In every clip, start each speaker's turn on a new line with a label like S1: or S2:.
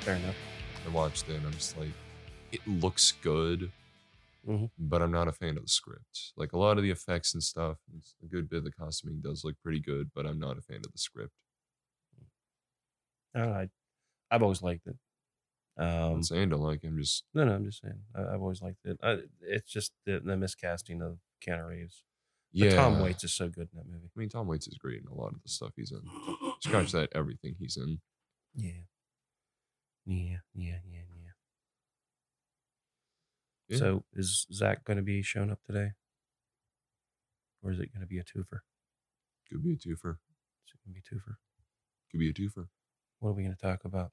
S1: Fair enough.
S2: I watched it and I'm just like, it looks good,
S1: Mhm.
S2: but I'm not a fan of the script. Like a lot of the effects and stuff, and s- a good bit of the costuming does look pretty good, but I'm not a fan of the script.
S1: I don't know, I, I've always liked it.
S2: I'm
S1: Um,
S2: not saying to like, I'm just
S1: no, no, I'm just saying. I, I've always liked it. I, it's just the, the miscasting of Keanu Reeves. But
S2: yeah.
S1: Tom Waits is so good in that movie.
S2: I mean, Tom Waits is great in a lot of the stuff he's in. Scratch that, everything he's in.
S1: Yeah. Yeah, yeah, yeah, yeah.
S2: Yeah.
S1: So is Zach going to be showing up today? Or is it going to be a twofer?
S2: Could be a twofer.
S1: Is it going to be a twofer?
S2: Could be a twofer.
S1: What are we going to talk about?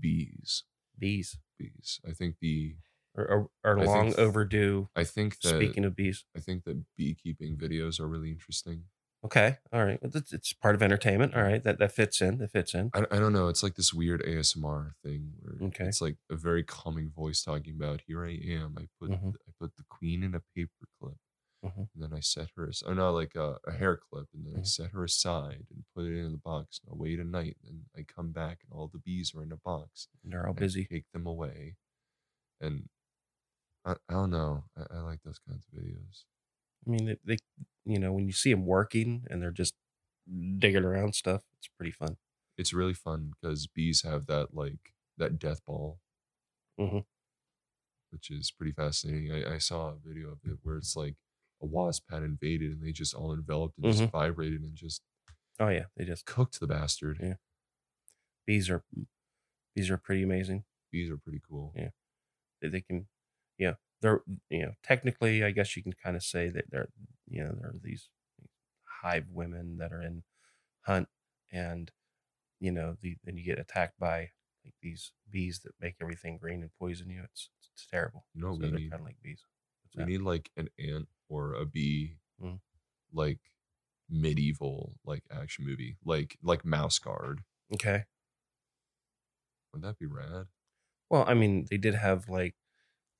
S2: Bees.
S1: Bees.
S2: Bees. I think the.
S1: Or are,
S2: I think
S1: long
S2: s-
S1: overdue.
S2: I think that.
S1: Speaking of bees.
S2: I think that beekeeping videos are really interesting.
S1: Okay. All right. Well, that's- It's part of entertainment. All right. That that fits in. That fits in.
S2: I, I don't know. It's like this weird ASMR thing where
S1: Okay.
S2: it's like a very calming voice talking about here I am. I put
S1: Mhm.
S2: th- I put the queen in a paper clip,
S1: Mhm.
S2: and then I set her. as- Oh no, like a, a hair clip, and then I
S1: Mhm.
S2: set her aside and put it in the box. And I wait a night, and I come back, and all the bees are in a box.
S1: They're all
S2: and I
S1: busy.
S2: Take them away, and I, I don't know. I, I like those kinds of videos.
S1: I mean, they, they, you know, when you see them working and they're just digging around stuff, it's pretty fun.
S2: It's really fun because bees have that like that death ball
S1: Mm-hmm.
S2: which is pretty fascinating. I, I saw a video of it where it's like a wasp had invaded and they just all enveloped and
S1: Mm-hmm.
S2: just vibrated and just
S1: Oh yeah, they just
S2: cooked the bastard.
S1: Yeah. bees are bees are pretty amazing.
S2: Bees are pretty cool.
S1: Yeah. They, they can, yeah, they're you know technically, I guess you can kind of say that they're you know there are these hive women that are in hunt and you know the, then you get attacked by like these bees that make everything green and poison you. It's it's terrible.
S2: You know what
S1: so
S2: we
S1: they're
S2: need?
S1: kind of like bees. What's
S2: We
S1: that?
S2: need like an ant or a bee,
S1: Mm.
S2: like medieval like action movie, like like Mouse Guard.
S1: Okay.
S2: Wouldn't that be rad?
S1: Well, I mean, they did have like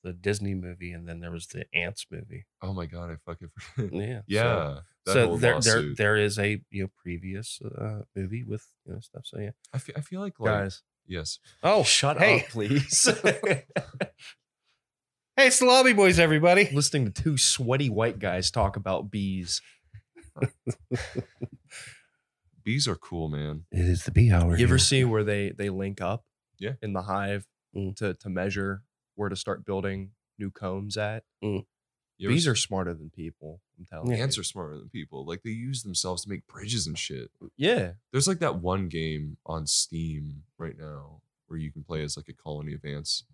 S1: the Disney movie, and then there was the Ants movie.
S2: Oh my god, I fucking forgot.
S1: Yeah, Mm, so-
S2: yeah. that
S1: So,
S2: whole
S1: there, there,
S2: lawsuit.
S1: there is a you know previous uh, movie with you know stuff. So yeah,
S2: I feel I feel like like
S3: guys.
S2: yes.
S1: Oh,
S3: shut
S1: hey.
S3: up, please.
S1: hey, it's the Lobby Boys, everybody.
S3: Listening to two sweaty white guys talk about bees.
S2: Bees are cool, man.
S1: It is the bee hour.
S3: You ever see where they they link up?
S2: Yeah.
S3: In the hive
S1: Mm.
S3: to to measure where to start building new combs at.
S2: You ever
S3: bees
S2: s-
S3: are smarter than people. I'm telling you.
S2: ants are smarter than people. Like they use themselves to make bridges and shit.
S3: Yeah.
S2: There's like that one game on Steam right now where you can play as like a colony of ants.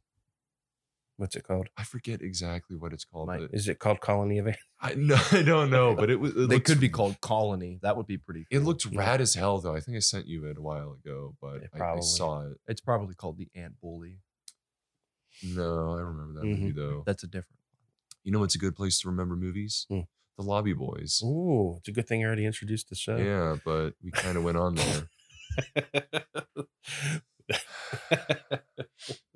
S1: what's it called?
S2: I forget exactly what it's called.
S3: Might-
S2: but
S1: Is it called Colony of Ants?
S2: I no, I don't know. But it was. It
S3: they
S2: looked-
S3: could be called colony. That would be pretty.
S2: It
S3: cool.
S2: looked
S1: Yeah.
S2: rad as hell, though. I think I sent you it a while ago, but
S1: Yeah,
S2: I, I
S1: probably.
S2: saw it.
S3: It's probably called the ant bully.
S2: No, I remember that movie though.
S3: That's a different.
S2: You know, it's a good place to remember movies.
S1: Hmm.
S2: The Lobby Boys.
S1: Ooh, it's a good thing I already introduced the show.
S2: Yeah, but we kind of went on there.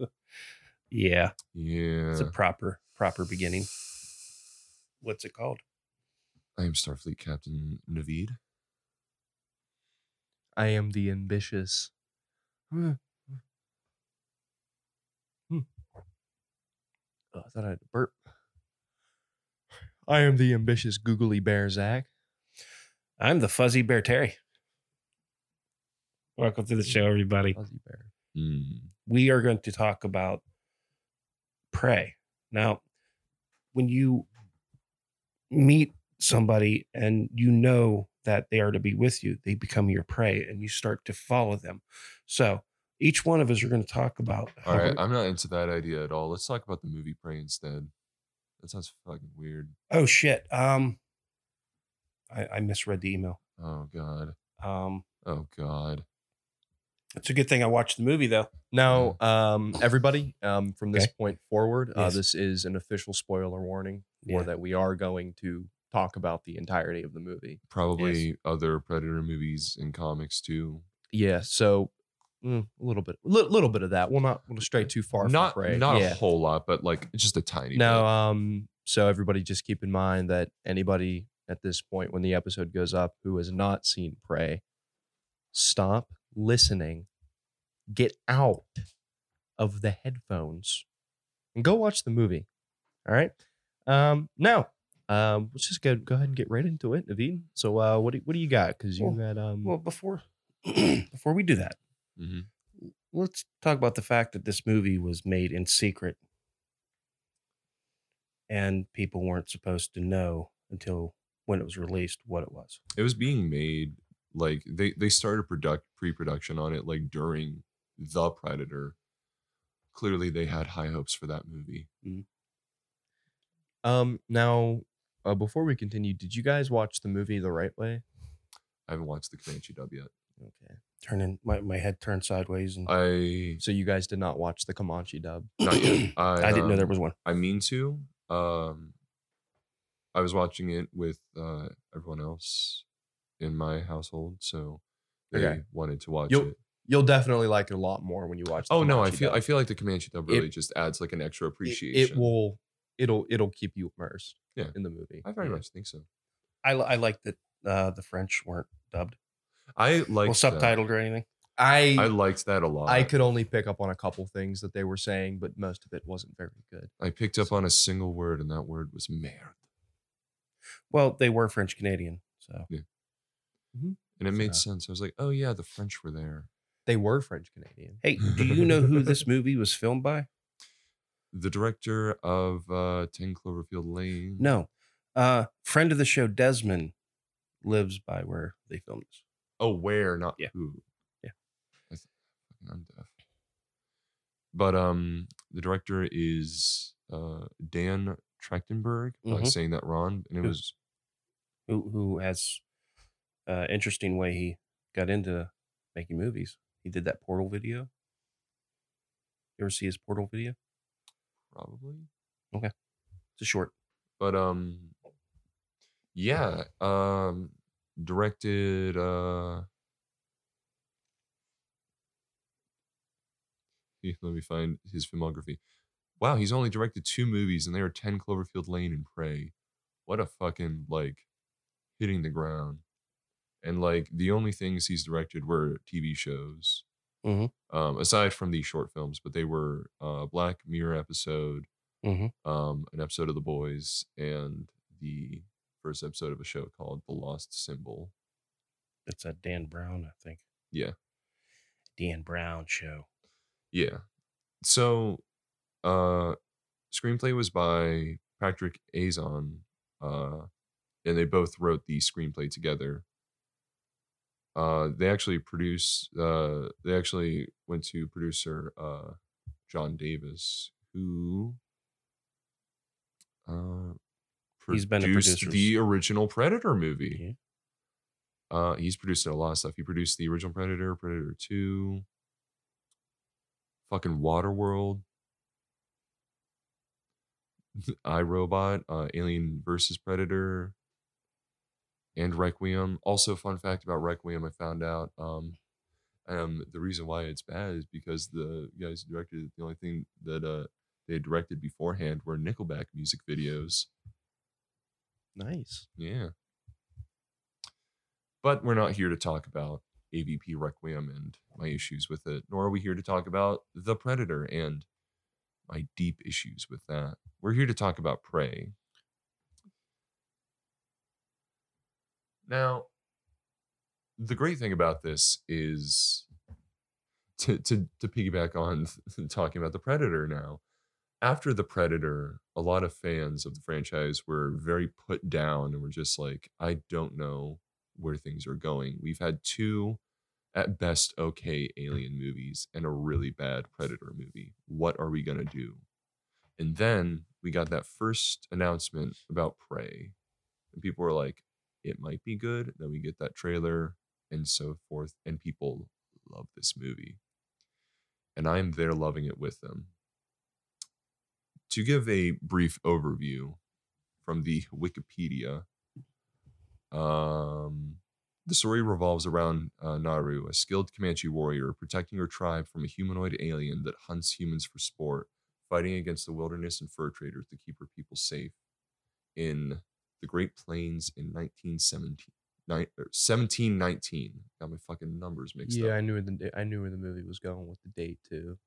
S1: yeah,
S2: Yeah,
S1: it's a proper proper beginning. What's it called?
S2: I am Starfleet Captain Naveed.
S3: I am the ambitious. Hmm. Hmm. Oh, I thought I had to burp. I am the ambitious googly bear Zach.
S1: I'm the Fuzzy Bear Terry. Welcome to the show, everybody.
S3: Fuzzy bear.
S2: Mm.
S1: We are going to talk about prey. Now, when you meet somebody and you know that they are to be with you, they become your prey and you start to follow them. So, each one of us are going to talk about.
S2: All right, uh I'm not into that idea at all. Let's talk about the movie Prey instead. That sounds fucking weird.
S1: Oh, shit. Um, I, I misread the email.
S2: Oh god.
S1: Um,
S2: Oh god.
S1: it's a good thing I watched the movie, though.
S3: Now, um, everybody, um, from this
S1: Okay.
S3: point forward, uh,
S1: Yes.
S3: this is an official spoiler warning,
S1: Yeah.
S3: or that we are going to talk about the entirety of the movie.
S2: Probably other Predator movies and comics too.
S3: Yeah, so mm, a little bit, a little bit of that. We'll not we'll stray too far.
S2: not
S3: from Prey.
S2: not
S3: yeah.
S2: a whole lot, but like just a tiny
S3: No, um, so everybody just keep in mind that anybody at this point when the episode goes up who has not seen Prey, stop listening get out of the headphones and go watch the movie. All right. Um, now, um, let's just go go ahead and get right into it, Naveed. So, uh, what do, what do you got? Because you
S1: Well,
S3: got um,
S1: Well, before before we do that,
S3: uh
S2: Mm-hmm.
S1: let's talk about the fact that this movie was made in secret and people weren't supposed to know until when it was released what it was.
S2: It was being made like they they started product pre-production on it like during the Predator. Clearly, they had high hopes for that movie.
S3: um. Now, uh, before we continue, did you guys watch the movie the right way?
S2: I haven't watched the Comanche Dub yet.
S3: Okay.
S1: Turning my, my head turned sideways and
S2: I
S3: So you guys did not watch the Comanche dub.
S2: not yet. I,
S1: I didn't know there
S2: um,
S1: was one.
S2: I mean to. Um, I was watching it with uh, everyone else in my household, so they
S3: Okay.
S2: wanted to watch
S3: You'll-
S2: it.
S3: You'll definitely like it a lot more when you watch. The
S2: Oh no, I
S3: Comanche
S2: feel
S3: dub.
S2: I feel like the Comanche dub
S3: It-
S2: really just adds like an extra
S3: It-
S2: appreciation.
S3: It, will. It'll it'll keep you immersed.
S2: Yeah.
S3: In the movie.
S2: I very
S3: Yeah.
S2: much think so.
S1: I li- I like that uh, the French weren't dubbed
S2: I like uh
S1: well subtitled or anything.
S3: I
S2: I liked that a lot.
S3: E, I could only pick up on a couple things that they were saying, but most of it wasn't very good.
S2: I picked up on a single word, and that word was merde,
S1: Well, they were French Canadian, so
S2: and it made
S1: So-
S2: sense. I was like, oh yeah, the French were there.
S3: They were French Canadian.
S1: hey, do you know who this movie was filmed by?
S2: The director of uh, Ten Cloverfield Lane.
S1: No, uh, friend of the show Desmond lives by where they filmed this.
S2: Oh, where, not
S1: Yeah.
S2: who.
S1: Yeah.
S2: I th- I'm deaf. But um, the director is uh, Dan Trachtenberg. Am I
S1: Mhm.
S2: saying that wrong? And it
S1: Yeah.
S2: was
S1: who who has uh interesting way he got into making movies. He did that portal video. You ever see his portal video?
S2: probably.
S1: It's a short.
S2: But um, yeah. Um, directed. Uh, yeah, let me find his filmography. Wow, he's only directed two movies, and they were Ten Cloverfield Lane and Prey. What a fucking like hitting the ground. And like the only things he's directed were TV shows,
S1: Mhm.
S2: um, aside from the short films, but they were uh, Black Mirror episode,
S1: Mhm.
S2: um, an episode of The Boys, and the first episode of a show called The Lost Symbol.
S1: It's a Dan Brown, I think.
S2: Yeah.
S1: Dan Brown show.
S2: Yeah. So, uh, screenplay was by Patrick Azon, uh, and they both wrote the screenplay together. Uh, they actually produce. Uh, they actually went to producer uh, John Davis, who uh,
S1: He's been a
S2: produced
S1: producer.
S2: the original Predator movie.
S1: Yeah.
S2: Uh, he's produced a lot of stuff. He produced the original Predator, Predator Two, fucking Waterworld, iRobot, uh, Alien versus Predator, and Requiem. Also, fun fact about Requiem, I found out. Um, um, the reason why it's bad is because the guys who directed it, the only thing that uh they had directed beforehand were Nickelback music videos.
S3: Nice.
S2: Yeah. But we're not here to talk about AVP Requiem and my issues with it, nor are we here to talk about The Predator and my deep issues with that. We're here to talk about Prey. Now, the great thing about this is to, to, to piggyback on talking about The Predator now. After The Predator, a lot of fans of the franchise were very put down and were just like, I don't know where things are going. We've had two, at best, okay alien movies and a really bad Predator movie. What are we going to do? And then we got that first announcement about Prey, and people were like, it might be good. Then we get that trailer and so forth, and people love this movie. And I'm there loving it with them to give a brief overview from the Wikipedia, um, the story revolves around uh, Naru, a skilled Comanche warrior protecting her tribe from a humanoid alien that hunts humans for sport, fighting against the wilderness and fur traders to keep her people safe in the Great Plains in 1917. nine or 17, 19. er, Got my fucking numbers mixed
S3: yeah,
S2: up.
S3: I knew the I knew where the movie was going with the date too.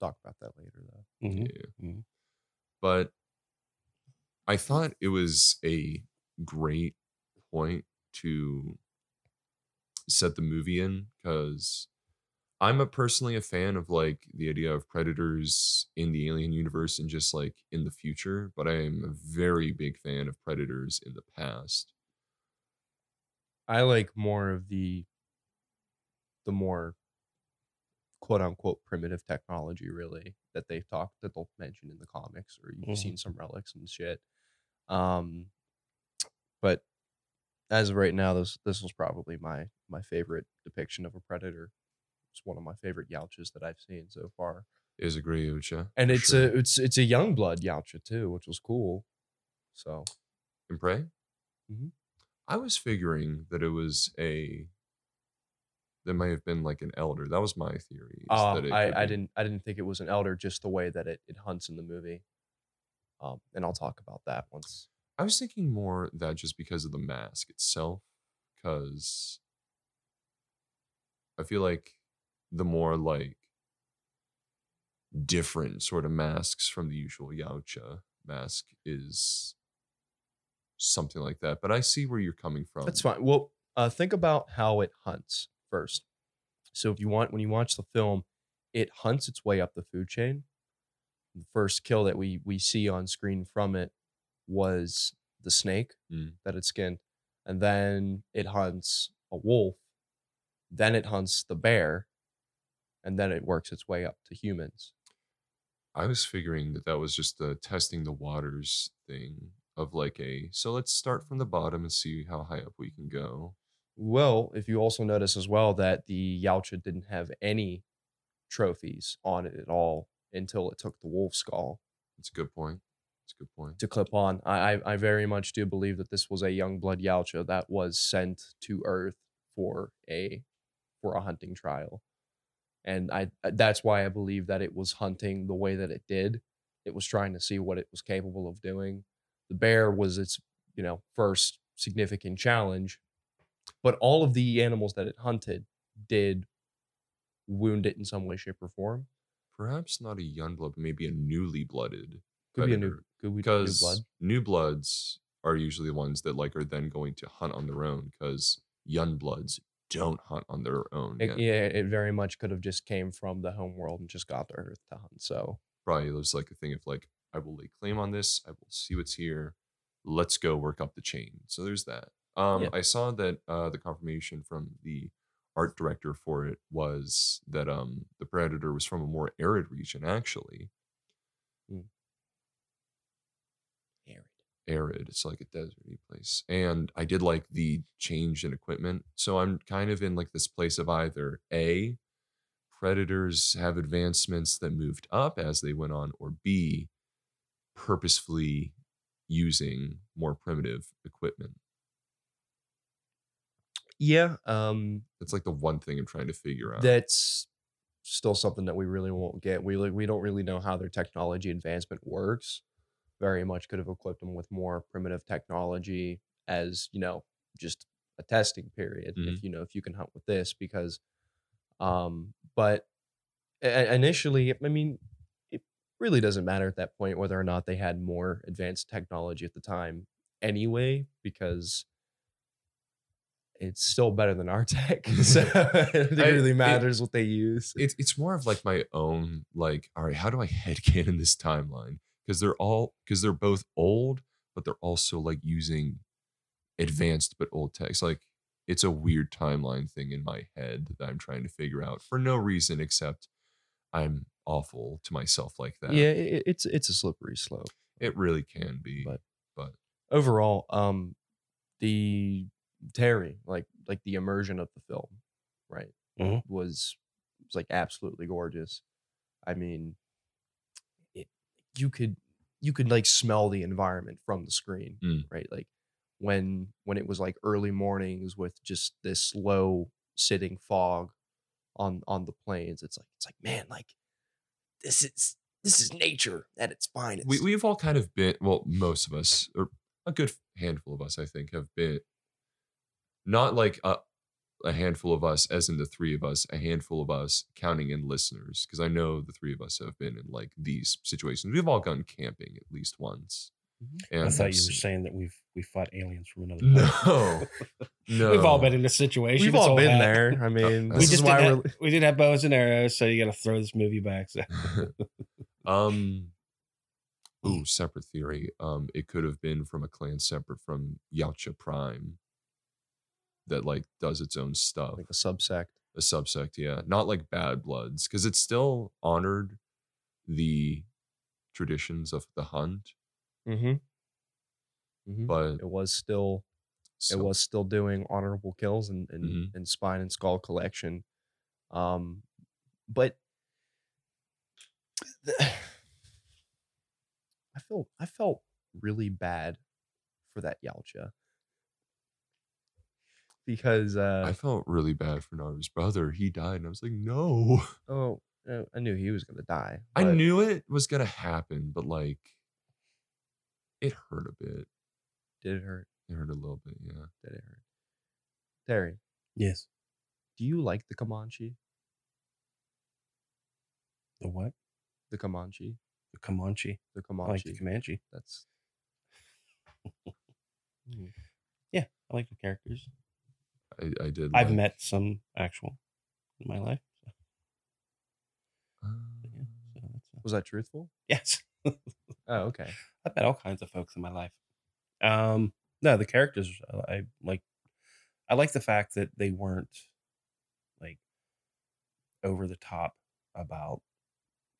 S3: Talk about that later though.
S1: Mhm.
S2: Yeah.
S1: Mhm.
S2: But I thought it was a great point to set the movie in because I'm a personally a fan of like the idea of predators in the alien universe and just like in the future, but I am a very big fan of predators in the past.
S3: I like more of the the more quote unquote primitive technology really that they've talked that they'll mention in the comics or you've
S1: Mhm.
S3: seen some relics and shit. Um but as of right now this this was probably my my favorite depiction of a predator. It's one of my favorite Yalchas that I've seen so far.
S2: Is agree, Ucha.
S3: and
S2: for
S3: it's
S2: sure.
S3: a it's it's a young blood Yamcha too, which was cool. So
S2: and pray.
S3: Mhm.
S2: I was figuring that it was a that may have been like an elder. That was my theory. is
S3: uh,
S2: that it could
S3: I, I
S2: be-
S3: didn't I didn't think it was an elder, just the way that it, it hunts in the movie. Um, and I'll talk about that once.
S2: I was thinking more that just because of the mask itself, because I feel like the more like different sort of masks from the usual Yautja mask is something like that. But I see where you're coming from.
S3: That's fine. Well, uh, think about how it hunts first. So if you want, when you watch the film, it hunts its way up the food chain. The first kill that we we see on screen from it was the snake
S2: Mm.
S3: that it skinned, and then it hunts a wolf, then it hunts the bear, and then it works its way up to humans.
S2: I was figuring that that was just the testing the waters thing of like a so let's start from the bottom and see how high up we can go.
S3: Well, if you also notice as well that the Yautja didn't have any trophies on it at all until it took the wolf skull
S2: That's a good point. That's a good point.
S3: to clip on. I, I, I very much do believe that this was a young blood Yautja that was sent to Earth for a for a hunting trial, and I uh, that's why I believe that it was hunting the way that it did. It was trying to see what it was capable of doing. The bear was its you know first significant challenge, but all of the animals that it hunted did wound it in some way, shape, or form.
S2: Perhaps not a young blood, but maybe a newly blooded.
S3: Could be a new
S2: Predator.
S3: could be new
S2: Because
S3: blood.
S2: new bloods are usually the ones that like are then going to hunt on their own because young bloods don't hunt on their own.
S3: It,
S2: yet.
S3: yeah, it very much could have just came from the home world and just got to Earth to hunt. So
S2: Probably there's like a thing of like, I will lay claim on this, I will see what's here. Let's go work up the chain. So there's that. Um,
S3: Yeah.
S2: I saw that uh, the confirmation from the art director for it was that um, the predator was from a more arid region, actually. arid. It's like a deserty place. And I did like the change in equipment. So I'm kind of in like this place of either A, predators have advancements that moved up as they went on, or B, purposefully using more primitive equipment.
S3: yeah, um,
S2: That's like the one thing I'm trying to figure out.
S3: that's still something that we really won't get. We like we don't really know how their technology advancement works. Very much could have equipped them with more primitive technology as you know, just a testing period. If you know if you can hunt with this, because, um, but i- initially, I mean, it really doesn't matter at that point whether or not they had more advanced technology at the time anyway, because. It's still better than our tech, so I don't think
S2: I-
S3: it really
S2: it-
S3: matters what they use.
S2: it's it's more of like my own like all right how do i headcanon in this timeline because they're all because they're both old but they're also like using advanced but old text like it's a weird timeline thing in my head that i'm trying to figure out for no reason except i'm awful to myself like that
S3: Yeah, it, it's it's a slippery slope.
S2: it really can be
S3: But- Overall, um, the Terry, like like the immersion of the film, right,
S1: Mhm.
S2: Mm-hmm.
S3: was was like absolutely gorgeous. I mean, it, you could you could like smell the environment from the screen,
S2: Mm.
S3: right? Like when when it was like early mornings with just this low sitting fog on on the plains. It's like it's like man, like this is this is nature at its finest.
S2: we, we've all kind of been well most of us or a good handful of us i think have been not like a, a handful of us, as in the three of us, a handful of us counting in listeners, because I know the three of us have been in like these situations. We've all gone camping at least once.
S3: Mhm.
S2: And
S1: Mm-hmm. I thought
S2: we've
S1: you were
S2: seen-
S1: saying that we've we fought aliens from another.
S2: No, no.
S4: We've all been in this situation.
S3: We've
S4: It's
S3: all
S4: that.
S3: been there. I mean,
S2: We
S4: We
S3: this
S4: just
S3: is why
S4: didn't
S3: we're.
S4: have, we didn't have bows and arrows, so you got to throw this movie back. So.
S2: um. Ooh, separate theory. Um, it could have been from a clan separate from Yautja Prime that like does its own stuff.
S3: Like a subsect.
S2: a subsect, yeah. Not like Bad Bloods, because it still honored the traditions of the hunt,
S3: Mm-hmm. Mm-hmm.
S2: but
S3: It was still it
S2: so-
S3: was still doing honorable kills and and,
S2: Mhm.
S3: and spine and skull collection um but i felt i felt really bad for that yalcha because uh
S2: I felt really bad for Naruto's brother. He died, and I was like, no.
S3: oh uh, i knew he was gonna die
S2: I
S3: but
S2: knew it was gonna happen, but like, it hurt a bit.
S3: did it hurt
S2: It hurt a little bit, yeah.
S3: did it hurt terry
S1: Yes.
S3: do you like the comanche
S1: The what?
S3: the comanche
S1: The Comanche.
S3: the
S1: I
S3: comanche
S1: like the Comanche.
S3: that's
S1: I like the characters.
S2: I, I did.
S1: I've
S2: like-
S1: met some actual in my life.
S2: Uh,
S1: Yeah, so that's a-
S3: was that truthful
S1: yes.
S3: oh okay
S1: I've met all kinds of folks in my life. Um, no, the characters uh, I- I like. I like the fact that they weren't like over the top about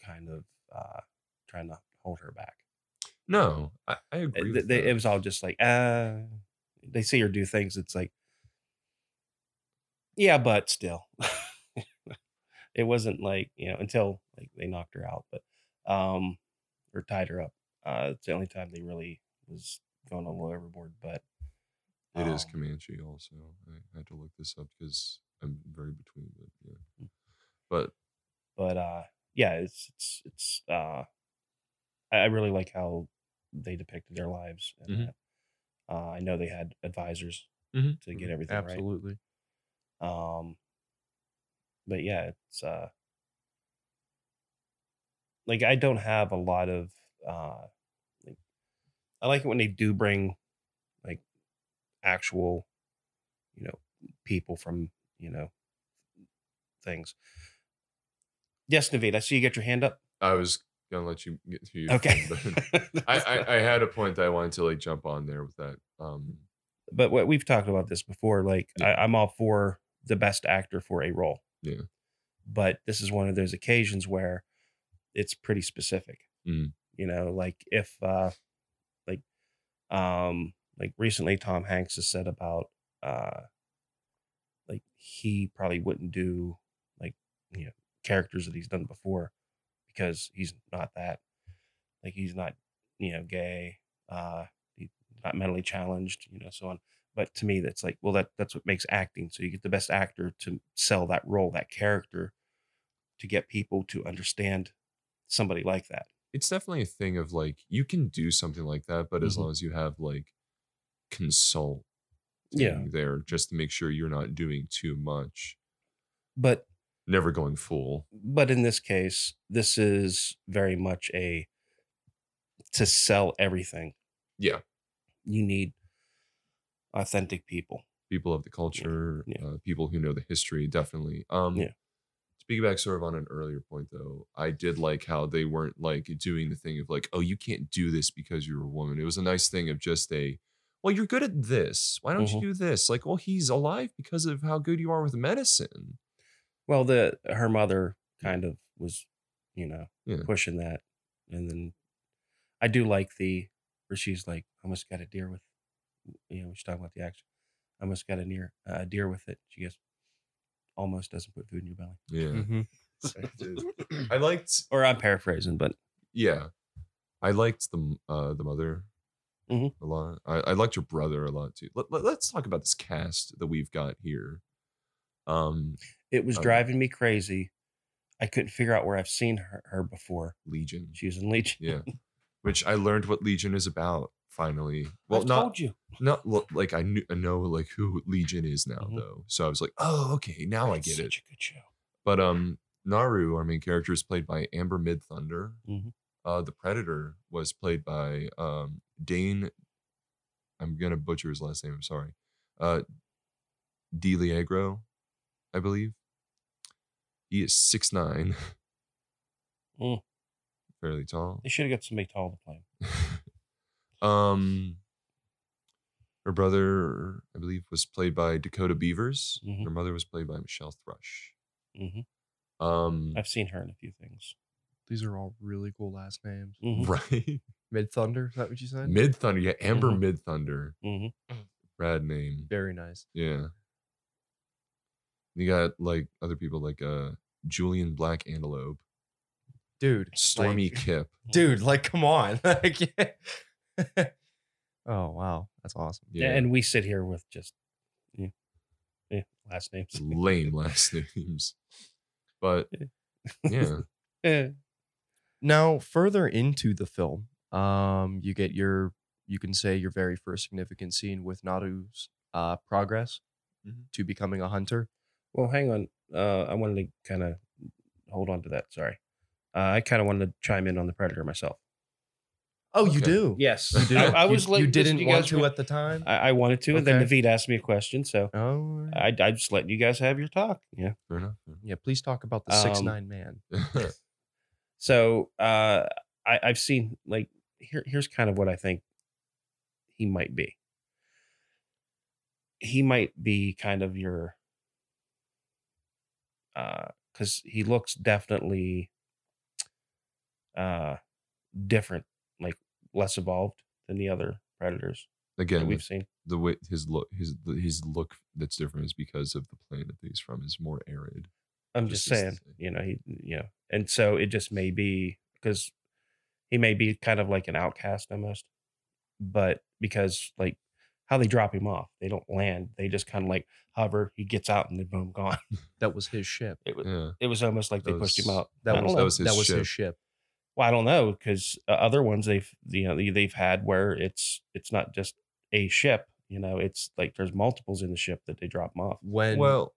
S1: kind of uh, trying to hold her back.
S2: No, I, I agree.
S1: It,
S2: with
S1: Eh, they-
S2: that.
S1: it was all just like, uh, they see her do things. It's like, yeah, but still, it wasn't like you know until like they knocked her out, but um, or tied her up. Uh, it's the only time they really was going a little overboard. But
S2: It is
S1: um,
S2: Comanche also. I had to look this up because I'm very between it.
S1: Hmm.
S2: Yeah. But
S1: but uh yeah it's it's it's uh i I really like how they depicted their lives and
S2: Mhm.
S1: that. uh, i know they had advisors
S2: Mhm.
S1: to get
S2: Mhm.
S1: everything
S3: Mm-hmm. absolutely
S1: right um but yeah it's uh like i don't have a lot of uh like i like it when they do bring like actual you know people from you know things yes navid i see you get your hand up
S2: I was gonna let you get to you.
S1: Okay.
S2: I, I, I had a point that I wanted to like jump on there with that. Um
S1: but what we've talked about this before, like I, I'm all for the best actor for a role.
S2: Yeah.
S1: But this is one of those occasions where it's pretty specific.
S2: Mm.
S1: You know, like if uh like um like recently Tom Hanks has said about uh like he probably wouldn't do like you know characters that he's done before because he's not that like he's not you know gay uh he's not mentally challenged you know so on but to me that's like well that that's what makes acting so you get the best actor to sell that role that character to get people to understand somebody like that
S2: it's definitely a thing of like you can do something like that, but as
S1: Mhm.
S2: long as you have like consult
S1: Yeah.
S2: there just to make sure you're not doing too much.
S1: but
S2: Never going full.
S1: but in this case, this is very much a to sell everything.
S2: Yeah.
S1: You need authentic people.
S2: people of the culture,
S1: yeah.
S2: Uh, people who know the history, definitely. Um,
S1: Yeah.
S2: Speaking back sort of on an earlier point, though, I did like how they weren't like doing the thing of like, oh, you can't do this because you're a woman. It was a nice thing of just a, well, you're good at this. Why don't
S1: Mhm.
S2: you do this? Like, well, he's alive because of how good you are with medicine.
S1: Well, the her mother kind of was, you know,
S2: Yeah.
S1: pushing that, and then I do like the where she's like, I almost got a deer with, you know, she's talking about the action. I almost got a near a deer with it. She goes, almost doesn't put food in your belly.
S2: Yeah.
S3: Mm-hmm.
S2: I did.
S1: Mm-hmm.
S2: I liked,
S1: Or I'm paraphrasing, but
S2: yeah, I liked the m- uh, the mother
S1: Mhm.
S2: a lot. I, I liked your brother a lot too. Let, let, let's talk about this cast that we've got here. Um,
S1: it was
S2: Okay.
S1: driving me crazy. I couldn't figure out where I've seen her, her before.
S2: Legion.
S1: She was in Legion.
S2: Yeah. Which I learned what Legion is about finally. Well,
S4: I
S2: not
S4: told you.
S2: not lo- like I knew I know like who Legion is now
S4: Mhm.
S2: though. So I was like, oh okay, now I
S4: It's
S2: get it.
S4: Such a good show.
S2: But um, Naru, our main character, is played by Amber Mid Thunder.
S4: Mhm.
S2: Uh, the Predator was played by um Dane. I'm gonna butcher his last name. I'm sorry. Uh, DeLiegro, I believe. He is six nine.
S4: Mm.
S2: Fairly tall.
S4: They should have got somebody tall to play. him.
S2: um her brother i believe was played by dakota beavers
S4: Mhm.
S2: her mother was played by michelle thrush
S1: Mm-hmm.
S2: Mm.
S4: Mhm.
S2: um
S4: I've seen her in a few things.
S3: These are all really cool last names.
S1: Mm-hmm.
S4: Mhm.
S2: right
S3: Mid Thunder, is that what you said?
S2: mid thunder yeah amber
S4: Mhm.
S2: mid thunder
S1: Mm-hmm.
S4: Mhm.
S2: rad name
S3: Very nice.
S2: yeah you got like other people like uh julian black antelope
S3: Dude. like-
S2: stormy kip
S3: dude, like come on. Like, oh wow. That's awesome.
S2: yeah
S4: And we sit here with just yeah, yeah, last names.
S2: lame last names but yeah
S4: Eh,
S3: Now, further into the film, um, you get your you can say your very first significant scene with Naru's uh, progress
S2: Mhm.
S3: to becoming a hunter.
S1: Well, hang on. Uh, I wanted to kind of hold on to that. Sorry. Uh, I kind of wanted to chime in on the Predator myself.
S3: Oh,
S2: you
S3: you
S2: Okay.
S3: do.
S2: do?
S1: Yes.
S2: You do?
S1: I, I
S3: You-
S1: was like,
S3: you didn't
S1: you
S3: want
S1: guys
S3: to
S1: were-
S3: at the time.
S1: I, I wanted to, and then
S3: Okay.
S1: Naveed asked me a question, so
S3: oh,
S1: I, I just let you guys have your talk. Yeah.
S2: fair enough
S3: yeah. Please talk about the six
S1: Um,
S3: nine man.
S1: So uh, I, I've seen like here. Here's kind of what I think he might be. He might be kind of your, because he looks definitely uh, different, like less evolved than the other predators that
S2: again
S1: we've seen.
S2: the way his look his his look that's different is because of the planet that he's from is more arid.
S1: I'm
S2: Just
S1: just
S2: as-
S1: saying, you know, he, you know, and so it just may be because he may be kind of like an outcast almost, but because like how they drop him off, they don't land, they just kind of like hover. He gets out and then boom, gone.
S3: That was his ship.
S1: It was,
S2: Yeah,
S1: it was almost like they pushed him
S2: Those-
S1: out. I
S3: That
S1: don't
S3: was
S1: know.
S3: that was his, ship.
S1: Well, I don't know because uh, other ones they've you know they- they've had where it's it's not just a ship. You know, it's like there's multiples in the ship that they drop 'em off.
S3: When
S2: well,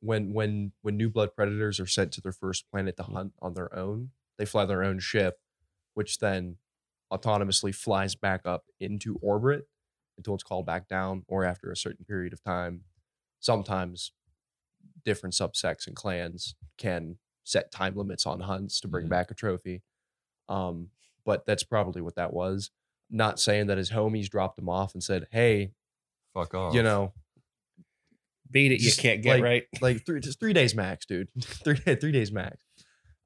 S3: when when when new blood predators are sent to their first planet to hunt on their own, they fly their own ship, which then autonomously flies back up into orbit until it's called back down, or after a certain period of time. Sometimes different subsects and clans can set time limits on hunts to bring
S2: Mhm.
S3: back a trophy. Um, but that's probably what that was. Not saying that his homies dropped him off and said, "Hey,
S2: fuck off.
S3: you know,
S1: Beat it, you
S3: Just
S1: can't get
S3: like-
S1: right.
S3: like three just three days max, dude. three three days max.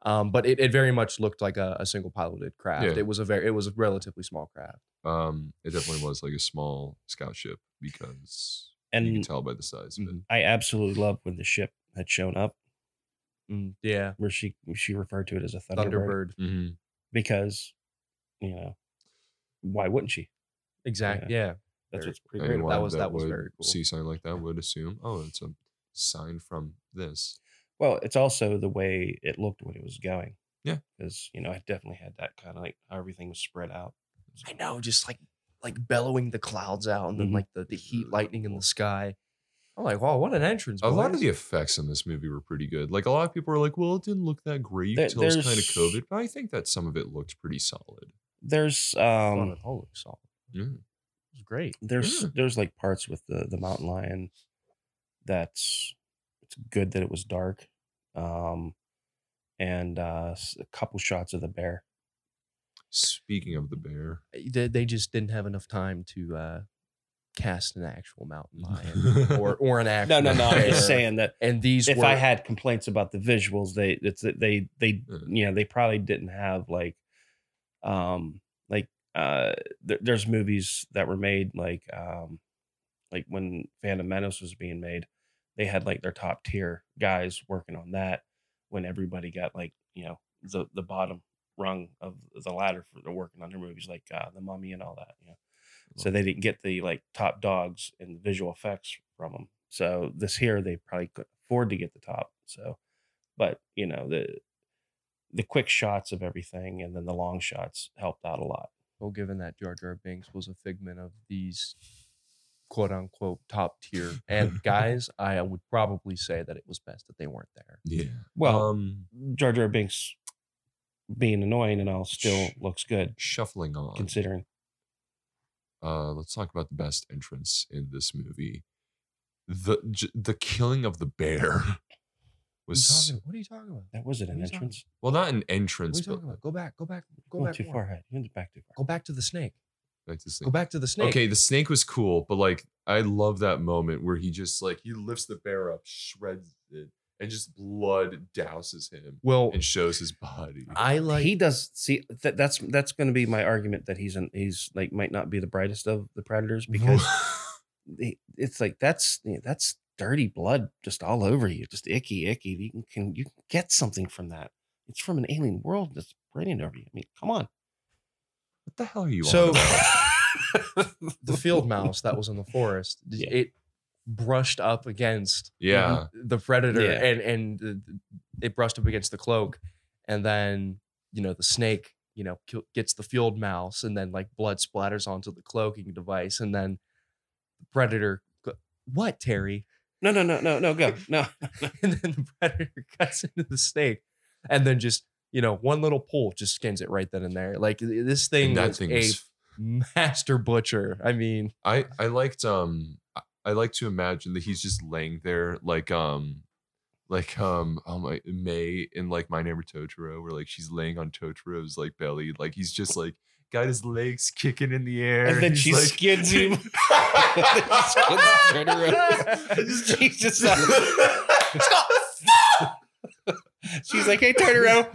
S3: Um, but it, it very much looked like a, a single piloted craft.
S2: Yeah.
S3: It was a very it was a relatively small craft.
S2: um, it definitely was like a small scout ship because you can
S1: And mm-hmm.
S2: tell by the size of it.
S3: Mhm.
S1: I absolutely love when the ship had shown up.
S3: yeah,
S1: where she she referred to it as a thunderbird,
S3: Thunderbird.
S2: Mhm.
S1: because you know why wouldn't she?
S3: Exactly. Yeah.
S1: That's
S3: Very
S1: what's pretty great.
S2: Anyone
S1: About.
S3: That was- that was
S2: would
S3: very cool.
S2: See sign like that would assume, oh, it's a sign from this.
S1: Well, it's also the way it looked when it was going.
S2: Yeah.
S1: because you know I definitely had that kind of like how everything was spread out.
S3: I know, just like like bellowing the clouds out, and then
S1: Mhm.
S3: like the, the heat lightning in the sky. I'm like, wow, what an entrance!
S2: A lot of the
S3: boys."
S2: effects in this movie were pretty good. Like a lot of people were like, well, it didn't look that great
S1: There-
S2: until it was kind of
S1: there's-
S2: COVID, but I think that some of it looked pretty solid. Mm.
S1: There's
S3: Oh,
S1: um
S3: it all looks solid.
S2: Yeah.
S3: It was great.
S1: there's
S2: Yeah.
S1: there's like parts with the the mountain lion that's it's good that it was dark, um, and uh, s- a couple shots of the bear.
S2: Speaking of the bear,
S3: Eh, They, they just didn't have enough time to uh, cast an actual mountain lion or or an
S1: No,
S3: actual.
S1: no, no. I'm just
S3: bear.
S1: saying that
S3: And these
S1: if
S3: were
S1: I had complaints about the visuals, they it's that they they
S2: Yeah.
S1: you know they probably didn't have like um like uh there, there's movies that were made like um like when Phantom Menace was being made, they had like their top tier guys working on that when everybody got like you know the the bottom rung of the ladder for they're working on their movies like uh, the mummy and all that you know so they didn't get the like top dogs and visual effects from them so this here they probably could afford to get the top so but you know the the quick shots of everything and then the long shots helped out a lot
S3: well, given that Jar Jar Binks was a figment of these quote unquote top tier and guys, I would probably say that it was best that they weren't there.
S2: Yeah.
S1: Well,
S2: um,
S1: Jar Jar Binks being annoying and all still
S2: Sh-
S1: looks good
S2: shuffling on.
S1: considering.
S2: uh, let's talk about the best entrance in this movie. The j- the killing of the bear was
S3: what are you talking about?
S1: That wasn't
S3: What
S1: an
S3: are you talking
S1: entrance.
S2: well not an entrance, but
S3: Go back, go back, go
S1: Going too far ahead. You went back too far.
S3: Go back to the snake.
S2: like this
S3: Go
S2: thing.
S3: back to the snake.
S2: Okay, the snake was cool, but like I love that moment where he just like he lifts the bear up, shreds it, and just blood douses him
S3: Well,
S2: and shows his body.
S3: I like
S1: he does see that, that's that's going to be my argument that he's an, he's like might not be the brightest of the predators because they- it's like that's you know, that's dirty blood just all over you, just icky, icky. You can, can you can get something from that? It's from an alien world that's raining over you. I mean, come on.
S2: what the hell are you on
S3: So-
S2: about?
S3: the field mouse that was in the forest.
S1: Yeah.
S3: It brushed up against
S2: Yeah.
S3: the predator
S1: Yeah.
S3: and and the, the- it brushed up against the cloak and then you know the snake you know kill, gets the field mouse and then like blood splatters onto the cloaking device and then the predator go- what terry
S1: No, no, no, no, no, go. No.
S3: and then the predator cuts into the snake and then just you know one little pull just skins it right then and there like th- this thing
S2: And that
S3: was
S2: thing
S3: a
S2: was
S3: master butcher i mean
S2: I I liked um I, I like to imagine that he's just laying there like um like um oh my May in like My Neighbor Totoro where like she's laying on Totoro's like belly like he's just like got his legs kicking in the air
S1: And then
S2: he's
S1: she
S2: like-
S1: skids him.
S2: Just-
S1: She's just like, she's like, hey, Totoro,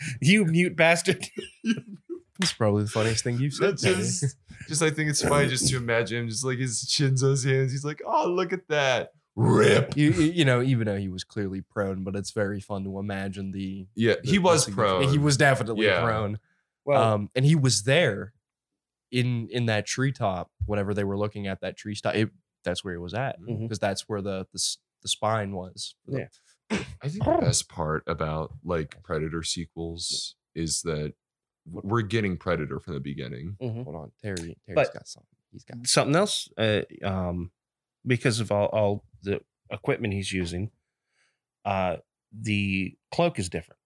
S1: you mute bastard.
S3: it's probably the funniest thing you've said
S2: That's just, just I think it's funny just to imagine him just like his chins on his hands. He's like, oh look at that rip.
S3: you, you you know, even though he was clearly prone, but it's very fun to imagine the.
S2: Yeah,
S3: the-
S2: he
S3: the
S2: was
S3: significant-
S2: prone.
S3: He was definitely
S2: Yeah.
S3: prone.
S1: Well,
S3: um, and he was there, in in that treetop. Whenever they were looking at that tree stop, it, that's where he was at because
S1: Mhm.
S3: that's where the the, s- the spine was.
S1: Yeah.
S2: I think the best part about like Predator sequels is that we're getting Predator from the beginning.
S1: mm-hmm.
S3: Hold on, Terry. Terry's
S1: But-
S3: got something. He's got.
S1: something else uh, um, because of all, all the equipment he's using uh, the cloak is different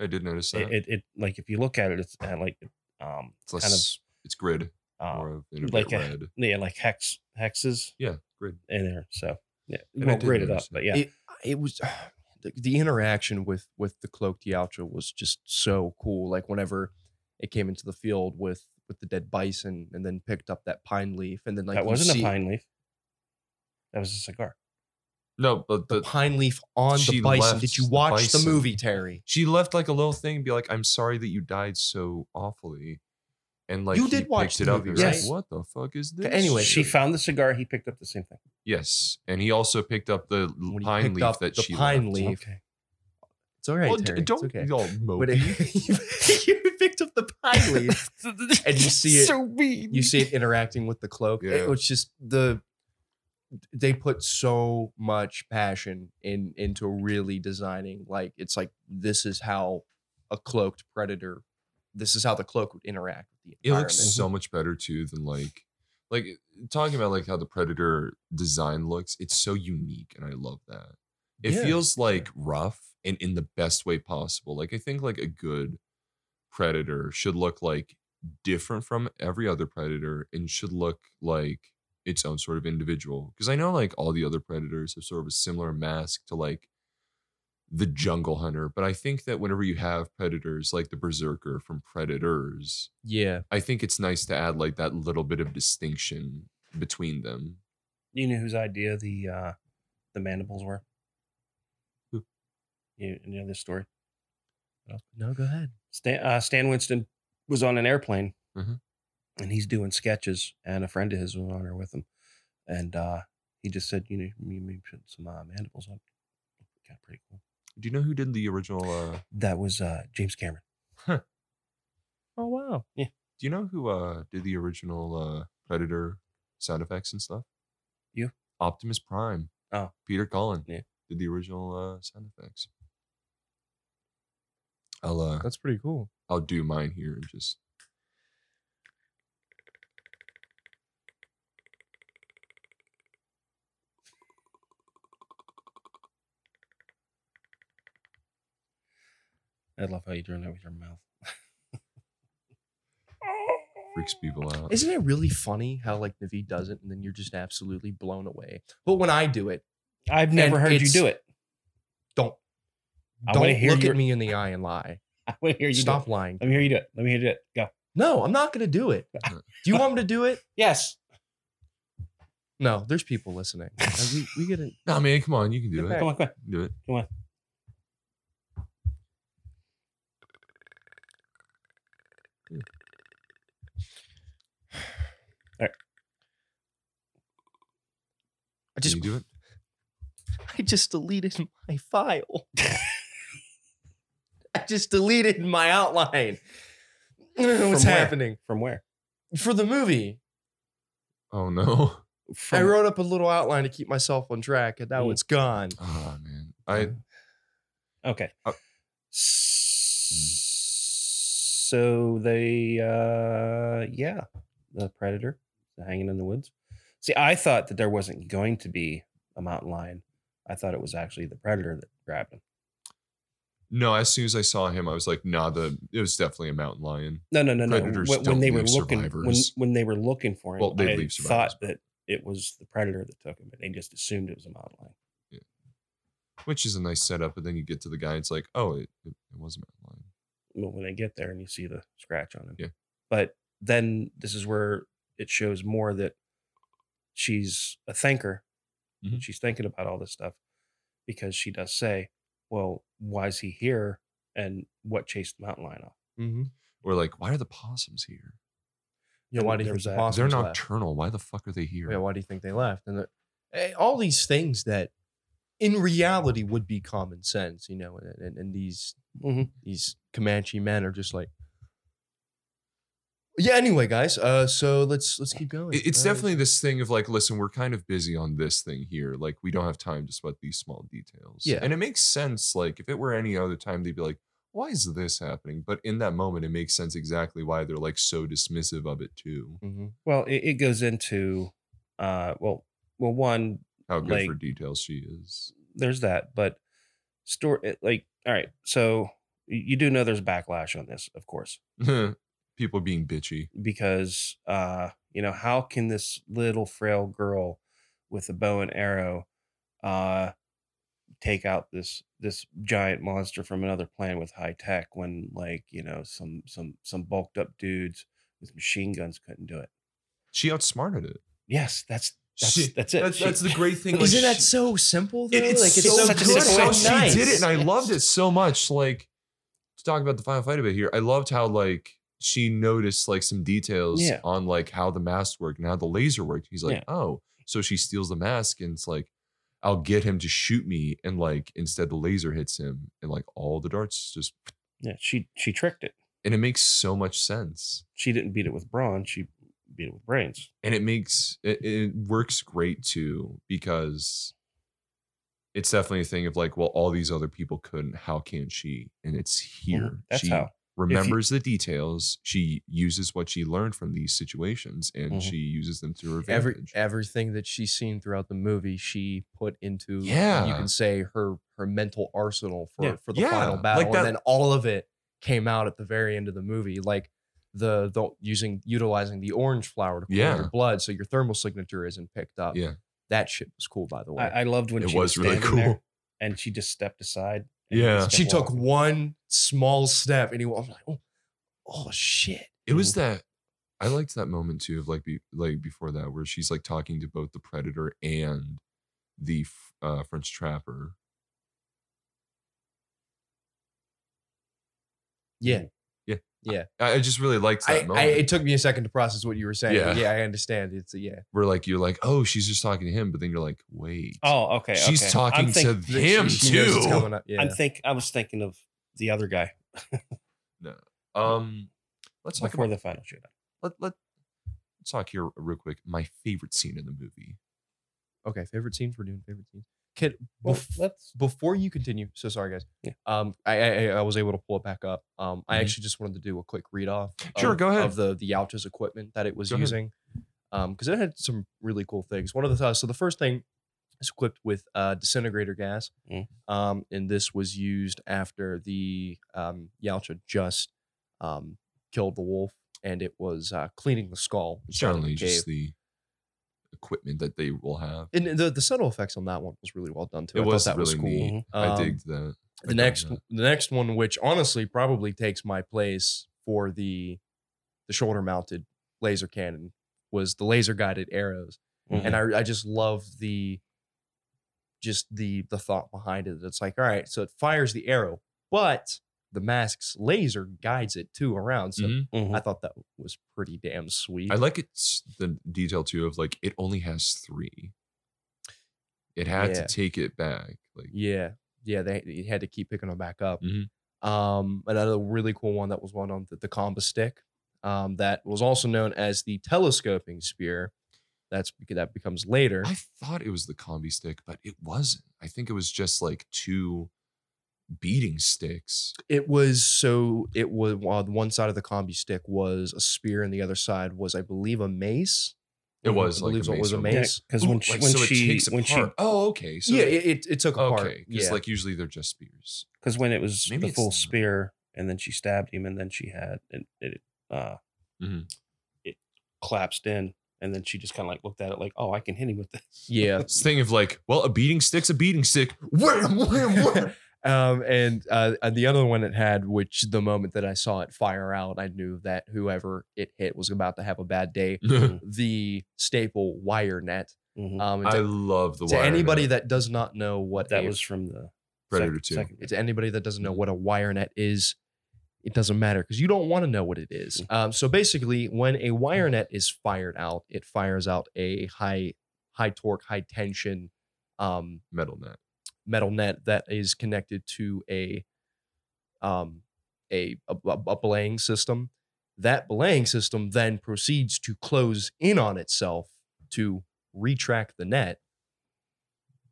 S2: I did notice that.
S1: it, it, it like if you look at it it's uh, like um
S2: it's less, it's grid
S1: uh,
S2: more of in a bit
S1: like a-
S2: red.
S1: yeah like hex hexes
S2: yeah, grid.
S1: in there so yeah
S2: And I
S1: you won't
S2: did
S1: grade it up
S2: notice
S1: but
S2: that.
S1: yeah
S3: It, it was the, the interaction with with the cloaked Yalcha was just so cool. Like whenever it came into the field with with the dead bison and then picked up that pine leaf and then like
S1: that
S3: you
S1: wasn't
S3: see-
S1: a pine leaf that was a cigar
S2: No, but
S3: the
S2: the,
S3: pine leaf on
S2: She
S3: the bison.
S2: left
S3: Did you
S2: the
S3: watch the,
S2: bison.
S3: movie, Terry?
S2: she left like a little thing and be like, I'm sorry that you died so awfully. And like
S3: You
S2: he
S3: did watch
S2: picked
S3: the
S2: it up
S3: movie,
S2: and was
S1: right?
S2: like, what the fuck is this?
S3: anyway,
S1: she
S2: shit?"
S1: found the cigar he picked up the same thing
S2: Yes. And he also picked up the l-
S3: When he
S2: pine
S3: picked
S2: leaf
S3: up
S2: that
S3: the
S2: she
S3: pine
S2: left.
S3: leaf.
S1: okay
S3: It's all right,
S2: Well, d-
S3: Terry.
S2: don't
S3: it's okay.
S2: y'all
S3: But
S2: mopey.
S3: it, you picked up the pine leaf. And you see it-
S1: so mean.
S3: You see it interacting with the cloak.
S2: Yeah.
S3: It was just the they put so much passion in into really designing. Like it's like this is how a cloaked predator. This is how the cloak would interact with the
S2: it
S3: environment.
S2: looks so much better too than like like eh, talking about like how the predator design looks it's so unique and i love that it
S3: Yeah.
S2: feels like rough and in the best way possible like i think like a good predator should look like different from every other predator and should look like its own sort of individual because i know like all the other predators have sort of a similar mask to like the jungle hunter but i think that whenever you have predators like the berserker from predators
S3: yeah.
S2: I think it's nice to add like that little bit of distinction between them.
S1: you know whose idea the uh the mandibles were
S3: Hmm.
S2: Who?
S1: you, you know this story
S3: No, go ahead.
S1: Stan, uh, Stan Winston was on an airplane
S3: Mm-hmm.
S2: Mhm.
S1: and he's doing sketches, and a friend of his was on there with him. And uh, he just said, You know, you may put some uh, mandibles on. Got pretty cool.
S2: Do you know who did the original? Uh,
S1: That was uh, James Cameron.
S3: Oh wow.
S2: do you know who uh, did the original uh, Predator sound effects and stuff?
S1: You?
S2: Optimus Prime.
S1: Oh.
S2: Peter Cullen.
S1: Yeah.
S2: Did the original uh, sound effects. uh, I'll uh,
S3: That's pretty cool.
S2: I'll do mine here and just
S1: I love how you're doing that with your mouth.
S2: Freaks people out.
S3: Isn't it really funny how like Naveed does it and then you're just absolutely blown away? But when I do it,
S1: I've never
S3: And
S1: heard you
S3: it's-
S1: do it.
S3: don't
S1: I
S3: don't
S1: wanna hear
S3: look
S1: your-
S3: at me in the eye and lie.
S1: I want to hear you. do
S3: Stop
S1: it.
S3: lying.
S1: Let me hear you do it. Let me hear you do it. Go.
S3: No, I'm not gonna do it. do you want me to do it?
S1: Yes.
S3: No, there's people listening. Uh, we, we get it.
S2: Nah, man, come on, you can do
S1: Come
S2: it.
S1: on, come on.
S2: Do it.
S1: Come on.
S3: I
S2: Can
S3: just
S2: you do it?
S3: I just deleted my file. I just deleted my outline. What's
S1: where?
S3: happening
S1: From where?
S3: for the movie?
S2: Oh no.
S1: From,
S3: I wrote up a little outline to keep myself on track, and now
S1: Mm.
S3: it's gone.
S2: Oh man. I
S1: Okay.
S2: Oh.
S1: so they, uh, yeah, the predator hanging in the woods. See, I thought that there wasn't going to be a mountain lion. I thought it was actually the predator that grabbed him.
S2: no, as soon as I saw him, I was like, nah, the it was definitely a mountain lion.
S1: No, no, no, no.
S2: Predators
S1: When, when
S2: don't
S1: they were
S2: leave
S1: looking, when,
S2: survivors.
S1: when they were looking for him,
S2: Well, they
S1: I
S2: leave survivors,
S1: thought that it was the predator that took him, and they just assumed it was a mountain lion.
S2: Which is a nice setup, but then you get to the guy, it's like, oh, it, it, it was a mountain lion.
S1: Well, when they get there and you see the scratch on him.
S2: Yeah.
S1: But then this is where it shows more that she's a thinker.
S3: Mm-hmm.
S2: Mhm.
S1: She's thinking about all this stuff because she does say, well, why is he here and what chased the mountain lion off?
S3: Mm-hmm.
S2: Or like, why are the possums here?
S3: Yeah, why do you
S1: There's
S3: think the
S1: that.
S3: possums
S2: They're
S3: left?
S2: nocturnal. Why the fuck are they here?
S3: Yeah, why do you think they left? And the, eh, all these things that, in reality, would be common sense, you know. And, and, and these
S2: Mm-hmm.
S1: Mhm.
S3: these Comanche men are just like, yeah. Anyway, guys, uh, so let's let's keep going.
S2: It- it's
S3: Uh,
S2: definitely this thing of like, listen, we're kind of busy on this thing here. Like, we don't have time to sweat these small details.
S3: Yeah.
S2: And it makes sense. Like, if it were any other time, they'd be like, why is this happening? But in that moment, it makes sense exactly why they're like so dismissive of it, too.
S3: Mhm.
S1: Well, it, it goes into, uh, well, well, one,
S2: How good for
S1: Like-
S2: details she is.
S1: there's that, but store it like, all right. So you you do know there's backlash on this, of course.
S2: People being bitchy.
S1: because uh you know how can this little frail girl with a bow and arrow uh take out this this giant monster from another planet with high tech when like you know some some some bulked up dudes with machine guns couldn't do it
S2: She outsmarted it.
S1: yes that's that's
S2: She-
S1: that's it
S2: That's,
S1: She-
S2: that's the great thing. like,
S3: Isn't that
S2: she-
S3: so simple? Though?
S2: it- it's,
S3: like it's
S2: so,
S3: so,
S1: such a
S2: good
S3: good.
S2: how
S1: simple
S3: so
S2: she
S1: way.
S3: nice.
S2: did it, and I loved it so much. Like to talk about the final fight a bit here, I loved how like she noticed like some details
S1: Yeah.
S2: on like how the mask worked and how the laser worked. He's like,
S1: Yeah.
S2: oh, so she steals the mask, and it's like, I'll get him to shoot me, and like instead the laser hits him, and like all the darts just,
S1: yeah, she she tricked it
S2: and it makes so much sense,
S1: she didn't beat it with brawn she beat it with brains
S2: and it makes it, it works great too because. It's definitely a thing of like, well, all these other people couldn't. How can she? And it's here.
S1: Mm-hmm. that's
S2: she,
S1: how
S2: remembers the details. She uses what she learned from these situations and
S1: Mhm.
S2: she uses them to her
S3: Every
S2: advantage.
S3: everything that she's seen throughout the movie, she put into you
S2: Yeah.
S3: can say her her mental arsenal for
S1: Yeah.
S3: for the
S2: Yeah,
S3: final
S2: like
S3: battle,
S2: that-
S3: and then all of it came out at the very end of the movie, like the the using utilizing the orange flower to cool
S2: Yeah.
S3: your blood, so your thermal signature isn't picked
S1: e
S3: up.
S2: yeah,
S3: That shit was cool, by the way.
S1: I, I loved when
S2: it
S1: she
S2: was really
S1: standing there
S2: cool.
S1: and she just stepped aside and
S2: Yeah.
S1: just kept
S3: she took
S1: walking.
S3: one small step, and he was like, oh, oh shit.
S2: It was that I liked that moment too of like be, like before that where she's like talking to both the predator and the f- uh, French trapper.
S3: Yeah.
S2: Yeah.
S3: Yeah.
S2: I, I just really liked that
S3: I, I,
S2: moment
S3: it took me a second to process what you were saying. but
S2: Yeah.
S3: Yeah, I understand. It's yeah.
S2: where like you're like, oh, she's just talking to him, but then you're like, wait,
S1: Oh, okay.
S2: she's
S1: okay. I'm
S2: talking
S1: think-
S2: to him
S3: She knows it's
S2: too.
S3: coming up, Yeah.
S1: I'm think I was thinking of the other guy
S2: Um, let's talk
S1: before
S2: about
S1: the final shootout.
S2: let let let's talk here real quick. My favorite scene in the movie.
S3: okay, favorite scenes. We're doing favorite scenes. Kid,
S1: Well,
S3: bef-
S1: let's
S3: before you continue, so sorry guys.
S1: Yeah.
S3: Um, I, I I- I was able to pull it back up. Um, I
S2: Mhm.
S3: actually just wanted to do a quick read off.
S2: Sure,
S3: of,
S2: go ahead.
S3: Of the the Altus equipment that it was
S2: Go ahead.
S3: using, um, because it had some really cool things. One of the so the uh, first thing It's equipped with uh, disintegrator gas,
S1: Mm.
S3: um, and this was used after the um, Yalcha just um, killed the wolf, and it was uh, cleaning the skull. inside of
S2: Certainly,
S3: the
S2: just the equipment that they will have.
S3: and the the subtle effects on that one was really well done too.
S2: It
S3: I
S2: was
S3: thought that was
S2: really
S3: cool.
S2: neat. I
S3: Um,
S2: digged that. I
S3: The
S2: dug
S3: next
S2: that.
S3: the next one, which honestly probably takes my place for the the shoulder mounted laser cannon, was the laser guided arrows,
S1: Mm-hmm,
S3: and
S2: Mm-hmm.
S3: I I just love the just the the thought behind it. It's like all right, so it fires the arrow, but the mask's laser guides it too around. So
S2: Mhm.
S1: mm-hmm.
S3: I thought that was pretty damn sweet.
S2: I like it's the detail too of like it only has three. It had
S3: Yeah.
S2: to take it back. Like
S3: Yeah, yeah, they, they had to keep picking them back up.
S2: Mhm.
S3: Um, another really cool one that was one on the, the comba stick, um, that was also known as the telescoping spear. That's that becomes later.
S2: I thought it was the combi stick, but it wasn't. I think it was just like two beating sticks.
S3: It was so it was while the one side of the combi stick was a spear and the other side was, I believe, a mace.
S2: It was
S3: I
S2: like
S3: believe
S2: a
S3: it was a
S2: mace.
S3: mace.
S1: because when
S2: Ooh,
S1: she
S2: like,
S1: when
S2: so it
S1: she
S2: takes
S1: when she
S2: apart. oh okay so
S3: yeah,
S2: they-
S3: it, it, it took apart.
S2: okay because
S3: yeah.
S2: like usually they're just spears.
S1: because when it was
S2: Maybe
S1: the
S2: it's
S1: full
S2: not.
S1: spear and then she stabbed him and then she had it, it uh
S2: Mhm.
S1: it collapsed in and then she just kind of like looked at it like oh i can hit him with this
S3: yeah.
S2: This thing of like well a beating stick's a beating stick. Wham wham wham.
S3: um, and uh, and the other one it had, which the moment that I saw it fire out, I knew that whoever it hit was about to have a bad day.
S2: Uh,
S1: Mm-hmm.
S3: The staple wire net.
S1: Mhm.
S3: Um, and
S2: I
S3: to,
S2: love the
S3: to
S2: wire
S3: anybody
S2: net.
S3: that does not know what
S1: that
S3: a-
S1: was from the
S2: Predator
S1: sec-
S2: two.
S1: second-
S3: to anybody that doesn't
S2: Mm-hmm.
S3: know what a wire net is, it doesn't matter because you don't want to know what it is.
S2: Mm-hmm.
S3: Um, so basically, when a wire net is fired out, it fires out a high high torque, high tension um,
S2: metal net.
S3: metal net that is connected to a um a a, a a belaying system that belaying system then proceeds to close in on itself to retract the net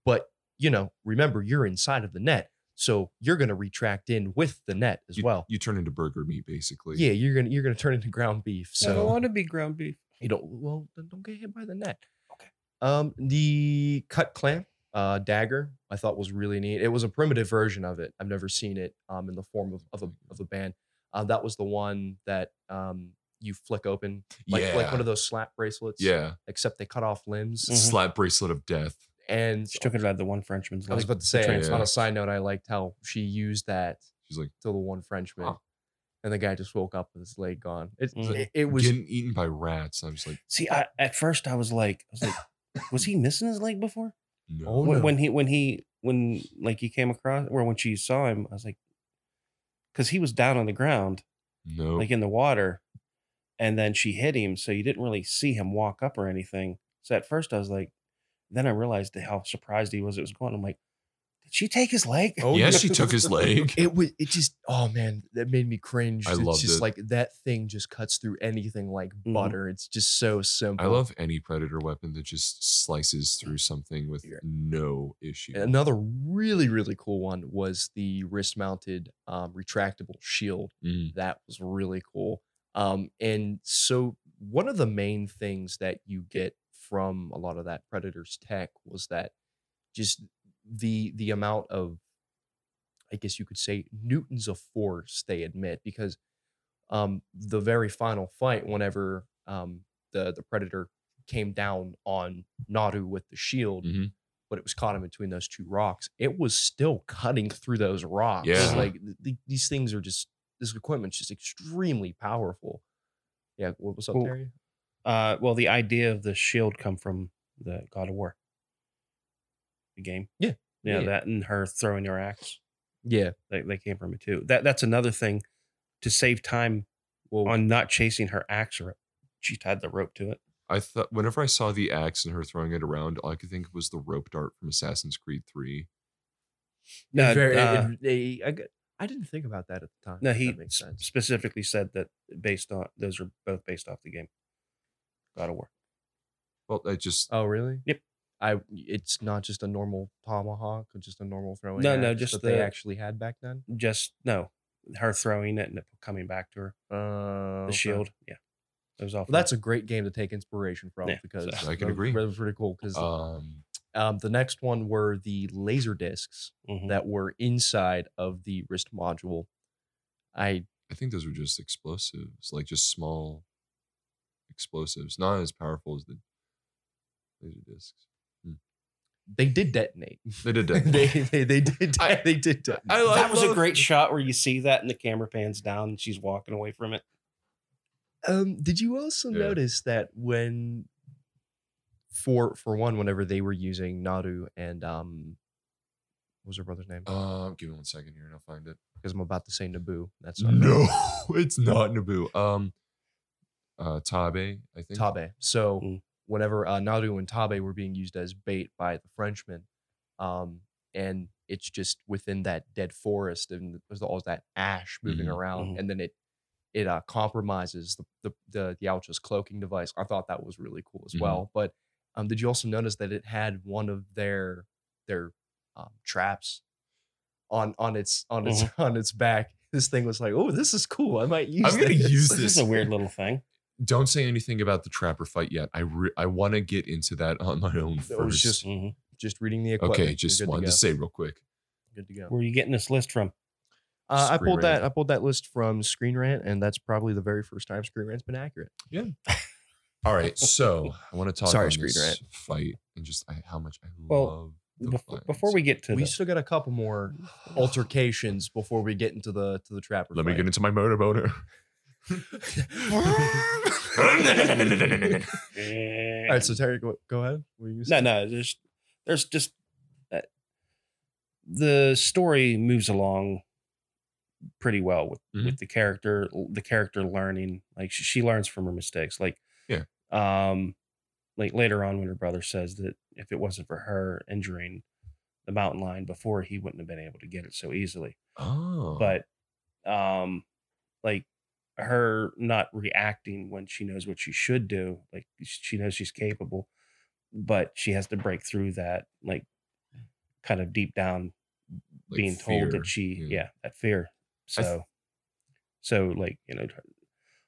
S3: but you know remember you're inside of the net so you're going to retract in with the net as
S2: You-
S3: well
S2: you turn into burger meat basically.
S3: yeah you're going to you're going to turn into ground beef
S1: i don't
S3: so
S1: want to be ground beef
S3: you don't well then don't get hit by the net.
S1: Okay.
S3: Um, the cut clamp uh, dagger I thought was really neat. It was a primitive version of it. I've never seen it um in the form of of a
S2: Mm-hmm.
S3: of a band. Uh, that was the one that um you flick open like
S2: yeah.
S3: like one of those slap bracelets.
S2: yeah. Mm.
S3: Except they cut off limbs
S1: Mhm.
S2: Slap bracelet of death.
S3: and.
S1: she took it out of the one frenchman's
S3: I was
S1: leg.
S3: about to say,
S2: train
S3: on a
S2: wreck.
S3: side note, I liked how she used that
S2: She's like
S3: to the one Frenchman,
S2: Huh. Mm.
S3: and the guy just woke up with his leg gone. It,
S1: Mhm.
S3: it, it was
S2: getting eaten by rats. I'm just like
S1: see i at first i was like i was like was he missing his leg before
S2: no.
S3: Oh,
S1: when,
S3: no.
S1: when he when he when like he came across or when she saw him i was like because he was down on the ground
S3: Oh.
S2: No.
S1: like in the water and then she hit him so you didn't really see him walk up or anything so at first i was like then i realized how surprised he was it was going i'm like did she take his leg
S3: Oh,
S2: yeah,
S3: yeah.
S2: she took his leg.
S3: It was. It just. Oh man, that made me cringe.
S2: I
S3: it's
S2: loved it.
S3: just
S2: Mm-hmm.
S3: like that thing just cuts through anything like
S1: Mhm.
S3: butter. It's just so simple.
S2: I love any predator weapon that just slices through something with
S3: Yeah.
S2: no issue.
S3: Another really really cool one was the wrist mounted um, retractable shield.
S2: Mm.
S3: That was really cool. Um, and so one of the main things that you get from a lot of that predators tech was that just the the amount of I guess you could say newtons of force they admit because um, the very final fight, whenever um, the the predator came down on Nadu with the shield,
S2: Mhm.
S3: but it was caught in between those two rocks, it was still cutting through those rocks.
S2: Yeah.
S3: Like th- th- these things are just this equipment's just extremely powerful. Yeah, what was up,
S1: Well,
S3: Terry?
S1: uh well the idea of the shield come from the god of war the game
S3: Yeah.
S1: yeah,
S3: Yeah.
S1: that and her throwing her axe
S3: Yeah.
S1: they, they came from it too that that's another thing to save time
S3: Well,
S1: on not chasing her axe or she tied the rope to it
S2: I thought whenever I saw the axe and her throwing it around, all I could think of was the rope dart from Assassin's Creed 3.
S1: Uh,
S3: very,
S1: uh,
S3: it- it- I, g- I didn't think about that at the time.
S1: No,
S3: if
S1: he
S3: that
S1: s-
S3: makes sense.
S1: specifically said that based on those are both based off the game God of War.
S2: Well, I just
S3: Oh, really?
S1: Yep.
S3: I it's not just a normal tomahawk or just a normal throwing.
S1: No, no,
S3: axe
S1: just
S3: that they
S1: the-
S3: actually had back then.
S1: Just no, her throwing it and it coming back to her.
S3: Uh,
S1: The shield, yeah, it was off.
S3: Well, that's a great game to take inspiration from
S1: Yeah,
S3: because
S1: so-
S2: I can
S3: those
S2: agree.
S1: Uh
S3: were pretty cool because
S2: um
S3: Um, the next one were the laser discs
S1: Mhm.
S3: that were inside of the wrist module. I
S2: I think those were just explosives, like just small explosives, not as powerful as the laser discs.
S3: they did detonate.
S2: They did
S3: they,
S2: detonate.
S3: they they did
S2: I-
S3: they did detonate.
S2: I love-
S1: that was a
S2: love-
S1: great shot where you see that and the camera pans down and she's walking away from it.
S3: Um, did you also
S2: Yeah.
S3: notice that when for for one, whenever they were using Naru and um what was her brother's name?
S2: Uh, give me one second here, and I'll find it.
S3: Because I'm about to say Naboo. That's not-
S2: No, it's not Naboo. Um, uh, Tabe, I think.
S3: Tabe. So
S1: Mm.
S3: whenever uh, Naru and Tabe were being used as bait by the Frenchmen, um, and it's just within that dead forest and there's all that ash moving
S2: Mhm,
S3: around,
S1: mhm.
S3: and then it it uh, compromises the the the, the Alcha's cloaking device. I thought that was really cool as
S2: Mhm.
S3: well. But um, did you also notice that it had one of their their um, traps on on its on its on its back? This thing was like, oh, this is cool. I might use.
S2: Mm-hmm. I'm gonna
S3: this."
S2: use
S1: This is a weird little thing.
S2: Don't say anything about the trapper fight yet. I re- I want to get into that on my own first.
S3: That was just
S1: Mhm.
S3: just reading the equipment.
S2: okay.
S3: You're
S2: Just
S3: good
S2: wanted to
S3: go.
S2: say real quick.
S3: good to go.
S1: Where are you getting this list from?
S3: Uh, I pulled
S2: Screen
S3: that.
S2: Rant.
S3: I pulled that list from Screen Rant, and that's probably the very first time Screen Rant's been accurate.
S2: All right, so I want to talk
S3: Sorry,
S2: on
S3: Screen
S2: this
S3: Rant.
S2: fight and just I, how much I
S1: Well,
S2: love. The
S1: Bef-
S2: lines.
S1: before we get to
S3: We
S1: the,
S3: still got a couple more altercations before we get into the to the trapper.
S2: Let me get into my motor boner.
S3: All right, so Terry, go, go ahead. What were you
S1: no,
S3: saying?
S1: no, there's there's just uh, the story moves along pretty well with
S2: Mhm.
S1: with the character, the character learning. Like she, she learns from her mistakes. Like
S2: Yeah.
S1: um, like later on when her brother says that if it wasn't for her injuring the mountain lion before, he wouldn't have been able to get it so easily
S2: Oh,
S1: but um like her not reacting when she knows what she should do like she knows she's capable but she has to break through that like kind of deep down
S2: Like
S1: being told
S2: fear,
S1: that she yeah.
S2: yeah.
S1: that fear
S2: I
S1: so
S2: th-
S1: so like you know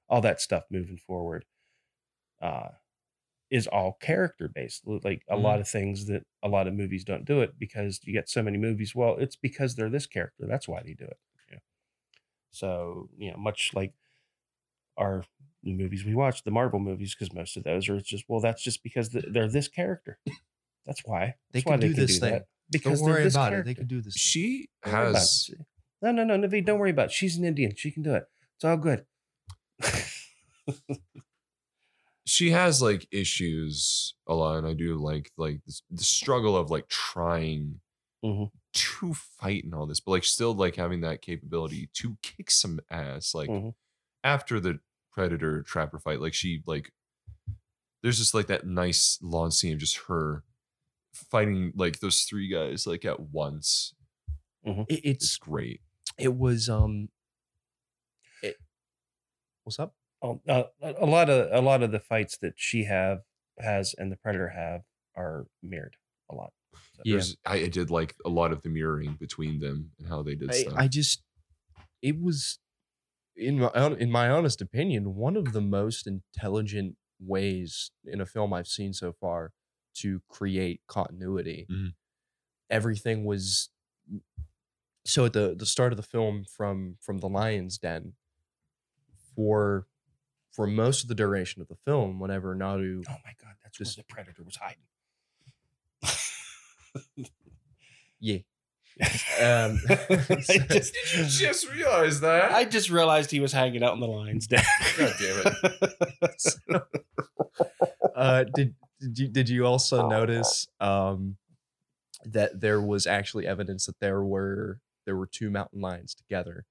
S1: all that stuff moving forward uh is all character based like
S3: Mm-hmm.
S1: a lot of things that a lot of movies don't do it because you get so many movies well it's because they're this character that's why they do it you know? so you know much like our movies we watch the marvel movies because most of those are just well that's just because th- they're this character that's why
S3: They
S1: that's why
S3: can do this thing.
S1: that.
S3: Don't
S1: because they're
S3: worry
S1: this
S3: about it. They
S1: character.
S3: can do this. thing.
S2: she
S1: Don't worry about
S2: has.
S1: it. No, no, no, Naveed, don't worry about it. She's an Indian. She can do it. It's all good.
S2: she has like issues a lot and i do like like this, the struggle of like trying
S3: Mm-hmm.
S1: Mhm.
S2: to fight and all this but like still like having that capability to kick some ass like
S3: Mm-hmm.
S1: Mhm.
S2: after the predator trapper fight like she like there's just like that nice lawn scene of just her fighting like those three guys like at once
S3: It,
S2: it's
S3: it's
S2: great
S3: it was um. It, what's up?
S1: Um, uh, a a lot of a lot of the fights that she have has and the predator have are mirrored a lot. So-
S3: Yeah.
S2: there's I, I did like a lot of the mirroring between them and how they did
S3: I,
S2: stuff
S3: I just it was in my hon- in my honest opinion one of the most intelligent ways in a film I've seen so far to create continuity.
S1: Mm-hmm.
S2: Mhm.
S3: Everything was so at the the start of the film from from the lion's den for for most of the duration of the film whenever Naru
S1: Oh my god, that's
S3: Just-
S1: where the predator was hiding.
S3: yeah um
S1: I just,
S2: realized that
S1: I just realized he was hanging out in the lion's den.
S2: God
S1: it.
S2: damn
S3: uh, did did you, did you also notice um, that there was actually evidence that there were there were two mountain lions together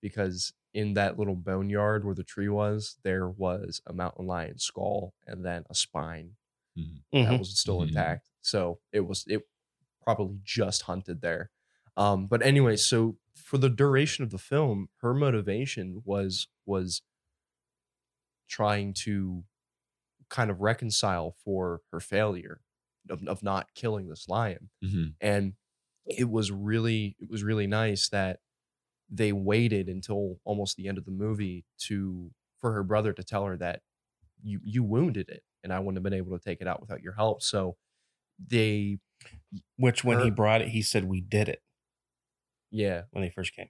S3: because in that little boneyard where the tree was there was a mountain lion skull and then a spine
S1: Mm-hmm.
S3: that was still
S2: Mhm.
S3: intact so it was it probably just hunted there um but anyway so for the duration of the film her motivation was was trying to kind of reconcile for her failure of, of not killing this lion
S2: Mhm.
S3: and it was really it was really nice that they waited until almost the end of the movie to for her brother to tell her that you you wounded it and I wouldn't have been able to take it out without your help so they
S1: Which when he
S3: Her-
S1: brought it, he said we did it
S3: Yeah.
S1: when they first came.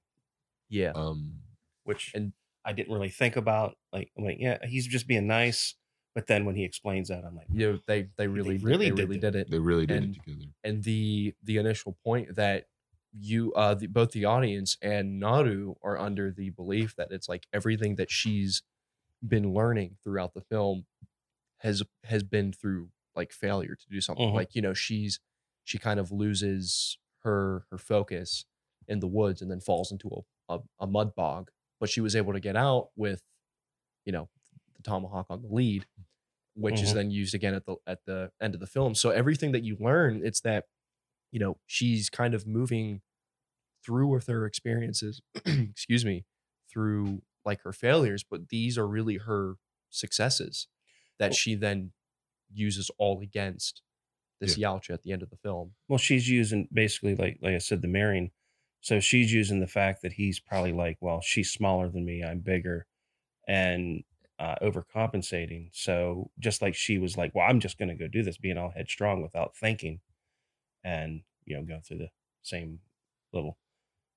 S3: Yeah.
S2: Um,
S1: Which
S3: And-
S1: I didn't really think about. Like I'm like, yeah, he's just being nice. But then when he explains that, I'm like,
S3: You know, they they really did-
S1: really
S3: they
S1: did
S3: really
S1: it.
S3: did it.
S2: they really did
S3: And-
S2: it together.
S3: and the the initial point that you uh the, both the audience and Naru are under the belief that it's like everything that she's been learning throughout the film has has been through like failure to do something
S1: Mhm.
S3: like you know she's she kind of loses her her focus in the woods and then falls into a, a, a mud bog but she was able to get out with you know the tomahawk on the lead which is
S1: Mhm.
S3: then used again at the at the end of the film so everything that you learn it's that you know she's kind of moving through with her experiences excuse me through like her failures but these are really her successes that
S1: Well-
S3: she then uses all against this Yalcha at the end of the film
S1: well, she's using basically like like I said, the marrying. So she's using the fact that he's probably like, well, she's smaller than me, I'm bigger, and uh, overcompensating. So just like she was like, well, I'm just gonna go do this, being all headstrong without thinking, and you know, go through the same little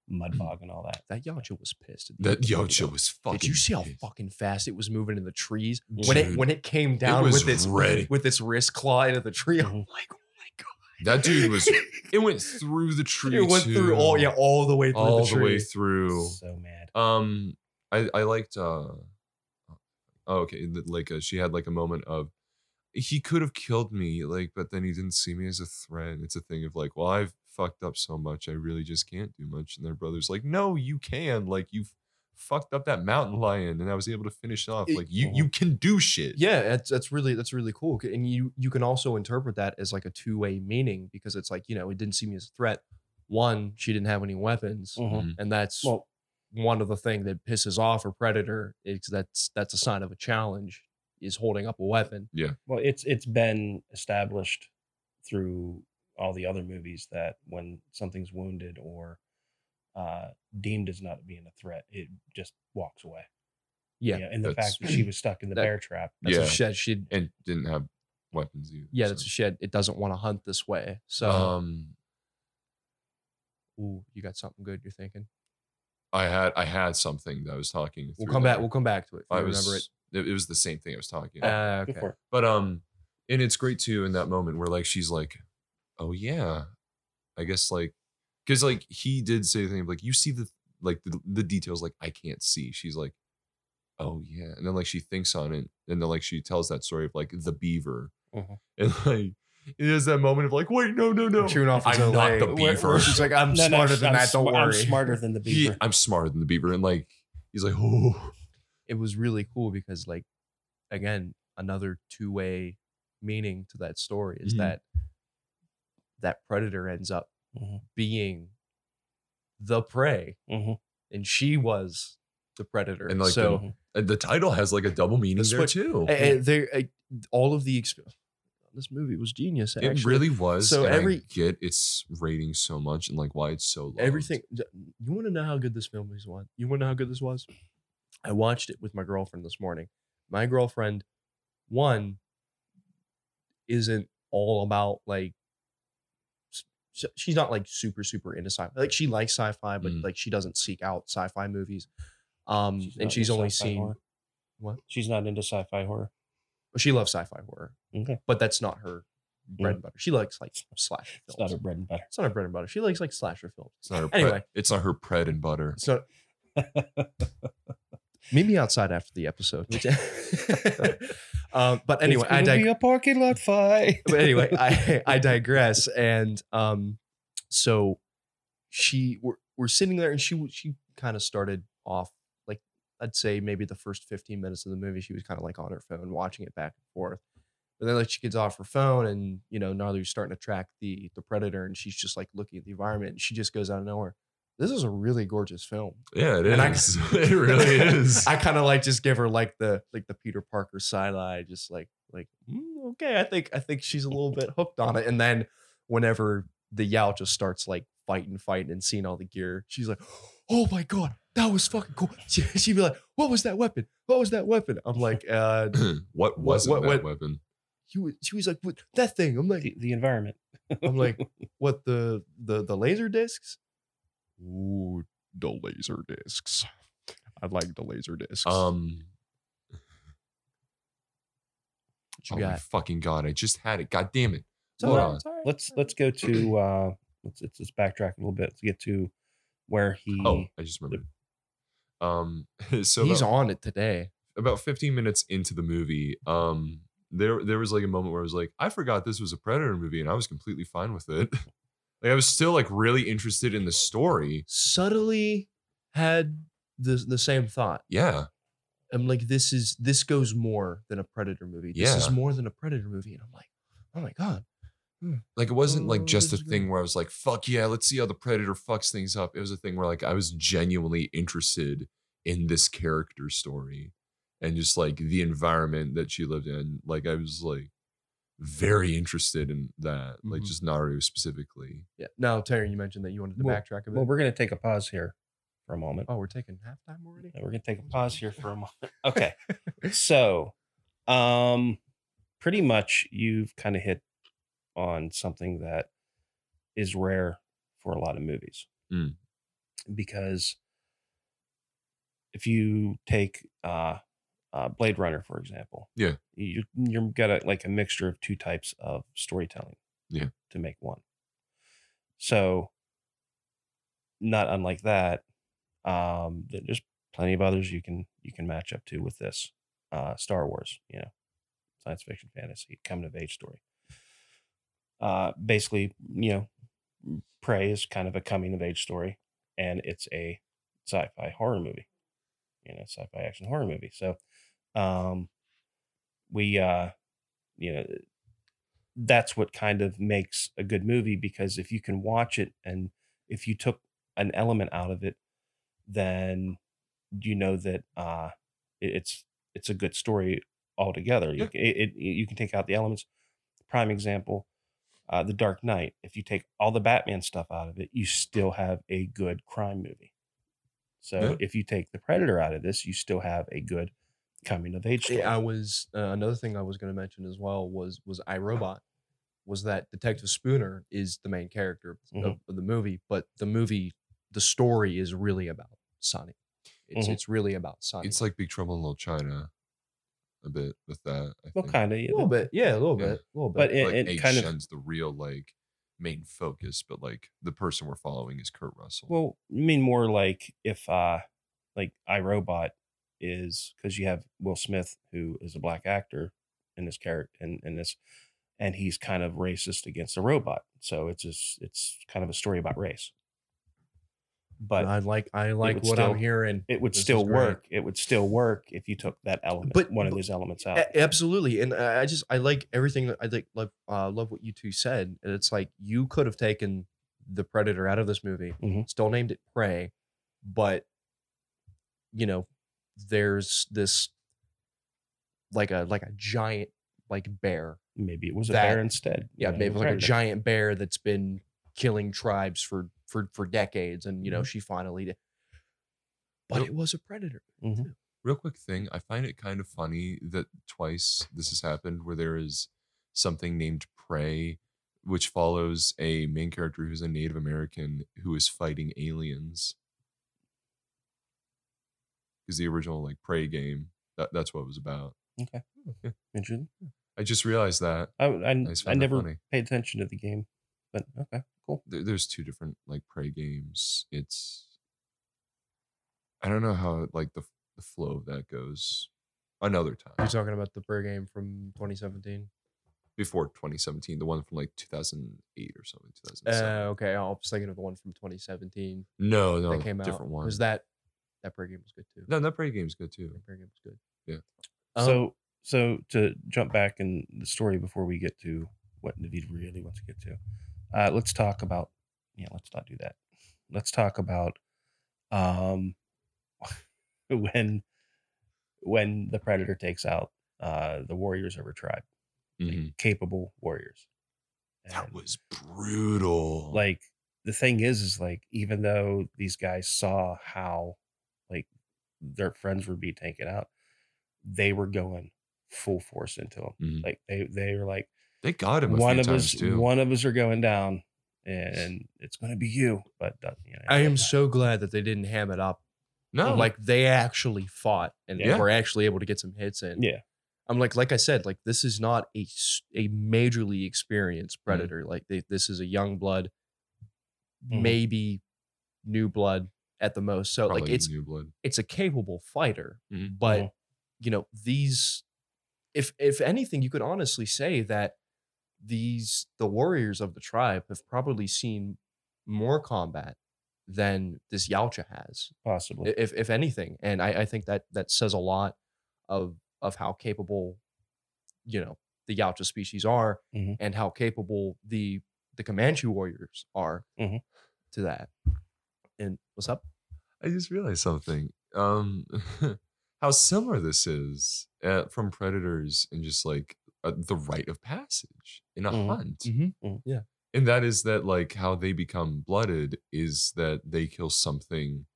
S1: mud bog and all that.
S3: that Yalcha was pissed at the
S2: That
S3: end of the
S2: Yamcha
S3: film.
S2: was fucking.
S3: did you see how
S2: pissed.
S3: fucking fast it was moving in the trees when it
S2: Dude,
S3: when it came down
S2: was
S3: with its
S2: ready.
S3: with its wrist claw into the tree I'm like oh my god
S2: That dude was. It went through the tree.
S3: it went through all
S2: too.
S3: yeah all the way through
S2: all
S3: the
S2: the,
S3: tree
S2: way through.
S1: So mad.
S2: Um, I I liked. Uh, oh, okay. the- Like uh, she had like a moment of. He could have killed me, like, but then he didn't see me as a threat. It's a thing of like, well, I've fucked up so much, I really just can't do much. And their brother's like, no, you can. Like, you've fucked up that mountain lion, and I was able to finish off.
S3: It- Uh-huh.
S2: Like, you you can do shit.
S3: yeah that's, that's really that's really cool C- and you you can also interpret that as like a two-way meaning because it's like you know it didn't see me as a threat one she didn't have any weapons
S2: Mm. Mm-hmm.
S1: Mhm.
S3: and that's
S1: Well,
S3: one of the thing that pisses off a predator is that's that's a sign of a challenge is holding up a weapon
S1: well, it's it's been established through all the other movies that when something's wounded or uh, deemed as not being a threat, it just walks away.
S3: yeah,
S1: Yeah, and the
S2: That's-
S1: fact that she was stuck in the
S3: that-
S1: bear trap.
S3: that's
S2: Yeah.
S3: a shed she
S2: and didn't have weapons either.
S3: yeah
S2: so.
S3: that's a shed it doesn't want to hunt this way so
S2: um.
S3: ooh, you got something good you're thinking
S2: I had I had something that I was talking.
S3: we'll
S2: through
S3: come back
S2: there.
S3: we'll come back to it if you
S2: I
S3: remember
S2: was. It. it was the same thing I was talking.
S3: it
S2: about.
S3: uh,
S1: Go
S3: okay.
S1: for it.
S2: But um, and it's great too in that moment where like she's like, "Oh yeah," I guess like, because like he did say the thing of, like you see the like the, the details like I can't see. She's like, "Oh yeah," and then like she thinks on it, and then like she tells that story of like the beaver,
S3: Mm-hmm.
S1: Mhm.
S2: and like it is that moment of like, "Wait, no, no, no."
S3: Chewing off his
S2: I'm
S3: own
S2: not
S3: leg.
S2: the
S3: Where-
S2: beaver.
S3: where she's like, I'm
S1: No, no,
S3: smarter than
S1: I'm
S3: that. Don't
S1: sma-
S3: worry.
S1: I'm smarter than the
S2: He-
S1: beaver.
S2: I'm smarter than the beaver, and like he's like, "Oh."
S3: it was really cool because like again another two-way meaning to that story is
S2: Mhm.
S3: that that predator ends up
S1: Mhm.
S3: being the prey
S1: Mhm.
S3: and she was the predator
S2: And, like,
S3: so
S1: Mhm.
S2: And the title has like a double meaning
S3: The
S2: there
S3: switch-
S2: too.
S3: eh, eh, they eh, all of the exp- this movie was genius
S2: it
S3: actually.
S2: really was.
S3: so
S2: So and
S3: every-
S2: I get its rating so much and like why it's so low.
S3: everything you want to know how good this film was one you want to know how good this was i watched it with my girlfriend this morning my girlfriend one isn't all about like s- s- she's not like super super into sci-fi like she likes sci-fi but
S2: Mm.
S3: like she doesn't seek out sci-fi movies um
S1: She's
S3: and
S1: not
S3: she's
S1: into
S3: only
S1: sci-fi
S3: seen
S1: horror.
S3: what?
S1: She's not into sci-fi horror.
S3: she loves sci-fi horror
S1: Okay.
S3: but that's not her bread
S1: Mm.
S3: and butter she likes like slasher films
S1: It's not her bread and butter.
S3: it's not her bread and butter she likes like slasher films
S2: It's not her
S3: Anyway.
S2: pre- it's not her bread and butter.
S3: It's not. Meet me outside after the episode. um, but anyway,
S1: it's
S3: I
S1: gonna
S3: dig-
S1: be a parking lot fight.
S3: but anyway, I I digress. And um, so she we're, we're sitting there, and she she kind of started off like I'd say maybe the first fifteen minutes of the movie, she was kind of like on her phone, watching it back and forth. But then like she gets off her phone, and you know Naru's starting to track the the predator, and she's just like looking at the environment, and she just goes out of nowhere. This is a really gorgeous film.
S2: Yeah, it
S3: And I-
S2: is. it really is.
S3: I kind of like just give her like the like the Peter Parker side eye, just like like "Mm, okay, I think I think she's a little bit hooked on it. And then whenever the Yao just starts like fighting, fighting, and seeing all the gear, she's like, oh my god, that was fucking cool. She, she'd be like, what was that weapon? What was that weapon? I'm like, uh,
S2: what was
S3: what-
S2: that
S3: what-
S2: weapon?
S3: he was, she was like, what, that thing. I'm like,
S1: the, the environment.
S3: I'm like, what the the the laser discs?
S5: Ooh, the laser discs. I like the laser discs.
S2: Um,
S3: What you
S2: oh my
S3: got?
S2: fucking god! I just had it. God damn it!
S3: It's all
S2: hold
S3: right,
S2: on.
S3: it's all right.
S1: let's let's go to uh let's let's, let's backtrack a little bit to get to where he
S2: Oh, I just remembered. Um, so
S3: Mm. He's
S2: about,
S3: on it today.
S2: about 15 minutes into the movie, um, there there was like a moment where I was like, I forgot this was a Predator movie, and I was completely fine with it. like I was still like really interested in the story.
S3: Subtly had the the same thought.
S2: Yeah,
S3: I'm like, this is this goes more than a predator movie. This is
S2: Yeah.
S3: more than a predator movie. And I'm like, oh my god.
S2: like it wasn't
S3: Oh,
S2: like just a
S3: this is
S2: thing
S3: good.
S2: where I was like, fuck yeah, let's see how the Predator fucks things up. It was a thing where like I was genuinely interested in this character story and just like the environment that she lived in. Like I was like very interested in that, like
S3: Mhm.
S2: just Naru specifically.
S3: Yeah. Now, Terry, you mentioned that you wanted to
S1: Well-
S3: backtrack a bit.
S1: well we're gonna take a pause here for a moment
S3: oh, we're taking halftime already.
S1: we're gonna take a pause here for a moment okay so um pretty much you've kind of hit on something that is rare for a lot of movies
S2: Mm.
S1: because if you take uh, uh blade runner for example
S2: Yeah.
S1: you you've got a, like a mixture of two types of storytelling
S2: Yeah.
S1: to make one so not unlike that um th- there's plenty of others you can you can match up to with this uh star wars you know science fiction fantasy coming of age story uh basically you know prey is kind of a coming of age story and it's a sci-fi horror movie you know sci-fi action horror movie so um we uh you know that's what kind of makes a good movie because if you can watch it and if you took an element out of it then you know that uh it- it's it's a good story altogether you,
S2: Yeah.
S1: c- it, it, you can take out the elements prime example uh, the dark knight if you take all the batman stuff out of it you still have a good crime movie so
S2: Yeah.
S1: if you take the predator out of this you still have a good coming of age story.
S3: I was uh, another thing I was going to mention as well was was iRobot was that Detective Spooner is the main character of- of,
S1: Mhm.
S3: the movie, but the movie the story is really about Sonny. It's
S1: Mhm.
S3: it's really about Sonny.
S2: It's like Big Trouble in Little China a bit with that. I
S1: well
S2: think.
S1: kind of
S3: a little bit, yeah, a little
S2: Yeah.
S3: bit, a little bit.
S1: But it-
S2: like
S1: and kind of-
S2: Shen's the real like main focus, but like the person we're following is Kurt Russell.
S1: Well, you mean more like if uh like iRobot is because you have Will Smith who is a black actor in this character in, in this and he's kind of racist against a robot. So it's just it's kind of a story about race. But
S3: I like I like
S1: would
S3: what I'm
S1: still-
S3: hearing.
S1: it would
S3: This is
S1: still
S3: great.
S1: work. It would still work if you took that element
S3: But-
S1: one of
S3: but- eh
S1: those elements out.
S3: A- absolutely, and uh, I I just I like everything that I like. Love uh, love what you two said, and it's like you could have taken the Predator out of this movie,
S1: Mhm.
S3: still named it Prey, but you know, there's this like a like a giant like bear,
S1: maybe it was a
S3: that-
S1: bear instead. you
S3: yeah,
S1: know,
S3: maybe like a
S1: predator.
S3: giant bear that's been killing tribes for for for decades, and you know she finally did. But
S2: Nope.
S3: it was a predator.
S2: Real quick thing, I find it kind of funny that twice this has happened where there is something named Prey, which follows a main character who's a Native American who is fighting aliens. Because the original like Prey game, that, that's what it was about.
S1: Interesting.
S2: I just realized that.
S1: I I,
S2: just
S1: I
S2: found that
S1: never
S2: funny.
S1: paid attention to the game. But okay, cool.
S2: there, there's two different like prey games. It's I don't know how like the the flow of that goes. Another
S3: You're
S2: time
S3: talking about the bird game from 2017.
S2: before 2017, the one from like 2008 or something. 2007.
S3: Uh, okay, I was thinking of the one from 2017
S2: no, no,
S3: that came out.
S2: different one.
S3: Was that that prayer game was good too?
S2: no, that prey game's good too.
S3: That prayer game was good.
S2: Yeah. Uh-huh.
S3: Um,
S1: so so to jump back in the story before we get to what Navid really wants to get to, uh, let's talk about yeah, let's not do that. Let's talk about um when when the predator takes out uh the warriors of her tribe, like,
S2: Mhm.
S1: capable warriors.
S2: That
S1: And-
S2: was brutal.
S1: like the thing is is like even though these guys saw how like their friends were being taken out they were going full force into them
S2: Mhm.
S1: like they they were like
S2: They got him a
S1: one
S2: few
S1: of
S2: times
S1: us,
S2: too.
S1: one of us are going down, and it's going to be you. But uh, you know,
S3: I am so glad that they didn't ham it up.
S2: no,
S3: Like they actually fought and
S2: Oh. Yeah.
S3: were actually able to get some hits in.
S1: Yeah.
S3: I'm like, like I said, like this is not a s- a majorly experienced
S2: Mm-hmm.
S3: predator. Like they, this is a young blood,
S1: Mhm.
S3: maybe new blood at the most. So
S2: probably
S3: like it's
S2: new blood.
S3: it's a capable fighter,
S2: Mhm.
S3: but
S1: Mhm.
S3: you know these. If if anything, you could honestly say that these the warriors of the tribe have probably seen more combat than this Yautja has
S1: possibly.
S3: i- if if anything. And I, I think that that says a lot of of how capable, you know, the Yautja species are,
S1: Mhm.
S3: and how capable the the Comanche warriors are
S1: Mhm.
S3: to that. And what's up?
S2: I just realized something. Um, how similar this is uh, from Predators and just like uh, the rite of passage in a
S1: Mhm.
S2: hunt.
S3: Mhm.
S1: Mhm.
S3: Yeah.
S2: And that is that like how they become blooded is that they kill something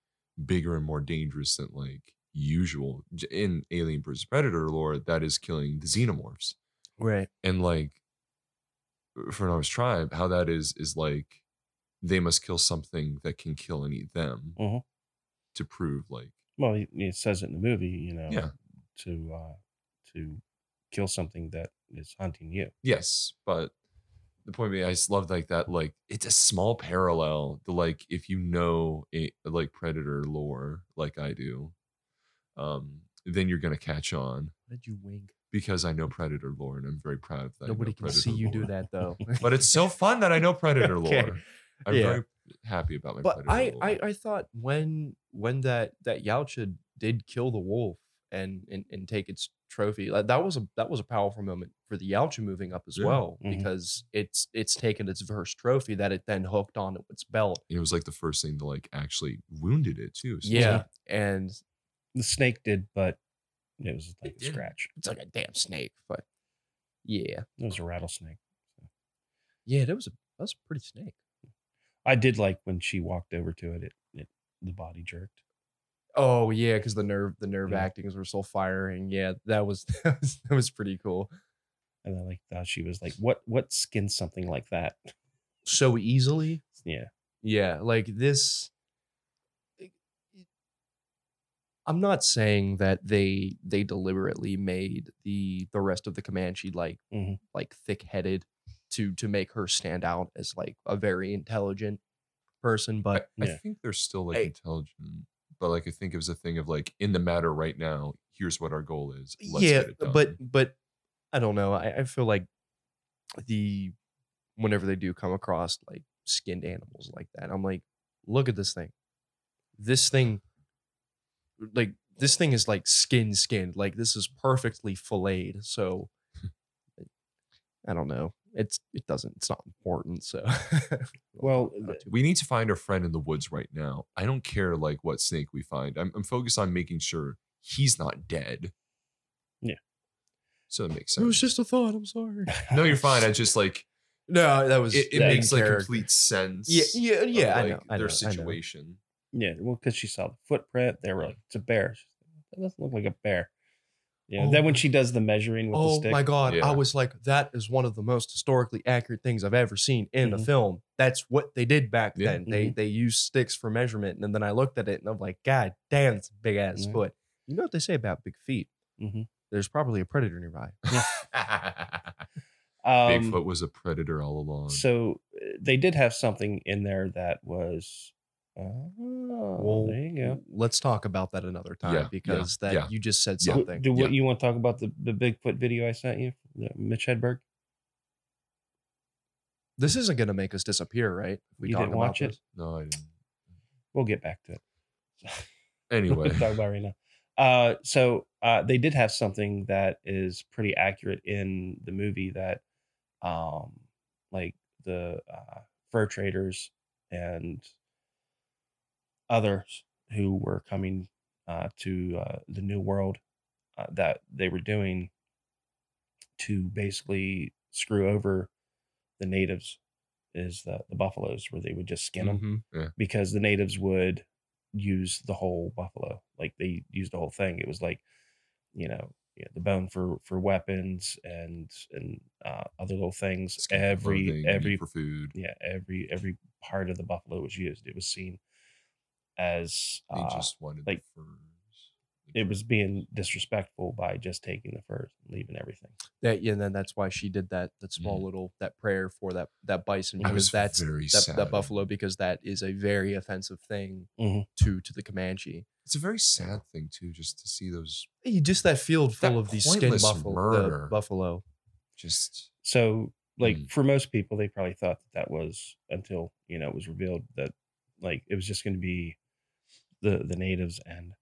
S2: bigger and more dangerous than like usual J- in Alien vs Predator lore. That is killing the xenomorphs
S3: Right.
S2: and like uh, for Noah's tribe, how that is is like they must kill something that can kill and eat them
S3: Mm-hmm.
S1: Mhm.
S2: to prove like
S1: Well, he- it says it in the movie, you know,
S2: Yeah.
S1: to uh, to kill something that is hunting you.
S2: yes, but the point being, I just love like that like it's a small parallel to like if you know a, like predator lore like I do, um, then you're gonna catch on
S3: Why did you wink?
S2: because I know predator lore and I'm very proud of that. I know
S3: Nobody can see
S2: Predator
S3: you do
S2: lore.
S3: that though.
S2: but it's so fun that I know predator
S3: Okay.
S2: lore. I'm
S3: Yeah.
S2: very happy about my
S3: but
S2: predator
S3: I,
S2: lore.
S3: I I thought when when that that Yautja did kill the wolf and and, and take its trophy like, that was a that was a powerful moment for the Yautja moving up as
S2: Yeah.
S3: well
S1: Mhm.
S3: because it's it's taken its first trophy that it then hooked onto its belt
S2: it was like the first thing to like actually wounded it too. So it's
S3: yeah and
S1: The snake did, but it was like
S2: It
S1: a
S2: did.
S1: scratch.
S3: it's like a damn snake but yeah
S1: It was a rattlesnake.
S3: yeah that was a that was a pretty snake
S1: I did like when she walked over to it. It, it the body jerked.
S3: oh yeah because the nerve the nerve
S1: Yeah.
S3: actings were so firing yeah that was that was, that was pretty cool
S1: And I like thought she was like, "What? What skin something like that?"
S3: so easily
S1: Yeah,
S3: Yeah, like this. I'm not saying that they they deliberately made the the rest of the Comanche like
S1: Mhm.
S3: like thick headed to to make her stand out as like a very intelligent person,
S2: I,
S3: but
S2: I
S1: Yeah.
S2: think they're still like
S3: I-
S2: intelligent, but like I think it was a thing of like in the matter right now. Here's what our goal is.
S3: yeah,
S2: get it done.
S3: but but I don't know. I, I feel like the whenever they do come across like skinned animals like that, I'm like, look at this thing. This thing, like this thing is like skin skinned. Like this is perfectly filleted. So I don't know. It's it doesn't. It's not important. So
S1: Well,
S3: Not too-
S2: we need to find our friend in the woods right now. I don't care like what snake we find. I'm, I'm focused on making sure he's not dead.
S1: Yeah.
S2: So that makes
S3: it was
S2: sense.
S3: just a thought. I'm sorry.
S2: no, you're fine. I just like
S3: No, that was
S2: it, it
S3: that
S2: makes like
S3: character.
S2: complete sense.
S3: Yeah, yeah,
S2: of,
S3: yeah. I
S2: like,
S3: know. I
S2: their
S3: know. I know.
S2: situation.
S1: yeah. Well, because she saw the footprint, they were like, "It's a bear." She's like, That doesn't look like a bear. Yeah.
S3: Oh
S1: then when
S3: my-
S1: she does the measuring with the
S3: Oh
S1: stick,
S3: my god,
S2: Yeah.
S3: I was like, that is one of the most historically accurate things I've ever seen in a
S1: Mhm.
S3: film. That's what they did back
S2: Yeah.
S3: then.
S1: Mm-hmm.
S3: They they used sticks for measurement, and then I looked at it and I'm like, God damn, it's a big ass
S1: Yeah.
S3: foot. You know what they say about big feet?
S1: Mhm.
S3: There's probably a predator nearby.
S1: um,
S2: Bigfoot was a predator all along.
S1: So uh, they did have something in there that was. Oh, there you go.
S3: Let's talk about that another time
S2: Yeah, yeah,
S3: because that
S2: yeah.
S3: you just said
S2: Yeah.
S1: W-
S3: something.
S1: Do
S2: yeah.
S1: what you want to talk about the, the Bigfoot video I sent you, the Mitch Hedberg?
S3: This isn't gonna make us disappear, right? We
S1: You
S3: talk
S1: didn't watch it?
S3: this.
S2: no, I didn't.
S1: We'll get back to it.
S2: Anyway,
S1: talk about it right now. Uh, so uh, they did have something that is pretty accurate in the movie that, um, like the uh, fur traders and others who were coming uh, to uh, the New World uh, that they were doing to basically screw over the natives is the, the buffaloes where they would just skin them
S3: Mhm.
S2: Mm-hmm.
S1: because the natives would use the whole buffalo. Like they used the whole thing. It was like, you know, yeah, the bone for for weapons and and uh, other little things.
S2: Skin for
S1: every
S2: clothing, meat
S1: every
S2: for food,
S1: yeah every every part of the buffalo was used. It was seen as
S2: they
S1: uh,
S2: just wanted
S1: like,
S2: the furs.
S1: it was being disrespectful by just taking the furs and leaving everything.
S3: That yeah, and then that's why she did that that small little that prayer for that that bison
S2: Mm-hmm. I was
S3: because that's
S2: very
S3: that,
S2: sad.
S3: that buffalo because that is a very offensive thing
S1: Mhm.
S3: to to the Comanche.
S2: It's a very sad thing too, just to see those
S3: You just that field full
S2: That
S3: of these skin
S2: pointless
S3: buffalo,
S2: murder.
S3: the buffalo.
S2: just
S1: So like
S2: Mm.
S1: for most people, they probably thought that that was until you know it was revealed that like it was just going to be the the natives and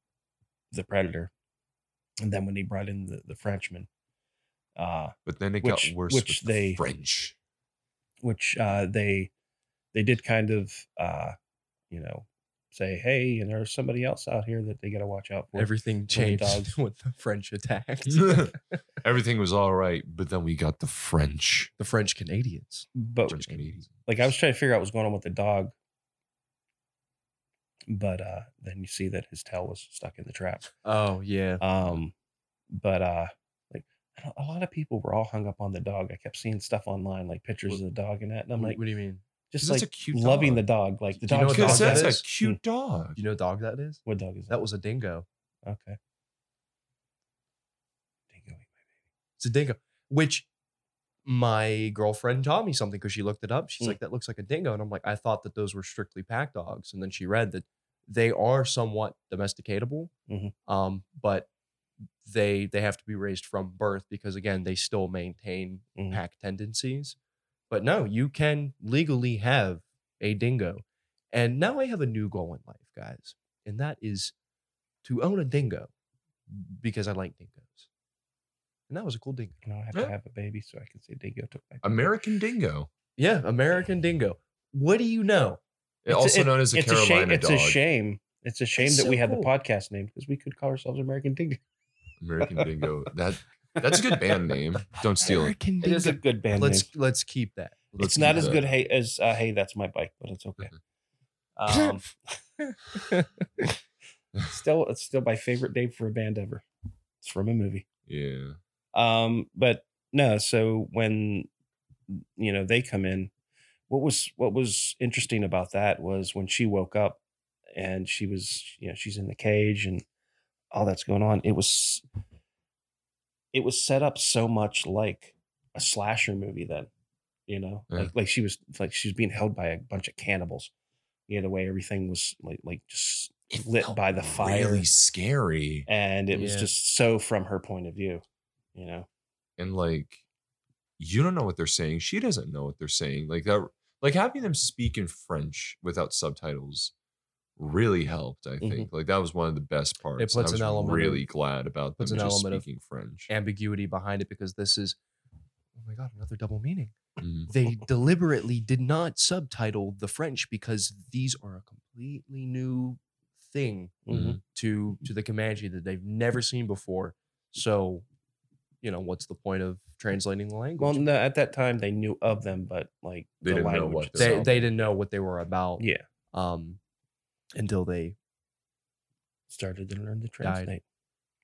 S1: the predator, and then when they brought in the the Frenchman, uh,
S2: But then it
S1: Which-
S2: got worse
S1: which
S2: with the
S1: they-
S2: French.
S1: which uh, they they did kind of uh, you know say hey and there's somebody else out here that they got to watch out for
S3: Everything changed
S1: dogs.
S3: when the French attacked
S2: Everything was all right, but then we got the French.
S3: the French Canadians.
S1: but
S2: French Canadians.
S1: like i was trying to figure out what's going on with the dog but uh then you see that his tail was stuck in the trap
S3: Oh yeah,
S1: um but uh like I don't- a lot of people were all hung up on the dog i kept seeing stuff online like pictures of the dog and that and i'm
S3: Wh-
S1: like
S3: what do you mean?
S1: just
S2: that's
S1: like
S2: a cute
S1: loving
S2: dog.
S1: the dog like the
S3: Do you know
S1: dog
S3: what dog
S2: Because
S3: that
S2: that's
S3: is?
S2: a
S1: Hmm.
S2: cute dog.
S3: Do you know what dog that is?
S1: what dog is that
S3: That was a dingo.
S1: okay Dingo.
S3: It's a dingo, which my girlfriend taught me something because she looked it up. She's
S1: Mm.
S3: like, that looks like a dingo. And I'm like, I thought that those were strictly pack dogs. And then she read that they are somewhat domesticatable,
S1: Mhm.
S3: um, but they they have to be raised from birth because again they still maintain
S1: Mhm.
S3: pack tendencies. But no, you can legally have a dingo. And now I have a new goal in life, guys, and that is to own a dingo because I like dingoes. And that was a cool dingo.
S1: You know, I have
S2: Yeah.
S1: to have a baby so I can say Dingo took my baby.
S2: American dingo,
S3: Yeah, American dingo. What do you know?
S1: It's a-
S2: also
S1: it-
S2: known as a
S1: it's
S2: Carolina
S1: a shame. It's
S2: dog.
S1: a shame. It's a shame
S3: It's
S1: that we
S3: so
S1: had
S3: cool.
S1: the podcast name because we could call ourselves American Dingo.
S2: American dingo. That that's a good band name. Don't steal it.
S3: American
S1: It is a good band
S3: Let's
S1: name.
S3: let's keep that.
S2: Let's
S1: it's not
S2: keep
S1: as
S2: that.
S1: good hey, as uh, hey, that's my bike, but it's okay. Um, still, it's still my favorite name for a band ever. It's from a movie.
S2: Yeah.
S1: Um, but no, so when you know they come in, what was what was interesting about that was when she woke up and she was, you know, she's in the cage and all that's going on. It was it was set up so much like a slasher movie then, you know,
S2: Yeah.
S1: like like she was like she was being held by a bunch of cannibals. Yeah, the way everything was like like just lit by the fire,
S2: Really scary.
S1: and it was
S3: Yeah.
S1: just so from her point of view, you know.
S2: and like you don't know what they're saying she doesn't know what they're saying like that like having them speak in french without subtitles really helped i think like that was one of the best parts and
S3: Mm-hmm. puts
S2: i was
S3: an element of-
S2: really glad about them
S3: puts
S2: just
S3: an element of-
S2: speaking french
S3: Ambiguity behind it because this is oh my god, another double meaning.
S2: Mhm.
S3: They deliberately did not subtitle the French because these are a completely new thing
S1: Mm-hmm.
S2: Mhm.
S3: to to the Comanche that they've never seen before. So, you know, what's the point of translating the language?
S1: Well, no, at that time they knew of them, but like
S2: They
S1: the
S2: didn't know
S1: language
S2: what they
S3: they
S1: itself.
S3: they didn't know what they were about
S1: yeah
S3: um until they
S1: started to learn to
S3: Died.
S1: translate.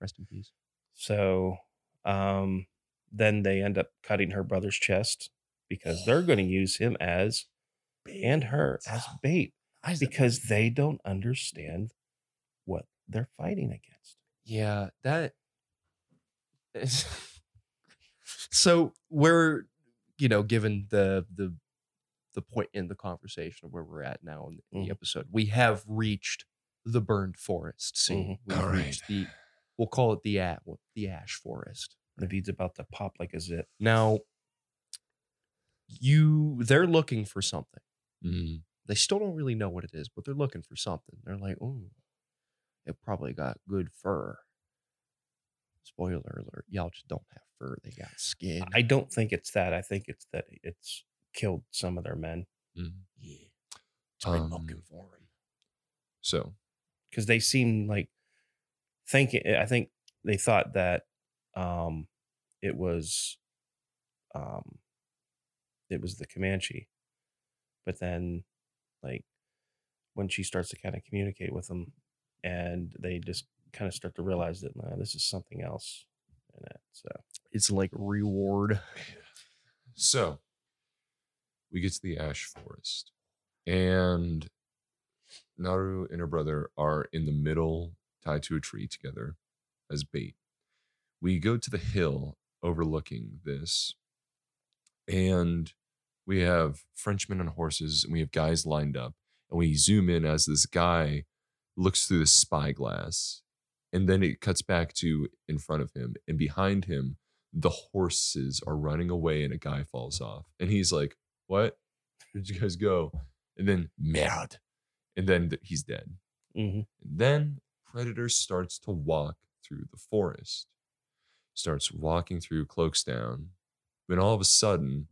S3: rest in peace.
S1: So, um, then they end up cutting her brother's chest because they're going to use him as and her as bait because they don't understand what they're fighting against.
S3: Yeah, that is so we're you know, given the the the point in the conversation of where we're at now in the
S2: Mm-hmm.
S1: Mhm.
S3: episode, we have reached the burned forest scene. We've
S2: Mm-hmm. All right.
S3: reached the we'll call it the at the ash forest.
S1: Navid's about to pop like a zit.
S3: Now you they're looking for something.
S2: Mhm.
S3: they still don't really know what it is, but they're looking for something. They're like, oh, it probably got good fur. Spoiler alert, y'all just don't have fur. They got skin.
S1: I don't think it's that. I think it's that it's killed some of their men
S2: Mhm.
S3: yeah. It's been
S2: Um,
S3: looking for him.
S2: so
S1: because they seem like thinking eh, i think they thought that um it was um it was the comanche but then like when she starts to kind of communicate with them and they just kind of start to realize that nah, this is something else and So
S3: It's like reward.
S2: So we get to the ash forest, and Naru and her brother are in the middle, tied to a tree together as bait. We go to the hill overlooking this, and we have Frenchmen on horses, and we have guys lined up, and we zoom in as this guy looks through the spyglass, and then it cuts back to in front of him, and behind him the horses are running away and a guy falls off. And he's like, What? Where'd you guys go? And then, mad. And then th- he's dead.
S1: Mhm.
S2: And then Predator starts to walk through the forest, starts walking through Cloakstown. When all of a sudden,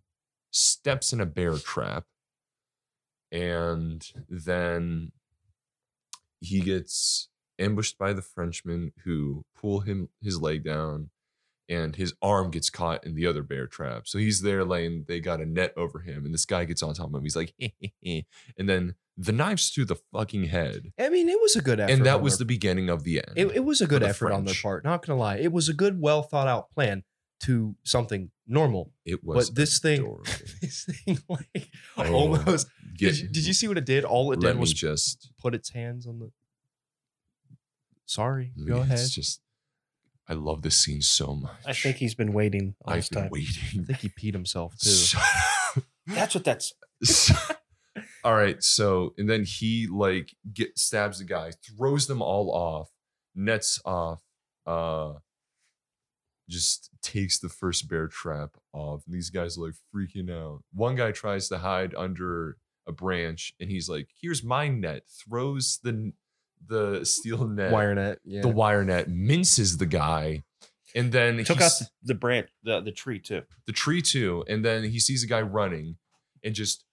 S2: steps in a bear trap. And then he gets ambushed by the Frenchmen who pull him his leg down and his arm gets caught in the other bear trap. So he's there laying, they got a net over him, and this guy gets on top of him. He's like, and then the knife's through the fucking head.
S3: I mean, it was a good effort.
S2: and that
S3: on
S2: was
S3: their-
S2: the beginning of the end.
S3: It, it was a good
S2: the
S3: effort on their
S2: French.
S3: part. Not gonna lie, it was a good, well thought out plan to something normal.
S2: It was
S3: but this thing,
S2: adorable.
S3: this thing, like
S2: Oh,
S3: almost.
S2: Get-
S3: Did you, did you see what it did? All it
S2: let
S3: did
S2: me
S3: was
S2: just
S3: put its hands on the. Sorry,
S2: let
S3: go
S2: me-
S3: ahead.
S2: It's just I love this scene so much.
S1: I think he's been waiting all
S2: I've
S1: this
S2: been
S1: time.
S3: I
S2: waiting.
S3: think he peed himself too.
S2: so-
S1: That's what that's.
S2: all right so and then he like get stabs the guy throws them all off nets off uh just takes the first bear trap off these guys are like freaking out one guy tries to hide under a branch and he's like here's my net throws the the steel net
S3: Wire net, yeah.
S2: the wire net minces the guy and then
S1: Took out
S2: he's-
S1: the, the branch, the, the tree too.
S2: the tree too, and then he sees a guy running and just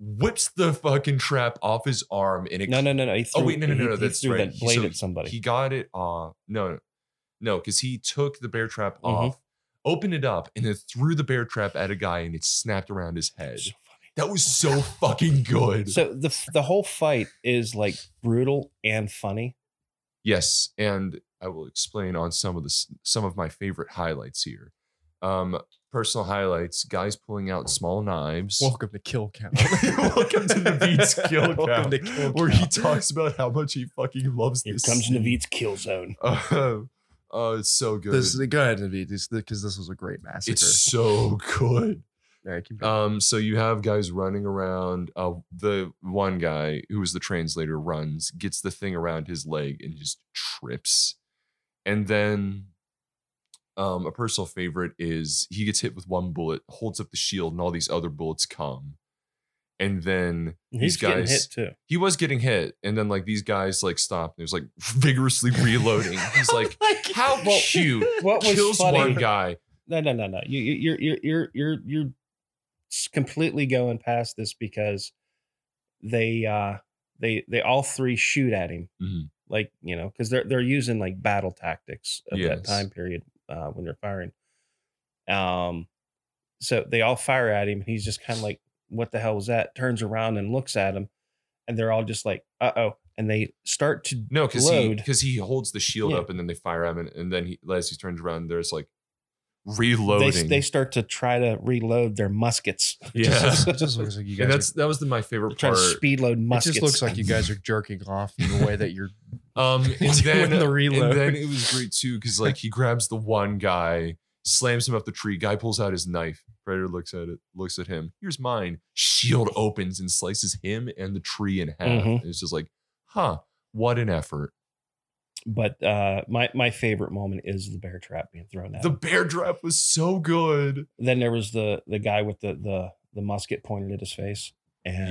S2: whips the fucking trap off his arm and it
S1: No, no, no, no. He threw,
S2: Oh wait, no, no, no,
S1: he, he
S2: no that's
S1: threw
S2: right.
S1: that
S2: He-
S1: blade
S2: so
S1: at somebody.
S2: He got it off. No, no, because he took the bear trap
S1: Mhm.
S2: off, opened it up, and then threw the bear trap at a guy and it snapped around his head.
S1: So
S2: That was so fucking good.
S1: so the f- the whole fight is like brutal and funny.
S2: Yes, and I will explain on some of the s- some of my favorite highlights here. Um, personal highlights: guys pulling out small knives.
S3: Welcome to Kill Count.
S2: Welcome to the Beats Kill
S3: Welcome
S2: Count,
S3: to Kill
S2: where he
S3: Count.
S2: talks about how much he fucking loves this.
S1: Navid's kill zone.
S2: Uh, oh, it's so good.
S3: This, go ahead, Naveed, this because this was a great massacre.
S2: it's so good.
S3: All right, keep going.
S2: Um, so you have guys running around. Uh, the one guy who was the translator runs, gets the thing around his leg, and just trips. And then, um, a personal favorite is he gets hit with one bullet, holds up the shield, and all these other bullets come. And then
S1: He's
S2: these
S1: getting
S2: guys,
S1: hit too.
S2: he was getting hit, and then like these guys like stopped and it was like vigorously reloading. He's like, "How
S1: Well,
S2: cute!"
S1: What was
S2: Kills
S1: funny?
S2: one guy.
S1: No, no, no, no. You, you, you're, you're, you're, you're, you're s- completely going past this because they, uh, they, they all three shoot at him,
S3: Mm-hmm.
S2: Mhm.
S1: like you know, because they're they're using like battle tactics of
S2: Yes.
S1: that time period uh, when they're firing. Um, so they all fire at him. He's just kind of like, "What the hell was that?" Turns around and looks at him, and they're all just like, "Uh oh!" And they start to
S2: No, because he
S1: Load.
S2: because he holds the shield
S1: Yeah.
S2: up, and then they fire him, and, and then he, as he turns around, there's like reloading.
S1: they, they start to try to reload their muskets.
S2: yeah,
S3: it just looks like you
S2: and
S3: guys.
S2: that's that was the, my
S1: They're
S2: favorite
S1: trying
S2: part.
S1: to speed load
S3: are, it
S1: muskets.
S3: just looks like you guys are jerking off in the way that you're.
S2: Um, and
S3: Doing
S2: then
S3: the reload.
S2: and then it was great too because like he grabs the one guy, slams him up the tree. Guy pulls out his knife. Predator looks at it, looks at him. Here's mine. Shield opens and slices him and the tree in half.
S3: Mm-hmm.
S1: Mhm.
S2: And It's just like, huh, what an effort.
S1: But uh, my my favorite moment is the bear trap being thrown at.
S2: The
S1: him.
S2: bear trap was so good.
S1: then there was the the guy with the the the musket pointed at his face, and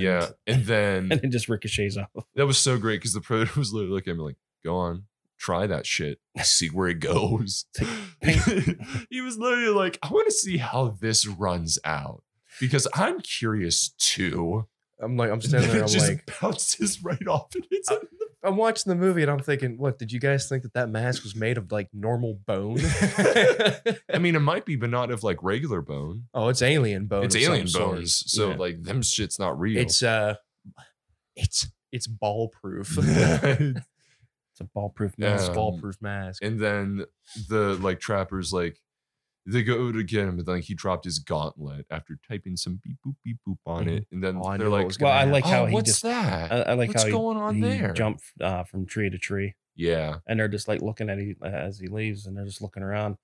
S2: yeah, and
S1: and
S2: then
S1: it just ricochets off.
S2: that was so great because the predator was literally looking at me like, go on. Try that shit. See where it goes. he was literally like, I want to see how this runs out because I'm curious too.
S3: I'm like, I'm
S2: And
S3: standing
S2: then
S3: there.
S2: it
S3: I'm
S2: just
S3: like,
S2: bounces right off. And it's in
S3: I'm watching the movie and I'm thinking, what did you guys think that that mask was made of like normal bone?
S2: the- I mean, it might be, but not of like regular bone.
S3: oh, it's alien bone.
S2: it's
S3: of some
S2: alien
S3: sort.
S2: bones, so
S3: Yeah.
S2: like them shit's not real.
S3: It's uh, it's it's ball proof.
S2: Oh, and
S1: It's a ball proof.
S2: Yeah.
S3: it's ball proof mask.
S2: then the like trappers like They go to get him, but like he dropped his gauntlet after typing some beep boop beep boop on it, and then
S1: Oh, I
S2: they're
S1: knew what
S2: like,
S1: was gonna
S4: Well, Mm-hmm. I
S1: happen.
S4: like how
S2: "Oh,
S4: he
S2: what's
S4: just.
S2: that?
S4: I, I like
S2: what's
S4: how he,
S2: going on
S4: he
S2: there?"
S4: jumped uh, from tree to tree,
S2: Yeah,
S4: and they're just like looking at him as he leaves, and they're just looking around.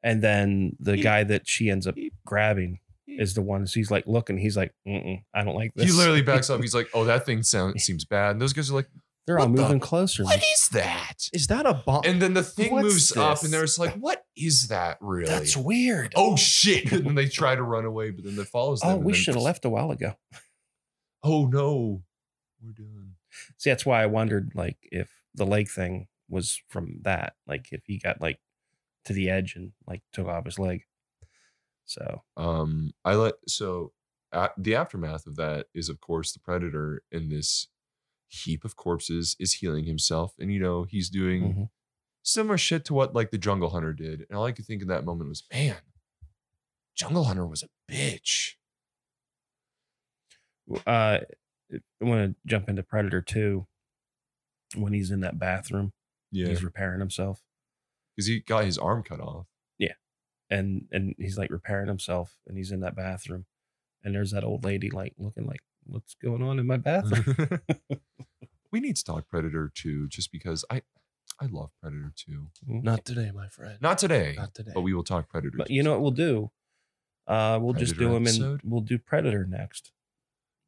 S4: And then the guy that she ends up grabbing is the one. So he's like looking. He's like, Mm-mm, I don't like this.
S2: he literally backs up. He's like, "Oh, that thing sounds seems bad." And those guys are like,
S4: They're all
S2: "What the-
S4: moving closer.
S2: "What is that?"
S3: Is that a bomb?
S2: And then the thing
S3: What's
S2: moves up,
S3: this?
S2: and they're just like, "What is that really?"
S4: That's weird.
S2: oh shit! And then they try to run away, but then that follows them.
S4: Oh,
S2: and
S4: we
S2: then-
S4: should have left a while ago.
S2: Oh no, we're done.
S4: See, that's why I wondered, like, if the leg thing was from that, like, if he got like to the edge and like took off his leg. So
S2: Um, I let so a the aftermath of that is, of course, the predator in this heap of corpses is healing himself, and you know he's doing
S4: Mhm.
S2: similar shit to what like the Jungle Hunter did. And all I could think in that moment was, man, Jungle Hunter was a bitch.
S4: uh, I want to jump into Predator Two when he's in that bathroom.
S2: Yeah,
S4: He's repairing himself,
S2: because he got his arm cut off.
S4: and and he's like repairing himself, and he's in that bathroom, and there's that old lady like looking like, what's going on in my bathroom?
S2: we need to talk Predator Two, just because I, I love Predator Two.
S3: Not today, my friend.
S2: Not today,
S3: Not today.
S2: but we will talk Predator.
S4: But
S2: 2
S4: you know what we'll do? Uh, we'll just
S2: Predator
S4: do them and
S2: episode?
S4: we'll do Predator next.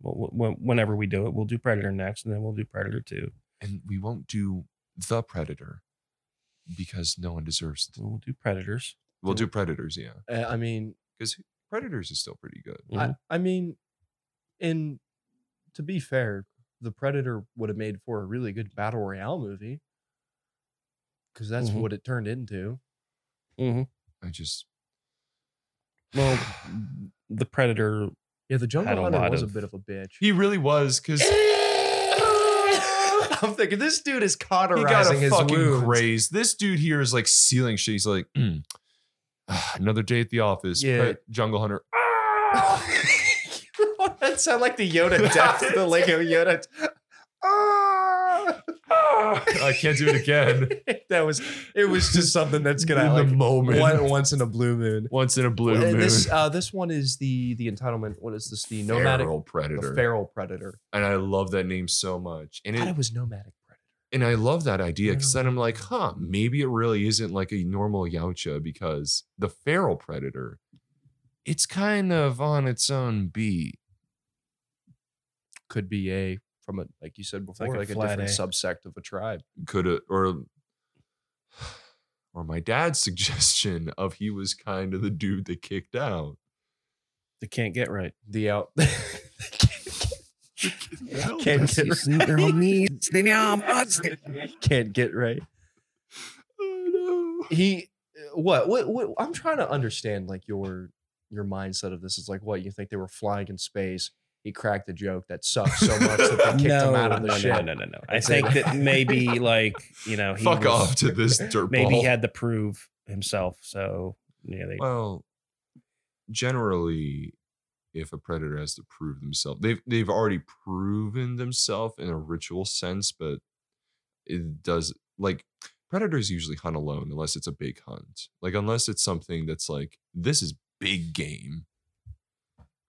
S4: Well, wh- wh- whenever we do it, we'll do Predator next, and then we'll do Predator Two.
S2: and we won't do the predator because no one deserves it.
S4: We'll do Predators.
S2: We'll do predators, yeah,
S3: Uh, I mean,
S2: because predators is still pretty good.
S4: Mm-hmm.
S3: I, I mean, and to be fair, the Predator would have made for a really good battle royale movie because that's
S4: Mhm.
S3: what it turned into.
S2: I just
S4: Well, the Predator.
S3: Yeah, the
S4: Had
S3: Jungle
S4: a
S3: Hunter
S4: lot
S3: was a
S4: of-
S3: bit of a bitch.
S2: he really was because he
S3: I'm thinking this dude is
S2: got
S3: cauterizing
S2: a
S3: his
S2: fucking
S3: wounds.
S2: graze. This dude here is like sealing shit. He's like "Mm, ah, another day at the office.
S3: Yeah.
S2: Pre- jungle hunter.
S3: that sound like the Yoda death, the Lego Yoda. Ah!
S2: I can't do it again.
S3: that was it. Was just something that's
S2: in
S3: gonna like
S2: the moment.
S3: one, once in a blue moon.
S2: Once in a blue
S3: Uh,
S2: moon.
S3: This uh, this one is the the entitlement. What is this? The nomadic,
S2: Feral
S3: the
S2: predator,
S3: feral predator.
S2: and I love that name so much. And
S3: I
S2: it,
S3: thought it was nomadic predator.
S2: and I love that idea because
S3: Yeah.
S2: then I'm like, huh, maybe it really isn't like a normal Yautja because the feral predator, it's kind of on its own beat.
S3: Could be a from a like you said before,
S4: like a
S3: like, a,
S4: flat
S3: different
S4: A.
S3: subsect of a tribe.
S2: Could it or or my dad's suggestion of he was kind of the dude that kicked out.
S4: They can't get right.
S3: The out.
S1: Oh,
S2: Can't
S3: get Can't get right.
S2: Oh no.
S3: He what, what what I'm trying to understand like your your mindset of this is like what you think they were flying in space. He cracked a joke that sucked so much that they kicked him out of the
S4: no,
S3: ship.
S4: no, no, no, no. I
S3: It's like-
S4: think that maybe like you know he
S2: Fuck
S4: was-
S2: off to this dirtball.
S4: Maybe he had to prove himself. So yeah, they
S2: Well, generally, if a predator has to prove themselves, they've they've already proven themselves in a ritual sense, but it does like predators usually hunt alone unless it's a big hunt. Like unless it's something that's like this is big game.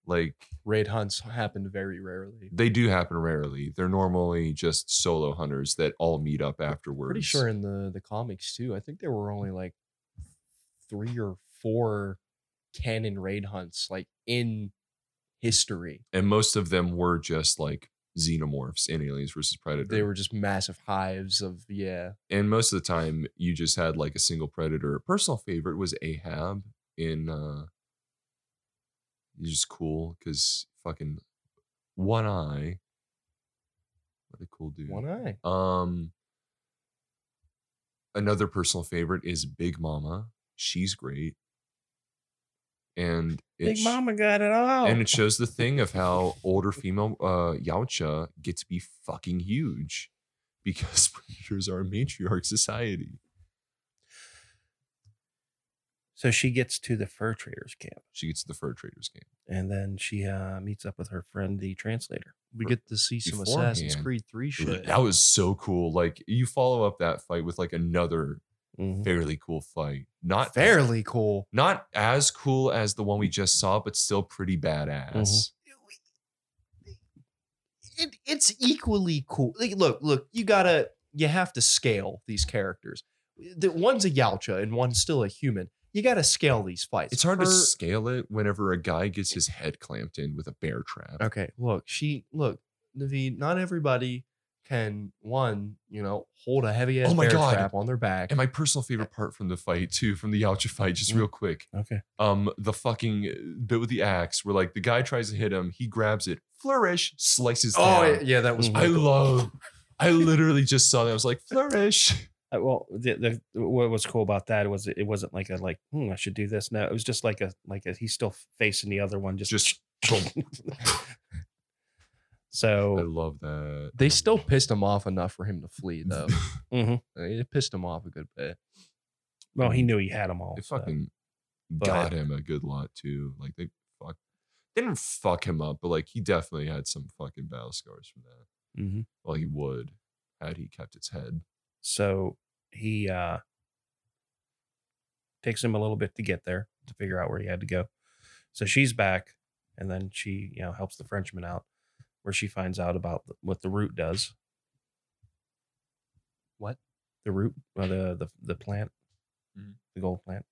S2: Like
S3: Raid hunts happened very rarely.
S2: they do happen rarely. They're normally just solo hunters that all meet up afterwards.
S3: pretty sure in the the comics too. I think there were only like three or four canon raid hunts like in history.
S2: and most of them were just like xenomorphs in Aliens versus Predator.
S3: They were just massive hives of yeah.
S2: and most of the time you just had like a single predator. Personal favorite was Ahab in uh he's just cool because fucking one eye. What a cool dude.
S3: One eye.
S2: Um another personal favorite is Big Mama. She's great. And
S4: Big
S2: it's-
S4: Mama got it all.
S2: and it shows the thing of how older female uh, Yautja get to be fucking huge because predators are a matriarch society.
S4: so she gets to the fur traders camp,
S2: She gets to the fur traders camp.
S4: and then she uh, meets up with her friend, the translator.
S3: We get to see some Assassin's
S2: Beforehand.
S3: Creed 3 shit.
S2: That was so cool. Like you follow up that fight with like another
S1: Mhm.
S2: fairly cool fight. Not
S3: Fairly cool.
S2: not as cool as the one we just saw, but still pretty badass.
S4: Mm-hmm.
S1: Mhm.
S3: It, it's equally cool. Like, look, look, you gotta, you have to scale these characters. The, one's a Yalcha and one's still a human. You gotta scale these fights.
S2: It's hard to
S3: Her-
S2: scale it whenever a guy gets his head clamped in with a bear trap.
S3: Okay, look, she look, Naveed, not everybody can one, you know, hold a heavy ass
S2: Oh my
S3: bear
S2: God.
S3: trap on their back.
S2: And my
S3: Eh
S2: personal favorite part from the fight, too, from the Yautja fight,
S3: Mm.
S2: just real quick.
S1: Okay.
S2: Um, the fucking uh, bit with the axe where like the guy tries to hit him, he grabs it, flourish, slices
S3: oh
S2: down.
S3: yeah, yeah, that was
S2: I love I literally just saw that. I was like, flourish.
S1: Uh, well, the, the what was cool about that was it wasn't like a like hmm, I should do this. No, it was just like a like a, he's still facing the other one. Just
S2: Just I
S1: so
S2: love that.
S3: they still pissed him off enough for him to flee though.
S1: Mhm.
S3: Uh, It pissed him off a good bit.
S1: well he knew he had them all.
S2: They
S1: so.
S2: fucking
S1: but-
S2: got him a good lot too. Like they fuck they didn't fuck him up, but like he definitely had some fucking battle scars from that.
S1: Mhm.
S2: Well, he would had he kept its head.
S1: So he uh takes him a little bit to get there to figure out where he had to go. So she's back and then she, you know, helps the Frenchman out where she finds out about th- what the root does.
S3: What?
S1: The root, well, the the the plant.
S2: Mhm.
S1: The gold plant.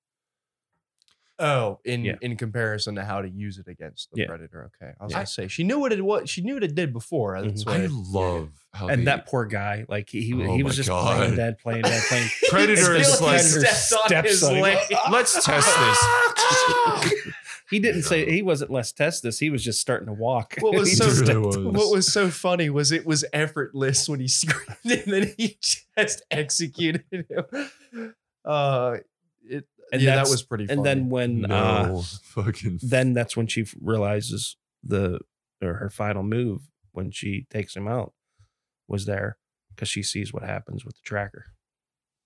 S3: Oh, in
S1: Yeah.
S3: in comparison to how to use it against the
S1: Yeah.
S3: predator. Okay. I was
S1: Yeah.
S3: gonna say she knew what it was she knew what it did before. uh, That's
S1: Mhm.
S3: why
S2: I love how
S1: and
S2: they-
S1: that poor guy, like he he,
S2: Oh
S1: he
S2: my
S1: was just
S2: God.
S1: playing dead, playing dead, playing.
S2: Predator
S1: It's
S2: is
S1: Bill
S2: like
S1: Predator
S3: stepped on
S1: steps
S3: his
S1: on him.
S3: leg.
S2: let's test this.
S1: He didn't say
S2: Yeah.
S1: he wasn't less test this. He was just starting to walk.
S3: What was
S1: He
S3: so-
S1: just-
S2: It really
S3: What was so funny was it was effortless when he screamed and then he just executed him. Uh, it,
S1: And
S3: yeah, that
S1: that's-
S3: was pretty funny.
S1: and then when
S2: no
S1: uh,
S2: fucking
S1: then that's when she f- realizes the or her final move when she takes him out was there because she sees what happens with the tracker.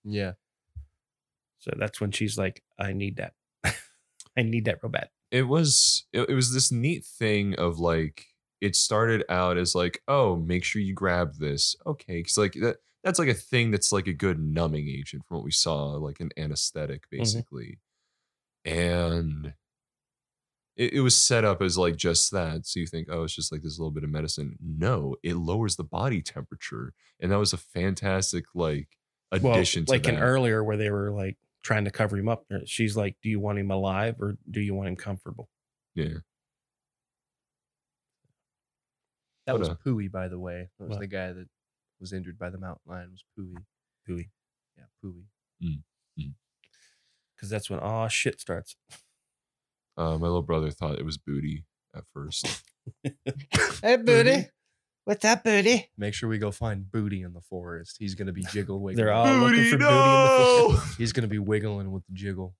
S3: yeah.
S1: So that's when she's like, I need that. I need that real bad.
S2: it was it, it was this neat thing of like it started out as like oh make sure you grab this okay because like that that's like a thing that's like a good numbing agent from what we saw like an anesthetic
S1: Mm-hmm.
S2: basically and it, it was set up as like just that so you think oh it's just like this little bit of medicine no it lowers the body temperature and that was a fantastic like
S1: Well,
S2: addition
S1: like
S2: to
S1: in
S2: that.
S1: earlier where they were like trying to cover him up. uh, She's like, Do you want him alive or do you want him comfortable?
S2: yeah
S3: That
S2: What
S3: was
S2: a-
S3: Pooey, by the way. That was
S1: What?
S3: the guy that was injured by the mountain lion. Was Pooey?
S1: Pooey.
S3: Yeah, Pooey.
S1: Because that's when all shit starts.
S2: uh, my little brother thought it was booty at first
S6: Hey,
S3: booty.
S1: Mm-hmm.
S6: booty. What's up, booty?
S3: Make sure we go find Booty in the forest. He's gonna be jiggle wiggling.
S1: They're all Uh, looking for booty in the
S3: He's gonna be wiggling with the jiggle.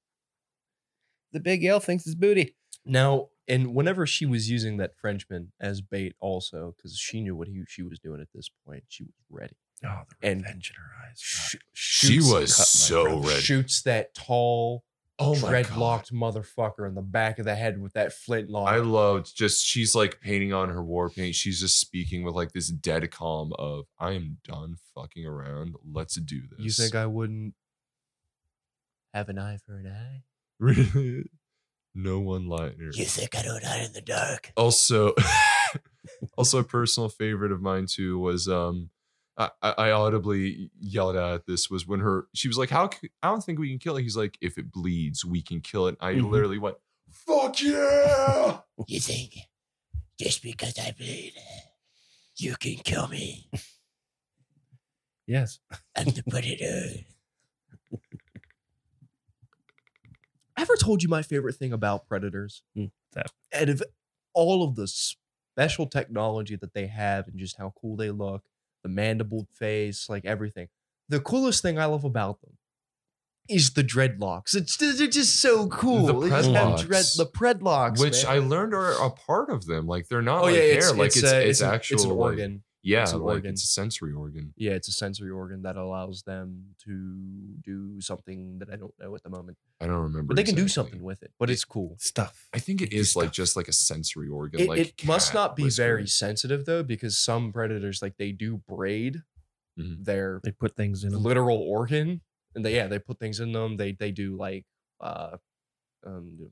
S6: The big L thinks it's booty.
S3: Now, and whenever she was using that Frenchman as bait, also because she knew what he she was doing at this point, she was ready.
S1: Oh, the
S3: And-
S1: revenge in her eyes.
S3: sh-
S2: She
S3: shoots-
S2: was
S3: cut my
S2: so
S3: throat.
S2: ready.
S3: Shoots that tall,
S2: Oh my god!
S3: dreadlocked motherfucker in the back of the head with that flintlock.
S2: I loved just she's like painting on her war paint. She's just speaking with like this dead calm of "I am done fucking around. Let's do this."
S3: you think I wouldn't have an eye for an eye?
S2: I- no one liner?
S6: think I don't hide in the dark?
S2: Also, also a personal favorite of mine too was um. I, I I audibly yelled out at this was when her she was like how c- I don't think we can kill it he's like if it bleeds we can kill it I
S3: Mm-hmm.
S1: Mhm.
S2: literally went fuck yeah
S6: You think just because I bleed, you can kill me?
S1: Yes.
S6: I'm the predator.
S3: I ever told you my favorite thing about predators?
S1: Hmm, that.
S3: Out of all of the special technology that they have and just how cool they look, the mandibled face, like everything. The coolest thing I love about them is the dreadlocks. It's they're just so cool. They just have
S2: dreadlocks.
S3: dread, the dreadlocks,
S2: which
S3: man.
S2: I learned are a part of them. Like they're not
S3: oh
S2: like
S3: yeah,
S2: hair.
S3: it's,
S2: like
S3: it's,
S2: it's it's,
S3: a- an-
S2: actual
S3: It's an
S2: like-
S3: organ.
S2: yeah,
S3: It's an
S2: like
S3: organ.
S2: it's a sensory organ.
S3: Yeah, it's a sensory organ that allows them to do something that I don't know at the moment,
S2: I don't remember.
S3: but they can do
S2: exactly.
S3: something with it. But it's cool.
S1: Stuff.
S2: I think it
S1: They do
S2: is like
S1: stuff.
S2: just like a sensory organ.
S3: It,
S2: like
S3: it must
S2: cat
S3: not be very
S2: whiskers.
S3: sensitive though, because some predators like they do braid
S2: Mhm.
S3: their
S1: They put things in them.
S3: literal organ and they yeah they put things in them. They they do like uh um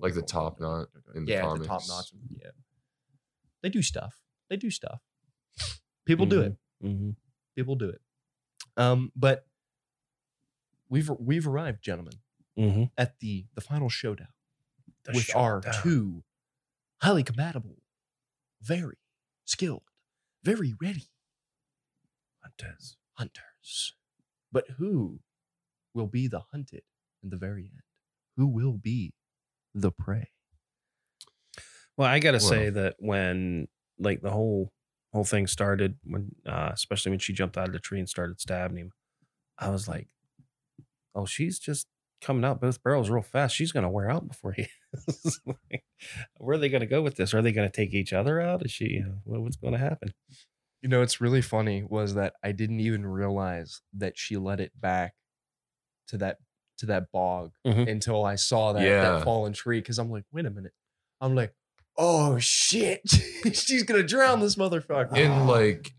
S2: Like the top knot in the
S3: yeah the top
S2: comics.
S3: knots and- yeah they do stuff they do stuff people do it
S1: Mm-hmm.
S3: people do it um but we've we've arrived gentlemen
S1: Mm-hmm.
S3: at the the final showdown which are two highly compatible very skilled very ready
S1: hunters.
S3: hunters. But who will be the hunted in the very end? Who will be the prey?
S1: Well, I gotta
S2: Well-
S1: say that when like the whole whole thing started, when uh, especially when she jumped out of the tree and started stabbing him, I was like, "Oh, she's just coming out both barrels real fast. She's gonna wear out before he." is." Like, Where are they gonna go with this? Are they gonna take each other out? Is she? uh, What, what's gonna happen?
S3: You know, it's really funny was that I didn't even realize that she let it back to that to that bog
S1: Mhm.
S3: until I saw that,
S2: Yeah.
S3: that fallen tree. Cause I'm like, wait a minute. I'm like, oh shit. She's gonna drown this motherfucker.
S2: And like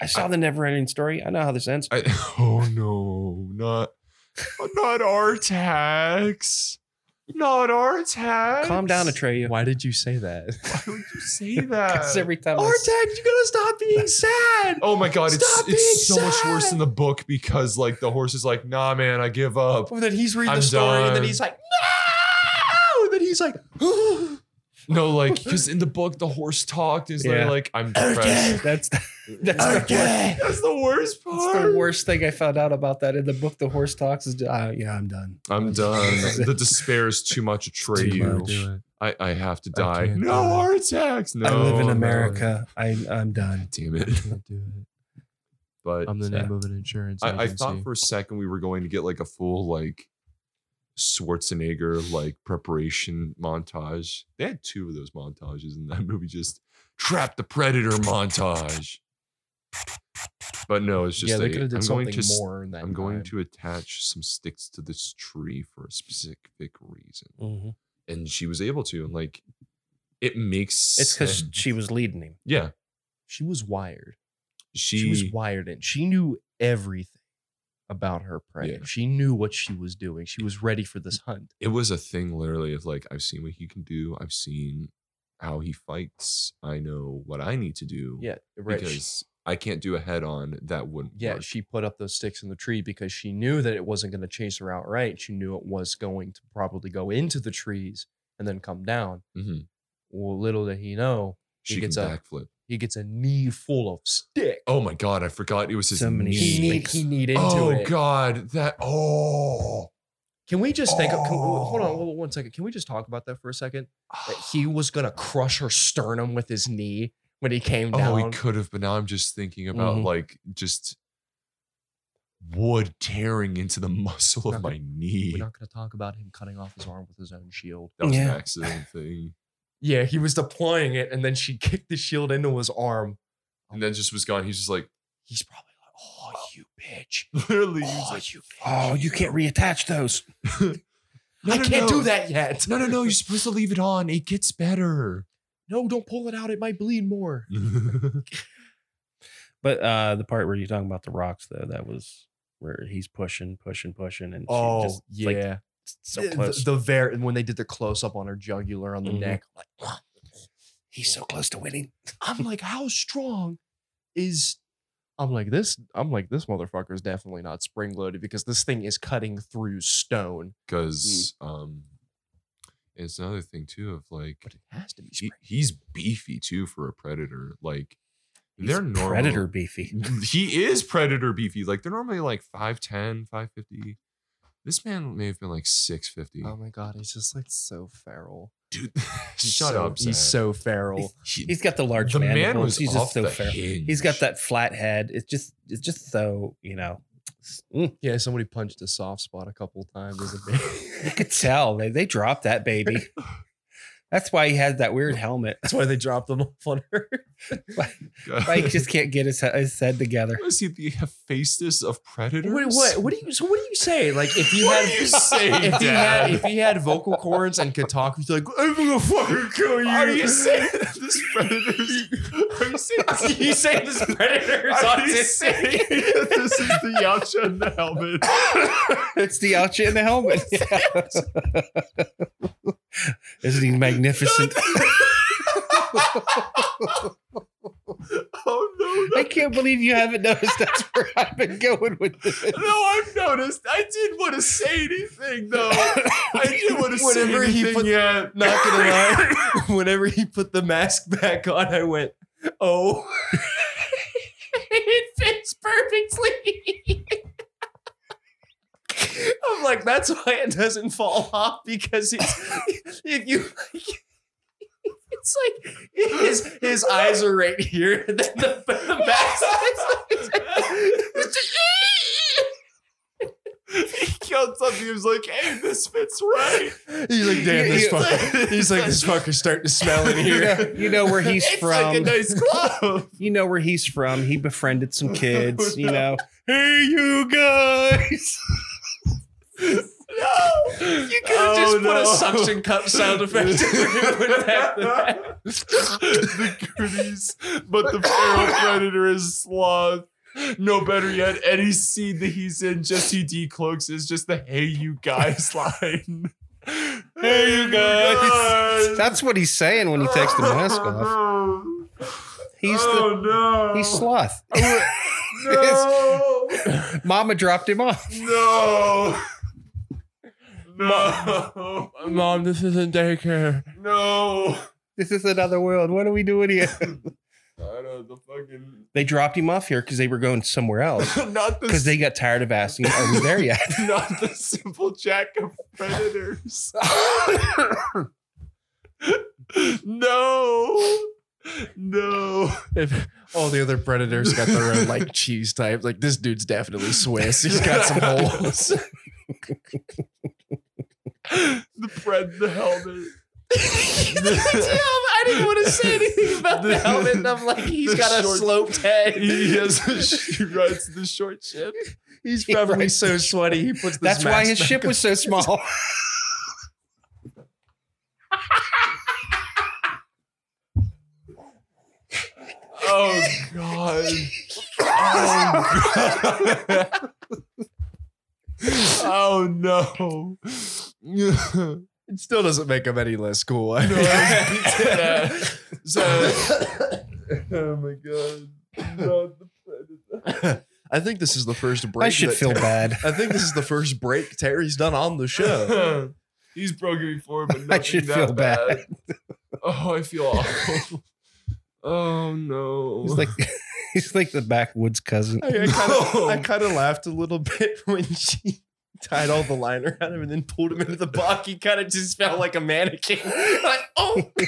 S1: I saw the never-ending story. I know how this ends.
S2: I oh no, not not our tax. Not our tax.
S1: Calm down, Atreyu.
S3: Why did you say that?
S2: Why would you say that?
S1: Because every time I
S3: Artax,
S1: s-
S3: you're gonna stop being sad.
S2: oh my god, it's
S3: Stop
S2: it's so
S3: being
S2: much worse
S3: sad.
S2: than the book because like the horse is like, nah man, I give Oh, up.
S3: And then he's reading
S2: I'm
S3: the story, and
S2: done.
S3: then he's like, no! And then he's like,
S2: No, like because in the book the horse talked is
S1: Yeah.
S2: like I'm depressed.
S1: that's that's the worst.
S6: Okay.
S2: That's the worst
S1: That's
S2: part.
S1: the worst thing I found out about that in the book. The horse talks is uh, yeah, I'm done.
S2: I'm done. the despair is too much Atreyu. I, I have to die.
S5: can't
S2: No
S5: do it.
S2: heart attacks. No.
S1: I live in
S2: Oh, no.
S1: America. I I'm done.
S2: Damn it. But
S5: I'm the
S1: So-
S5: name of an insurance
S2: I, I
S5: agency.
S2: thought for a second we were going to get like a full like Schwarzenegger like preparation montage. They had two of those montages in that movie, just trap the predator montage. But no, it's just
S3: yeah,
S2: a,
S3: they could have did
S2: I'm
S3: something
S2: going to s-
S3: more in that.
S2: I'm going
S3: time.
S2: to attach some sticks to this tree for a specific reason. And she was able to, and like it makes
S1: It's because
S2: sense.
S1: she was leading him.
S2: yeah,
S3: She was wired.
S2: she,
S3: She, was wired in. She knew everything about her prey.
S2: Yeah.
S3: She knew what she was doing. She was ready for this hunt.
S2: it was a thing literally of like I've seen what he can do, I've seen how he fights, I know what I need to do.
S3: Yeah, right. She-
S2: Because I can't do a head on that wouldn't
S3: yeah,
S2: work.
S3: she put up those sticks in the tree because she knew that it wasn't going to chase her outright. She knew it was going to probably go into the trees and then come down.
S2: Mhm.
S3: Well, little did he know,
S2: she
S3: gets
S2: can
S3: a-
S2: backflip.
S3: he gets a knee full of sticks.
S2: Oh my god, I forgot it was his
S1: So many
S2: knee.
S3: he need
S1: sticks.
S3: he need into
S2: Oh
S3: it.
S2: god, that oh
S3: Can we just think? Of, can, hold on,
S2: Oh.
S3: hold on one second. Can we just talk about that for a second? That he was gonna crush her sternum with his knee when he came
S2: Oh,
S3: down.
S2: he could have, but now I'm just thinking about
S3: Mm-hmm.
S1: Mhm.
S2: like just wood tearing into the muscle of
S3: Not
S2: my
S3: We're
S2: knee.
S3: not gonna talk about him cutting off his arm with his own shield.
S2: That was an
S1: Yeah.
S2: accident thing.
S3: Yeah, he was deploying it, and then she kicked the shield into his arm.
S2: And then just was gone. He's just like
S3: He's probably like, "Oh, you bitch!
S2: literally he was
S3: Oh,
S2: like,
S3: you!
S1: Oh, you can't reattach those.
S2: "No,
S3: I
S2: no,
S3: can't
S2: no.
S3: do that yet.
S2: No, no, no. You're supposed to leave it on. It gets better.
S3: No, don't pull it out. It might bleed more."
S1: But uh, the part where you're talking about the rocks, though, that was where he's pushing, pushing, pushing, and she
S3: Oh
S1: just, like,
S3: yeah,
S1: so
S3: The-
S1: close.
S3: The, the very when they did the close up on her jugular on the
S1: Mhm.
S3: neck, like.
S1: he's so close to winning.
S3: I'm like, how strong is I'm like this I'm like this motherfucker is definitely not spring loaded because this thing is cutting through stone.
S2: Because
S3: Mm.
S2: um, it's another thing too of like
S3: But it has to be
S2: he,
S3: spring.
S2: he's beefy too for a predator. Like
S1: He's
S2: they're normal.
S1: Predator beefy.
S2: He is predator beefy. Like they're normally like 5'10", 550. This man may have been like six fifty.
S3: Oh my god, he's just like so feral.
S2: Dude, shut
S3: So-
S2: up.
S3: He's
S2: Zach.
S3: so feral.
S2: He-
S1: He's got the large
S2: the man,
S1: mandibles.
S2: was
S1: he's
S2: off
S1: just so
S2: the
S1: fair.
S2: hinge.
S1: He's got that flat head. It's just, it's just so you know. Mm.
S3: Yeah, somebody punched a soft spot a couple times as a baby.
S1: You could tell they, they dropped that baby. That's why he has that weird helmet.
S3: That's why they dropped them off on her.
S1: Like, he just can't get his, he- his head together.
S2: Was he the hephaestus of predators?
S3: What, what? What do you? So what do you say? Like if you
S2: What
S3: had,
S2: do you say,
S3: if he
S2: Dad?
S3: had, if he had vocal cords and could talk, he's like, I'm gonna fucking kill you.
S2: Are you saying that this predators? Are you saying,
S3: you say this predator's
S2: are you
S3: autistic?
S2: saying that this is the Yacha in the helmet?
S1: It's the outfit and the helmet. Isn't he magnificent?
S2: Oh no!
S1: I can't believe you haven't noticed that's where I've been going with this.
S2: No, I've noticed. I didn't want to say anything though. I didn't want to say
S3: Whenever he
S2: anything
S3: put-
S2: yet.
S3: Not gonna lie. Whenever he put the mask back on, I went, oh. it fits perfectly. I'm like, that's why it doesn't fall off because it's if you it's like his his eyes are right here, and then the, the mask. It's just-
S2: he killed something. He was like, "Hey, this fits right."
S3: He's like, damn, this
S1: Yeah.
S3: fucker. He's like, this fucker's starting to smell in
S1: You
S3: here.
S1: know, you know where he's
S2: It's
S1: from.
S2: like a nice glove.
S1: you know where he's from. He befriended some kids, you know. Hey, you guys.
S2: no,
S3: You
S2: could've just put a suction
S3: cup sound
S2: the goodies, but the feral predator is sloth. No better yet, any scene that he's in, just he decloaks is just the "Hey, you guys" line. Hey, you guys.
S1: That's what he's saying when he takes the mask off. He's the
S2: oh no!
S1: he's sloth.
S2: No,
S1: Mama dropped him off.
S2: no, no,
S3: Mom, this isn't daycare.
S2: no!
S1: This is another world. What are we doing here?
S2: I don't the fucking
S1: They dropped him off here because they were going somewhere else.
S2: not
S1: Because
S2: the
S1: they got tired of asking, are we there yet?
S2: not the simple jack of predators. no, no.
S3: If all the other predators got their own like cheese type, like this dude's definitely Swiss. He's got some holes.
S2: The pred, the helmet.
S3: I didn't want to say anything about
S2: the helmet, and
S3: I'm like,
S2: he's got a
S3: sloped head.
S2: He has a, sh- he rides the short ship.
S3: He's probably so sweaty. He puts this
S1: That's why
S3: mask
S1: his
S3: back
S1: ship
S3: on.
S1: was so small.
S2: Oh god. Oh god. Oh no. No,
S3: It still doesn't make him any less cool. I
S2: I- so Oh my god. Not the predator.
S3: I think this is the first break.
S1: I should
S3: that-
S1: feel bad.
S3: I think this is the first break Terry's done on the show.
S2: He's broken before, but nothing
S1: I should
S2: that
S1: feel bad.
S2: Oh, I feel awful. Oh no.
S1: He's like he's like the backwoods cousin.
S2: Oh,
S3: I, I kind of
S2: No.
S3: I kind of laughed a little bit when she tied all the liner out of him and then pulled him into the box. He kind of just felt like a mannequin. Like, oh,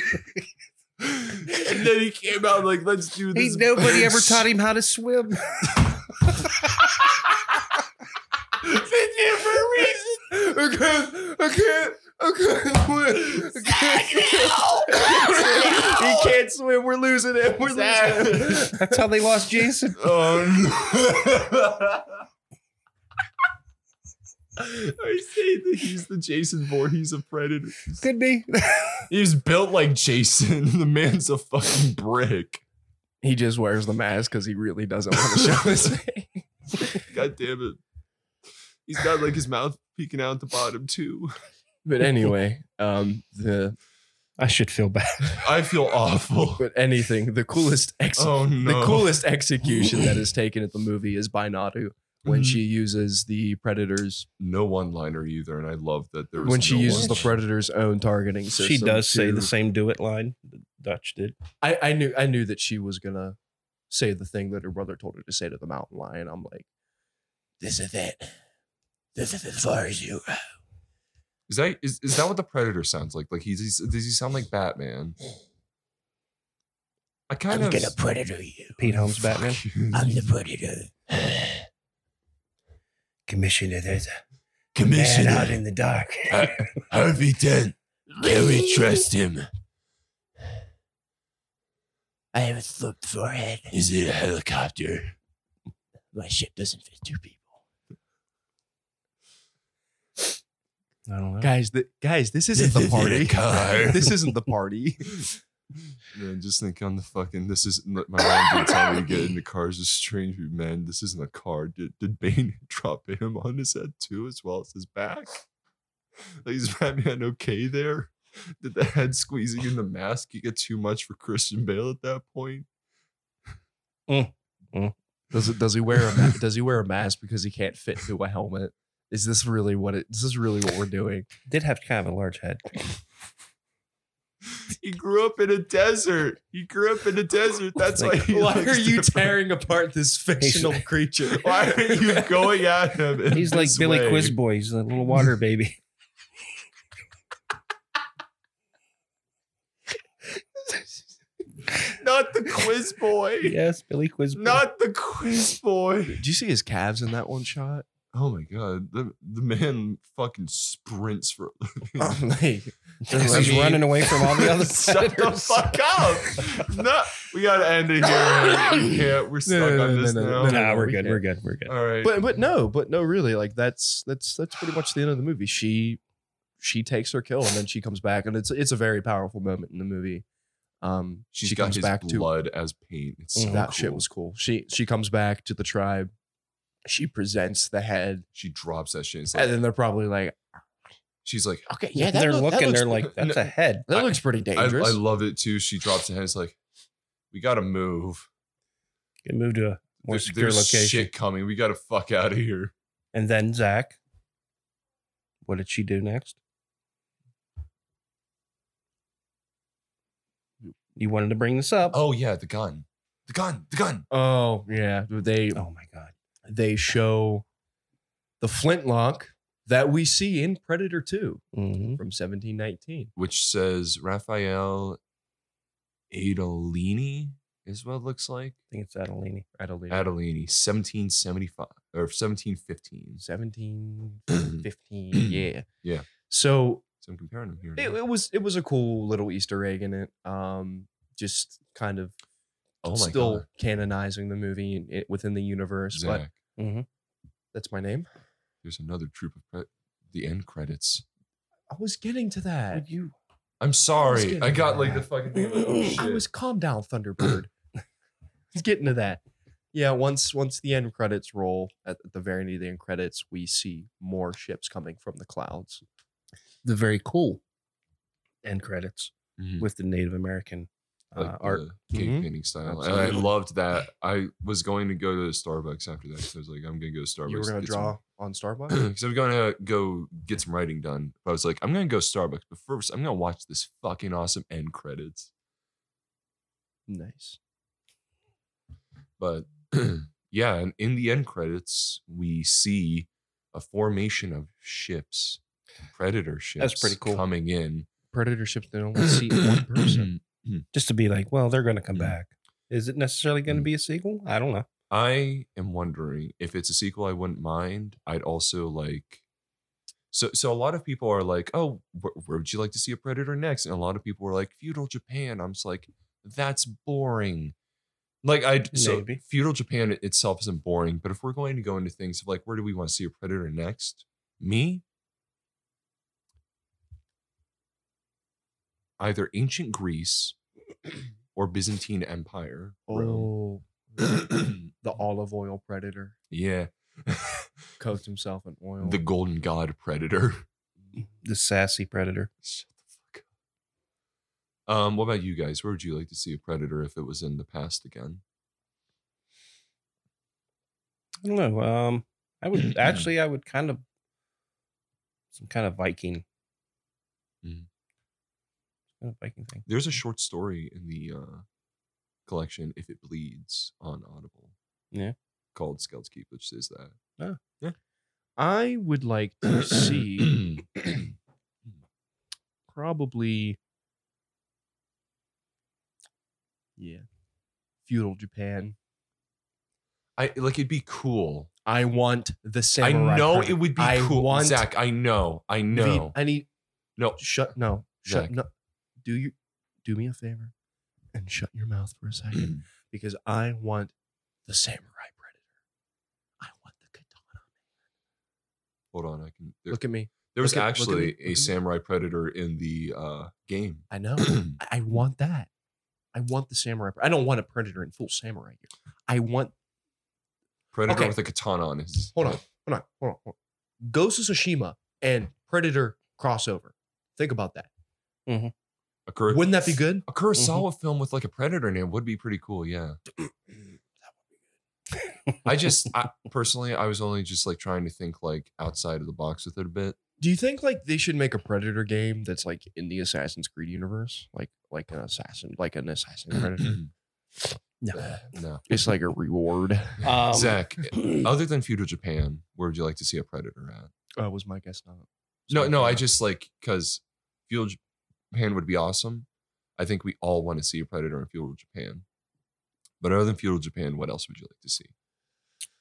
S2: and then he came out like, let's do this.
S1: Ain't nobody ever taught him how to swim.
S3: I can't, I can't, I can't swim. I can't. he can't swim. We're losing him. We're losing him.
S1: That's how they lost Jason.
S2: Um, Oh no. I say that he's the Jason Voorhees of Predator.
S1: Could be.
S2: He's built like Jason. The man's a fucking brick.
S3: He just wears the mask because he really doesn't want to show his face.
S2: God damn it. He's got like his mouth peeking out the bottom too.
S3: But anyway, um, the
S1: I should feel bad.
S2: I feel awful.
S3: but anything, the coolest ex-
S2: Oh no.
S3: the coolest execution that is taken at the movie is by Nadu when
S2: Mhm.
S3: she uses the predators
S2: no one liner either, and I love that there was
S3: when she
S2: no
S3: uses the
S2: one-liner.
S3: predator's own targeting system.
S1: She does say
S3: to-
S1: the same do it line. The Dutch did.
S3: I, I knew I knew that she was gonna say the thing that her brother told her to say to the mountain lion. I'm like,
S6: This is it. This is as far as you.
S2: Is that is, is that what the Predator sounds like? Like he's, he's does he sound like Batman? I
S6: I'm
S2: kind of Oh,
S6: gonna predator you.
S1: Pete Holmes Batman.
S6: I'm the predator.
S2: Uh,
S1: Commissioner, there's a man out in the dark.
S2: Harvey Dent.
S6: Can we
S2: trust him?
S6: I have a flipped forehead.
S2: Is it a helicopter?
S6: My ship doesn't fit two people.
S1: I don't know.
S3: guys, th- guys, this isn't the party.
S2: car.
S3: this isn't the party.
S2: Man, just think on the fucking. This is my mom did tell me to get into cars with strange people, man. This isn't a car. Did, did Bane drop him on his head too, as well as his back? Like is Batman okay there? Did the head squeezing in the mask get too much for Christian Bale at that point?
S3: Does it? Does he wear a? Ma- does he wear a mask because he can't fit into a helmet? Is this really what it? This is really what we're doing.
S1: Did have kind of a large head.
S2: He grew up in a desert. He grew up in a desert. That's why. He
S3: Why
S2: looks
S3: are you
S2: different.
S3: tearing apart this fictional creature?
S2: Why are you going at him? in
S1: He's like
S2: this
S1: Billy
S2: way?
S1: Quizboy. He's a little water baby.
S2: Not the quiz boy.
S1: yes, Billy Quizboy.
S2: Not the quiz boy.
S3: Did you see his calves in that one shot?
S2: Oh my god, the the man fucking sprints for.
S3: I'm like,
S1: He's
S3: I mean-
S1: running away from all the other
S2: Shut the
S1: predators.
S2: fuck up! No, we gotta end it here. We can't. We're stuck
S3: no,
S2: on
S3: no,
S2: this
S3: no,
S2: now.
S3: no, no.
S1: Nah, we're
S3: we
S1: good.
S3: can't.
S1: We're good. We're good.
S2: All right.
S3: but but no, but no, really, like that's that's that's pretty much the end of the movie. She she takes her kill and then she comes back, and it's it's a very powerful moment in the movie. Um,
S2: She's
S3: she
S2: got
S3: comes
S2: his
S3: back to Mm,
S2: blood as paint. It's so
S3: that
S2: cool.
S3: shit was cool. She she comes back to the tribe. She presents the head,
S2: She drops that shit. and It's
S3: and
S2: like,
S3: then they're probably like,
S2: she's like,
S6: Okay, yeah, that
S1: they're
S6: look- that
S1: looking.
S6: looks
S1: They're like, that's a head.
S3: "That looks pretty
S2: I, I
S3: dangerous."
S2: love it too. She drops the head. It's like, we gotta move.
S1: Get moved to a more
S2: There-
S1: secure
S2: there's
S1: location.
S2: shit coming. We gotta fuck out of here.
S1: And then Zach. What did she do next? You wanted to bring this up.
S2: Oh yeah, the gun, the gun, the gun.
S3: oh yeah, they
S1: Oh my god.
S3: they show the flintlock that we see in Predator Two
S1: Mhm.
S3: from 1719.
S2: which says Raphael Adelini is what it looks like.
S1: I think it's Adelini.
S3: Adelina.
S2: Adelini, 1775 or 1715.
S3: 17 15 yeah
S2: Yeah.
S3: so
S2: So I'm comparing them here.
S3: it,
S2: now.
S3: it was it was a cool little easter egg in it um just kind of
S2: oh my
S3: still
S2: God.
S3: canonizing the movie in, it, within the universe but
S2: Zach,
S3: that's my name
S2: there's another troop of pre- the end credits.
S3: i was getting to that
S1: you
S2: I'm sorry.
S3: getting
S2: I got
S3: to
S2: like
S3: that.
S2: the fucking thing. Like, oh, shit.
S3: i was calm down thunderbird i was getting to that yeah once once the end credits roll at the very end of the end credits we see more ships coming from the clouds
S1: the very cool end credits
S2: Mhm.
S1: with the Native American uh,
S2: like
S1: art.
S2: the cave
S3: Mhm.
S2: painting style. And I
S3: Absolutely.
S2: loved that. I was going to go to Starbucks after that. So I was like, I'm going to go to Starbucks.
S3: you were gonna
S2: get some-
S3: draw on starbucks
S2: because I was gonna go get some writing done. But I was like, I'm gonna go Starbucks, but first I'm gonna watch this fucking awesome end credits.
S3: nice
S2: But yeah, and in the end credits, we see a formation of ships, predator ships,
S1: pretty cool.
S2: coming in.
S3: predator ships they only see one person
S1: Just to be like, well, they're going to
S2: Mm.
S1: come back. Is it necessarily going to be a sequel? I don't know.
S2: I am wondering if it's a sequel. I wouldn't mind. I'd also like. So, so a lot of people are like, "Oh, wh- where would you like to see a predator next?" And a lot of people are like, "Feudal Japan." I'm just like, "That's boring." Like I so
S1: Maybe.
S2: feudal Japan i- itself isn't boring, but if we're going to go into things of like, where do we want to see a predator next? Me, either ancient Greece or Byzantine Empire. Rome.
S3: Oh, the olive oil predator
S2: yeah.
S3: coats himself in oil.
S2: the golden god predator.
S1: The sassy predator.
S2: Shut the fuck up. Um, what about you guys? Where would you like to see a predator if it was in the past again?
S1: I don't know. Um, I would actually, I would kind of some kind of Viking.
S2: Mm.
S1: Kind of Viking thing.
S2: There's a short story in the uh, collection, If It Bleeds, on Audible.
S1: Yeah.
S2: Called Skelet's Keep, which says that.
S3: I would like to see probably, yeah, feudal Japan.
S2: I like it'd be cool.
S3: I want the
S2: I
S3: samurai.
S2: know
S3: predator.
S2: it would be
S3: I
S2: cool.
S3: want
S2: Zach, I know. I
S3: the-
S2: know.
S3: I need
S2: no,
S3: shut. No,
S2: Zach.
S3: Shut no, do you do me a favor and shut your mouth for a second because I want the samurai predator. I want the katana.
S2: Hold on, I can. There,
S3: Look at me.
S2: there was
S3: look at- look at me,
S2: actually
S3: look at me.
S2: a samurai predator in the uh, game.
S3: I know. I- I want that. I want the samurai. I don't want a predator in full samurai gear. I want.
S2: Predator
S3: Okay.
S2: with a katana on his.
S3: Hold on. Hold on. Hold on. Hold on. Ghost of Tsushima and Predator crossover. Think about that.
S2: A, Kur-
S3: Wouldn't that be good? Mm-hmm.
S2: a Kurosawa film with like a predator in it would be pretty cool. Yeah. I just I, personally, I was only just like trying to think like outside of the box with it a bit.
S3: Do you think like they should make a Predator game that's like in the Assassin's Creed universe, like like an assassin, like an assassin Predator?
S2: no, no.
S3: it's like a reward.
S1: Um,
S2: Zach, other than feudal Japan, where would you like to see a predator at?
S3: Uh, was my guess not?
S2: No,
S3: Sorry.
S2: no, I just like Fuel feudal Japan would be awesome. I think we all want to see a predator in feudal Japan. But other than feudal Japan, what else would you like to see?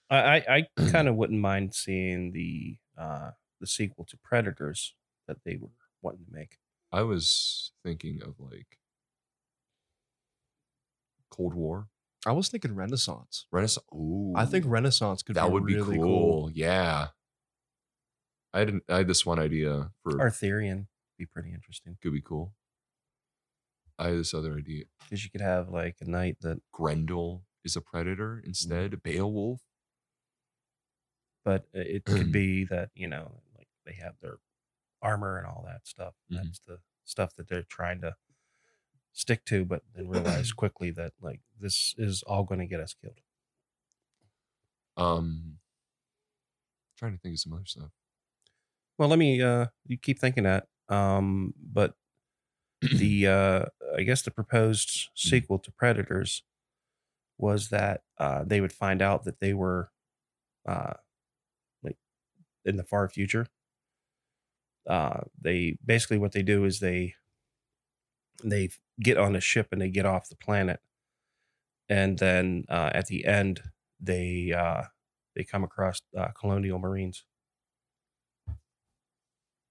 S1: I I, I kind of wouldn't mind seeing the uh the sequel to Predators that they were wanting to make.
S2: I was thinking of like Cold War,
S3: I was thinking Renaissance.
S2: Renaissance. Ooh,
S3: I think Renaissance could
S2: that
S3: be
S2: would be
S3: really
S2: cool.
S3: cool.
S2: Yeah, I didn't. I had this one idea for
S1: Arthurian would be pretty interesting
S2: could be cool. I had this other idea.
S1: because you could have like a knight that,
S2: Grendel is a
S3: Mm.
S2: predator instead. Beowulf.
S1: but it could be that you know like they have their armor and all that stuff.
S2: Mhm.
S1: That's the stuff that they're trying to stick to, but then realize quickly that like this is all going to get us killed.
S2: Um, trying to think of some other stuff.
S1: Well, let me. Uh, you keep thinking that. Um, but the uh, I guess the proposed sequel to Predators was that uh, they would find out that they were, uh, like in the far future. Uh, they basically what they do is they they get on a ship and they get off the planet, and then uh, at the end they uh, they come across uh, colonial marines.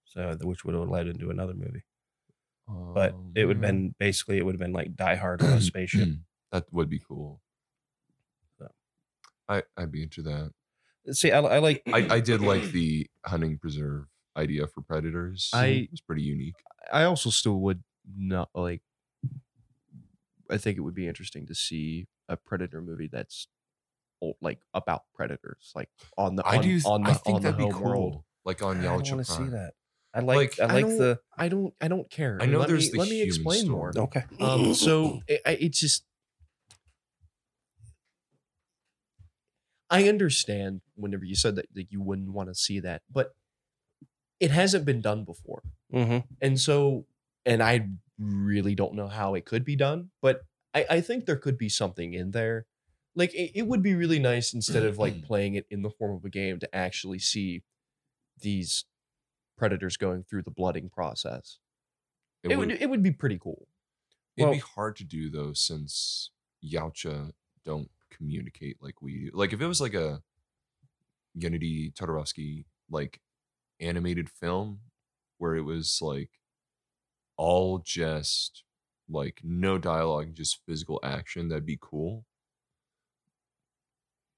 S1: So, th- which would have led into another movie, but it would have
S2: Um, hmm,
S1: been basically it would have been like Die Hard on a spaceship.
S2: that would be cool.
S1: So.
S2: I I'd be into that.
S1: See, I, I like
S2: I, I did like the hunting preserve idea for predators.
S3: I-
S2: it was pretty unique.
S3: I also still would not like. I think it would be interesting to see a Predator movie that's old, like about predators, like on the on,
S2: I do. th-
S3: on the,
S2: I think
S3: on the
S2: that'd be
S3: home
S2: cool.
S3: world.
S2: Like on
S1: I
S2: Yellow
S1: want to see
S2: Prime.
S1: that. I like,
S2: Like,
S1: I
S3: I
S1: like
S3: don't-
S1: the
S3: I don't. I don't care.
S2: I know
S3: Let
S2: there's
S3: me-
S2: the
S3: Let me
S2: human
S3: explain
S2: story.
S3: more.
S1: okay.
S3: Um, so it, I- it's just. I understand whenever you said that, that you wouldn't want to see that, but it hasn't been done before.
S1: Mm-hmm.
S3: And so, and I really don't know how it could be done, but I, I think there could be something in there. Like it, it would be really nice instead of like playing it in the form of a game to actually see these predators going through the blooding process.
S2: It, would.
S3: it would be pretty cool.
S2: It'd be
S1: well-
S2: hard to do though, since Yautja don't communicate like we do. Like if it was like a Gennady Todorovsky like animated film where it was like all just like no dialogue, just physical action, that'd be cool.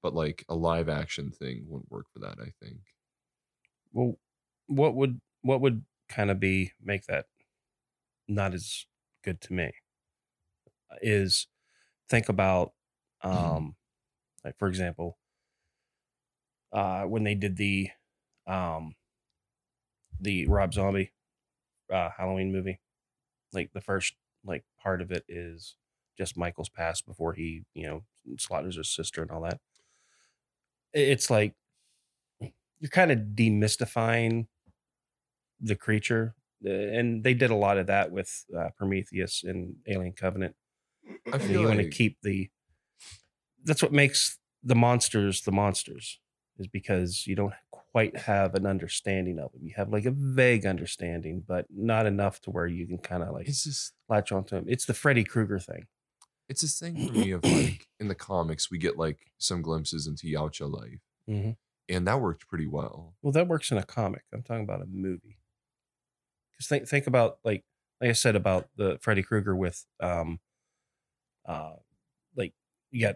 S2: But like a live action thing wouldn't work for that, I think.
S1: Well, what would what would kind of be make that not as good to me uh, is think about um like for example uh when they did the um the Rob Zombie uh Halloween movie like the first like part of it is just Michael's past before he you know slaughters his sister and all that I- it's like you're kind of demystifying the creature Uh, and they did a lot of that with uh, Prometheus and Alien Covenant
S2: I
S1: you
S2: feel
S1: want to
S2: like
S1: keep the that's what makes the monsters the monsters is because you don't quite have an understanding of them you have like a vague understanding but not enough to where you can kind of like
S2: it's just
S1: latch onto them it's the freddy krueger thing
S2: it's this thing for me of like in the comics we get like some glimpses into Yautja life,
S3: Mm-hmm.
S1: Mhm.
S2: and that worked pretty well.
S1: well that works in a comic i'm talking about a movie because think, think about like like I said about the Freddy Krueger with um uh like you got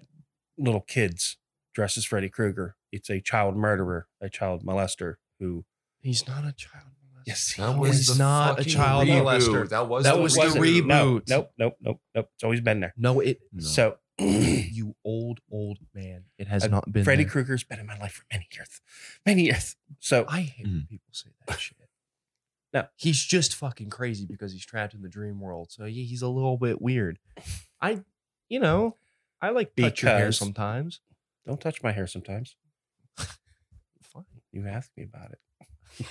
S1: little kids dressed as Freddy Krueger. It's a child murderer, a child molester who
S3: He's not a child molester.
S1: yes he
S2: That was
S1: is.
S2: the
S3: He's not a
S2: fucking
S3: child
S2: reboot.
S3: molester.
S2: That was
S3: That
S2: the
S3: was the
S2: wasn't.
S3: reboot.
S1: No, nope, nope, nope, nope. It's always been there.
S3: No, it
S2: No.
S1: So
S3: you old old man. It has
S1: Uh,
S3: not been
S1: Freddy
S3: there.
S1: Krueger's been in my life for many years, many years. So
S3: I hate when
S2: Mm.
S3: people say that shit.
S1: No.
S3: he's just fucking crazy because he's trapped in the dream world. So yeah, he's a little bit weird. I, you know, I like touch your hair
S1: Because-
S3: sometimes.
S1: don't touch my hair sometimes.
S3: Fine.
S1: You ask me about it. you know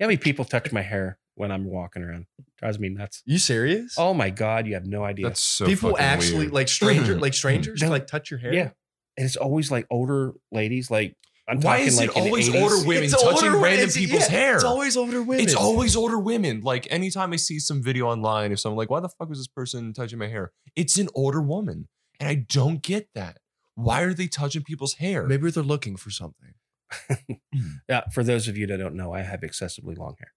S1: how many people touch my hair when I'm walking around? Drives me nuts.
S3: You serious?
S1: Oh my god, you have no idea.
S2: That's so
S3: people
S2: fucking
S3: actually
S2: weird.
S3: like stranger, like strangers, like touch your hair.
S1: Yeah. and it's always like older ladies. Like I'm
S2: Why
S1: talking
S2: is
S1: like
S2: it
S1: in the
S2: always
S1: 80s.
S2: older women
S3: It's
S2: touching
S3: older wo-
S2: random
S3: it's-
S2: people's
S3: yeah,
S2: hair?
S3: It's always older women.
S2: It's always older women. Like anytime I see some video online, if someone like, why the fuck was this person touching my hair? It's an older woman, and I don't get that. Why are they touching people's hair?
S3: maybe they're looking for something.
S1: Yeah, for those of you that don't know, I have excessively long hair.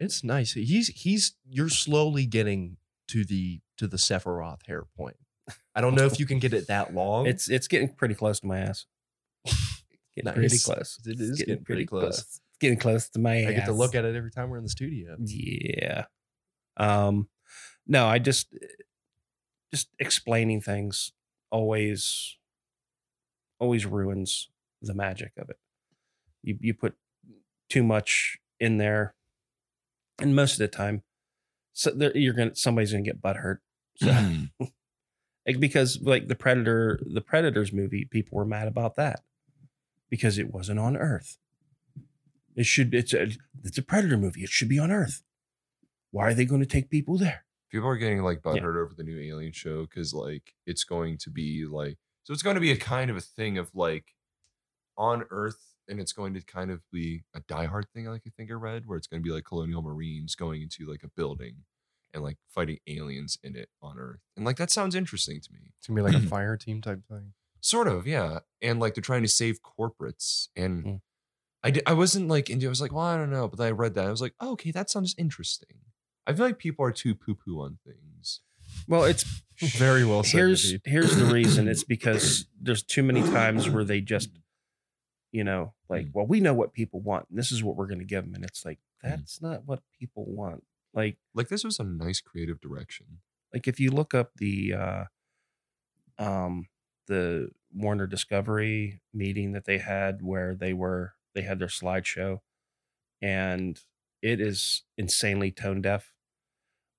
S3: It's nice. He's he's you're slowly getting to the to the Sephiroth hair point. I don't know if you can get it that long.
S1: It's it's getting pretty close to my ass. Getting pretty
S3: Nice.
S1: close.
S3: It is getting pretty close.
S1: It's getting close to my ass.
S3: I get to look at it every time we're in the studio.
S1: Yeah. Um no, I just eh, just explaining things always always ruins the magic of it. You you put too much in there and most of the time so there, you're going to somebody's going to get butt hurt. So like, because like the predator the predators movie people were mad about that because it wasn't on earth it should it's a it's a predator movie it should be on earth why are they going to take people there
S2: People are getting like butthurt
S1: Yeah.
S2: over the new Alien show because like it's going to be like so it's going to be a kind of a thing of like on Earth and it's going to kind of be a diehard thing like I think I read where it's going to be like colonial marines going into like a building and like fighting aliens in it on Earth and like that sounds interesting to me
S3: It's gonna be like a fire team type thing.
S2: sort of yeah and like they're trying to save corporates and
S1: Mm.
S2: I di- I wasn't like into I was like well I don't know but then I read that I was like oh, okay that sounds interesting I feel like people are too poo poo on things
S1: well it's
S3: Very well said.
S1: here's
S3: Naveed.
S1: here's the reason it's because there's too many times where they just you know like well we know what people want and this is what we're going to give them and it's like that's not what people want like
S2: like this was a nice creative direction.
S1: like if you look up the uh um the Warner Discovery meeting that they had where they were they had their slideshow and it is insanely tone deaf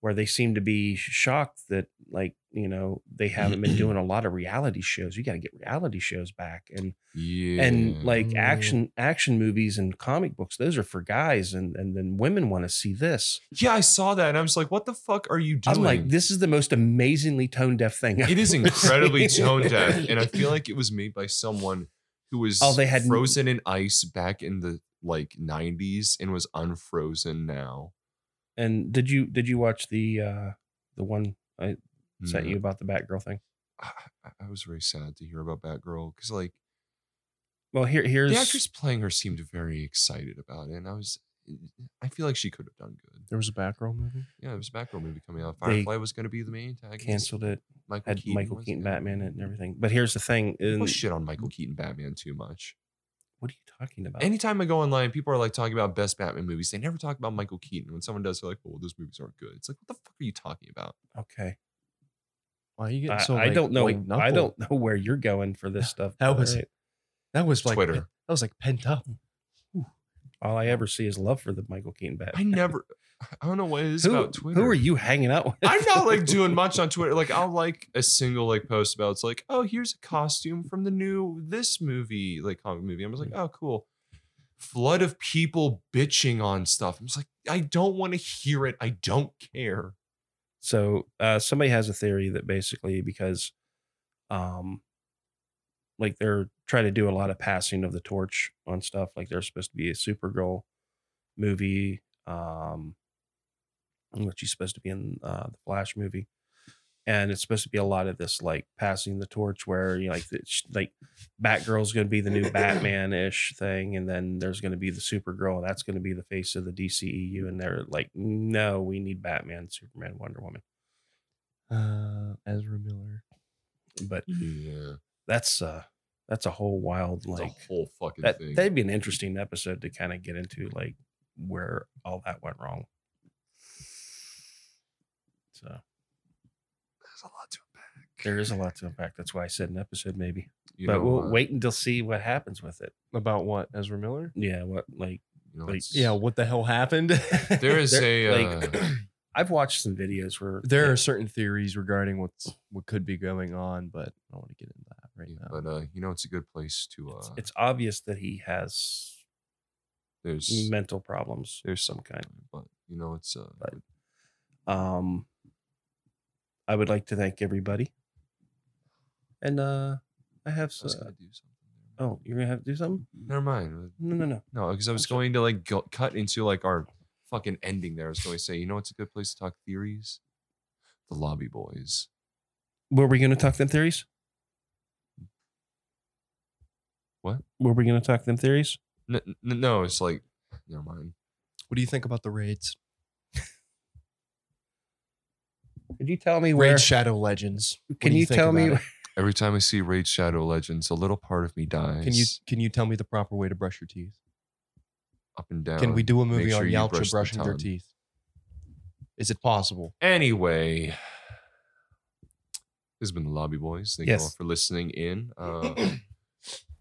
S1: where they seem to be shocked that like you know they haven't been doing a lot of reality shows you got to get reality shows back and
S2: Yeah,
S1: and like
S3: Mm.
S1: action action movies and comic books those are for guys and and then women want to see this
S2: yeah, I saw that and I was like, what the fuck are you doing?
S1: I'm like, this is the most amazingly tone deaf thing.
S2: It is incredibly tone deaf, and I feel like it was made by someone who was
S1: Oh, they had-
S2: frozen in ice back in the like 90s and was unfrozen now.
S1: and did you did you watch the uh the one I sent you about the Batgirl thing?
S2: Mm, I, I- I was very sad to hear about Batgirl because like
S1: Well, here here's
S2: the actress playing her seemed very excited about it, and I was. I feel like she could have done good.
S3: There was a Batgirl movie.
S2: Yeah, there was a Batgirl movie coming out.
S1: They
S2: Firefly was going to be the main antagonist.
S1: canceled it.
S2: Michael
S1: Had Michael
S2: was
S1: Keaton
S2: gonna-
S1: Batman in it and everything. But here's the thing: in,
S2: People Oh, shit on Michael Keaton Batman too much.
S1: what are you talking about?
S2: Anytime I go online, people are like talking about best Batman movies. They never talk about Michael Keaton. When someone does, they're like, "Oh, those movies aren't good." It's like, what the fuck are you talking about?
S1: okay,
S3: Why are you
S1: I,
S3: getting so?
S1: I
S3: like,
S1: don't know.
S3: white
S1: I
S3: knuckled?
S1: don't know where you're going for this stuff.
S3: That
S1: but
S3: was-
S1: all right.
S3: That was like
S2: Twitter.
S3: That was like pent up.
S1: all I ever see is love for the Michael Keaton
S2: I
S1: Batman.
S2: never. I don't know what it is
S1: Who,
S2: about Twitter.
S1: who are you hanging out with?
S2: I'm not like doing much on Twitter. Like I'll like a single like post about it's like, oh, here's a costume from the new this movie, like comic movie. I was
S1: Hmm.
S2: like, oh, cool. Flood of people bitching on stuff. I'm just like, I don't want to hear it. I don't care.
S1: So uh, somebody has a theory that basically because, um, like they're trying to do a lot of passing of the torch on stuff. Like there's supposed to be a Supergirl movie, um, which she's supposed to be in uh, the Flash movie. and it's supposed to be a lot of this like passing the torch where you know, like it's like batgirl's going to be the new batman-ish thing and then there's going to be the supergirl and that's going to be the face of the dceu and they're like no we need batman superman wonder woman
S3: Uh, Ezra Miller.
S1: but
S2: Yeah.
S1: that's uh that's a whole wild
S2: It's
S1: like
S2: a whole fucking
S1: that
S2: thing.
S1: that'd be an interesting episode to kind of get into like where all that went wrong so
S2: There's a lot to unpack.
S1: there is a lot to unpack that's why i said an episode maybe
S2: You
S1: but
S2: know,
S1: we'll
S2: uh,
S1: wait until see what happens with it.
S3: About what? Ezra Miller?
S1: Yeah, what like
S2: you know,
S1: like-
S2: it's-
S3: Yeah, what the hell happened?
S2: There is a. Uh,
S1: like I've watched some videos where
S3: there are certain theories regarding what's what could be going on, but I don't want to get into that right
S2: yeah,
S3: now.
S2: but uh, you know, it's a good place to. Uh,
S1: it's, it's obvious that he has
S2: there's
S1: mental problems
S2: there's
S1: some kind.
S2: but you know, it's uh,
S1: But- Um I would like to thank everybody. And uh I have
S2: I was
S1: some
S2: gonna do something.
S1: uh, Oh, you're gonna have to do something?
S2: Never mind. Uh,
S1: No, no, no.
S2: No, because I was going to like go, cut into like our fucking ending there. I was going to say, you know, it's a good place to talk theories. The lobby boys.
S1: Were we gonna talk them theories?
S2: What?
S1: Were we gonna talk them theories?
S2: N- n- no, it's like, never mind.
S3: What do you think about the raids?
S1: Could you tell me where
S5: Raid Shadow Legends. What
S1: can
S5: do
S1: you,
S5: think
S1: tell
S5: about
S1: me
S5: it?
S2: Every time I see Raid Shadow Legends, a little part of me dies.
S3: Can you can you tell me the proper way to brush your teeth?
S2: up and down?
S3: Can we do a
S2: Oh, Make
S3: movie
S2: sure
S3: on
S2: you
S3: Yalcha
S2: brush the
S3: brushing their
S2: tongue.
S3: teeth? Is it possible?
S2: Anyway, this has been the Lobby Boys. Thank you all
S1: Yes.
S2: for listening in. Uh,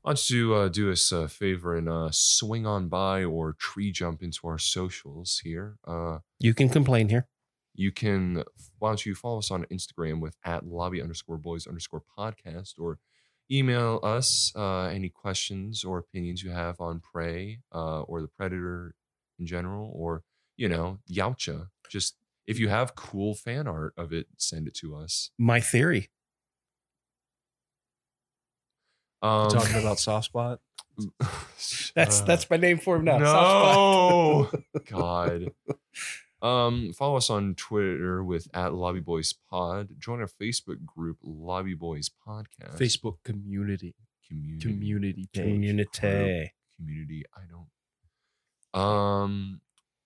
S2: why don't you uh, do us a favor and uh, swing on by or tree jump into our socials here? Uh,
S1: you can complain here.
S2: you can why don't you follow us on Instagram with at lobby underscore boys underscore podcast or email us uh, any questions or opinions you have on prey uh, or the predator in general or you know Yaucha. Just if you have cool fan art of it, send it to us.
S1: My theory.
S2: Um,
S3: Talking about soft spot.
S4: That's
S2: uh,
S4: that's my name for him now.
S2: No, God. Um, follow us on Twitter with at Lobby Boys Pod. Join our Facebook group, Lobby Boys Podcast.
S3: Facebook community
S2: community.
S3: community page.
S1: Community.
S2: community. I don't. Um,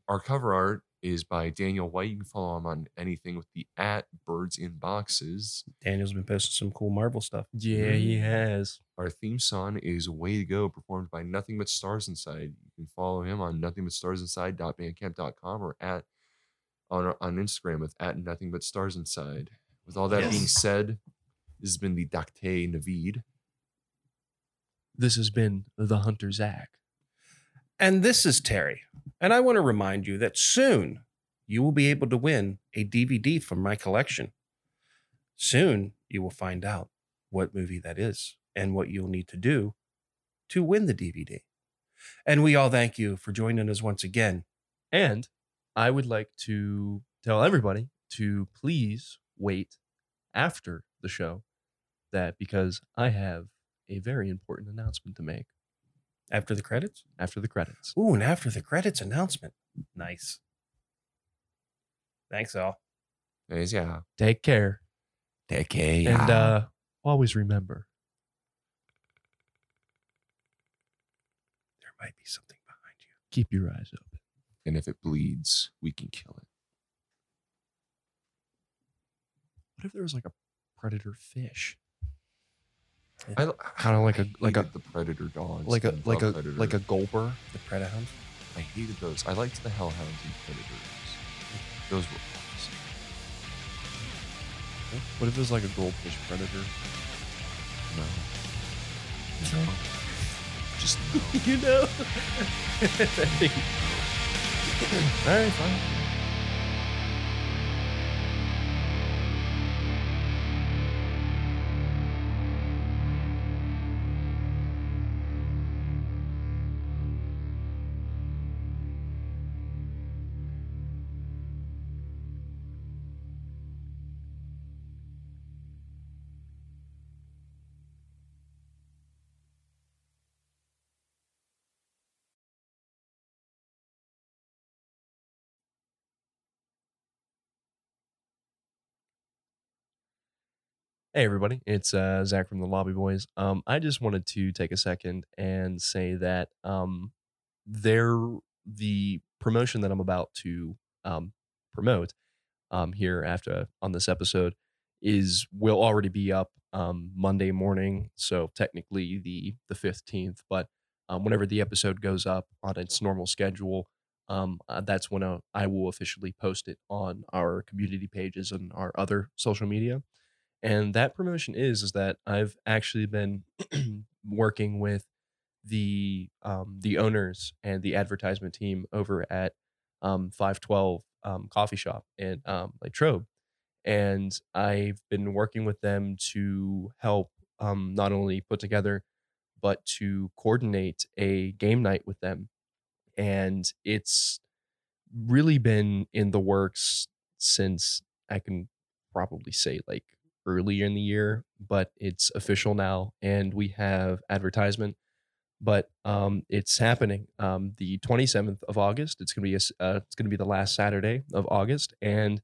S2: our cover art is by Daniel White. You can follow him on anything with the at Birds in Boxes.
S1: Daniel's been posting some cool Marvel stuff. Mm.
S3: Yeah,
S2: Mm.
S3: he has.
S2: Our theme song is Way to Go, performed by Nothing But Stars Inside. You can follow him on nothingbutstarsinside.bandcamp.com or at on, on Instagram with at Nothing But Stars Inside. With all that being said, this has been the Dacte Navid.
S3: This has been the Hunter Zach.
S1: And this is Terry. And I want to remind you that soon you will be able to win a DVD from my collection. Soon you will find out what movie that is and what you'll need to do to win the DVD. And we all thank you for joining us once again.
S3: And I would like to tell everybody to please wait after the show that because I have a very important announcement to make
S1: After the credits?
S3: after the credits.
S1: Ooh, and after the credits announcement. Nice. Thanks, all.
S2: Yeah.
S3: Take care.
S2: Dacte.
S3: And uh, always remember
S1: There might be something behind you.
S3: keep your eyes open.
S2: and if it bleeds, we can kill it.
S3: What if there was like a predator fish?
S2: I
S5: Kinda like a-
S2: I
S5: like a-
S2: hated the predator dogs,
S5: Like a
S2: and
S5: like
S2: the
S5: a
S2: predator.
S5: like a gulper.
S1: The Predahound?
S2: I hated those. I liked the hellhounds and predators. Those were awesome.
S5: What if it was like a goldfish predator?
S2: No, no, just no.
S3: You know? All right, fine. Hey everybody, it's uh, Zach from the Lobby Boys. Um, I just wanted to take a second and say that um, there the promotion that I'm about to um, promote um, here after on this episode is will already be up um, Monday morning, so technically the the 15th. But um, whenever the episode goes up on its normal schedule, um, uh, that's when I, I will officially post it on our community pages and our other social media and that promotion is is that I've actually been working with the um, the owners and the advertisement team over at um, 512 um, coffee shop in um, like Trobe, and I've been working with them to help um, not only put together but to coordinate a game night with them, and it's really been in the works since I can probably say like earlier in the year, but it's official now, and we have advertisement. But um, it's happening um, the 27th of August. It's gonna be a s uh, it's gonna be the last Saturday of August, and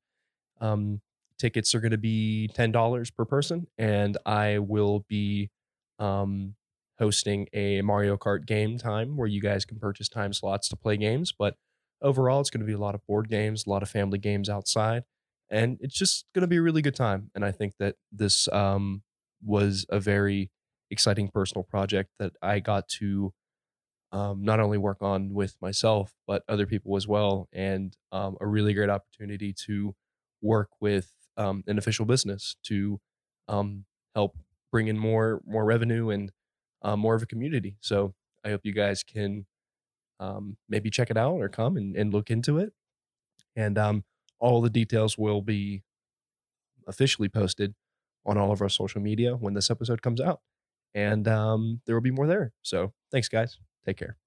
S3: um, tickets are gonna be ten dollars per person. And I will be um, hosting a Mario Kart game time where you guys can purchase time slots to play games. But overall, it's gonna be a lot of board games, a lot of family games outside and it's just going to be a really good time and i think that this um, was a very exciting personal project that i got to um, not only work on with myself but other people as well and um, a really great opportunity to work with um, an official business to um, help bring in more more revenue and uh, more of a community so i hope you guys can um, maybe check it out or come and, and look into it and um, all the details will be officially posted on all of our social media when this episode comes out. And um, there will be more there. So thanks, guys. Take care.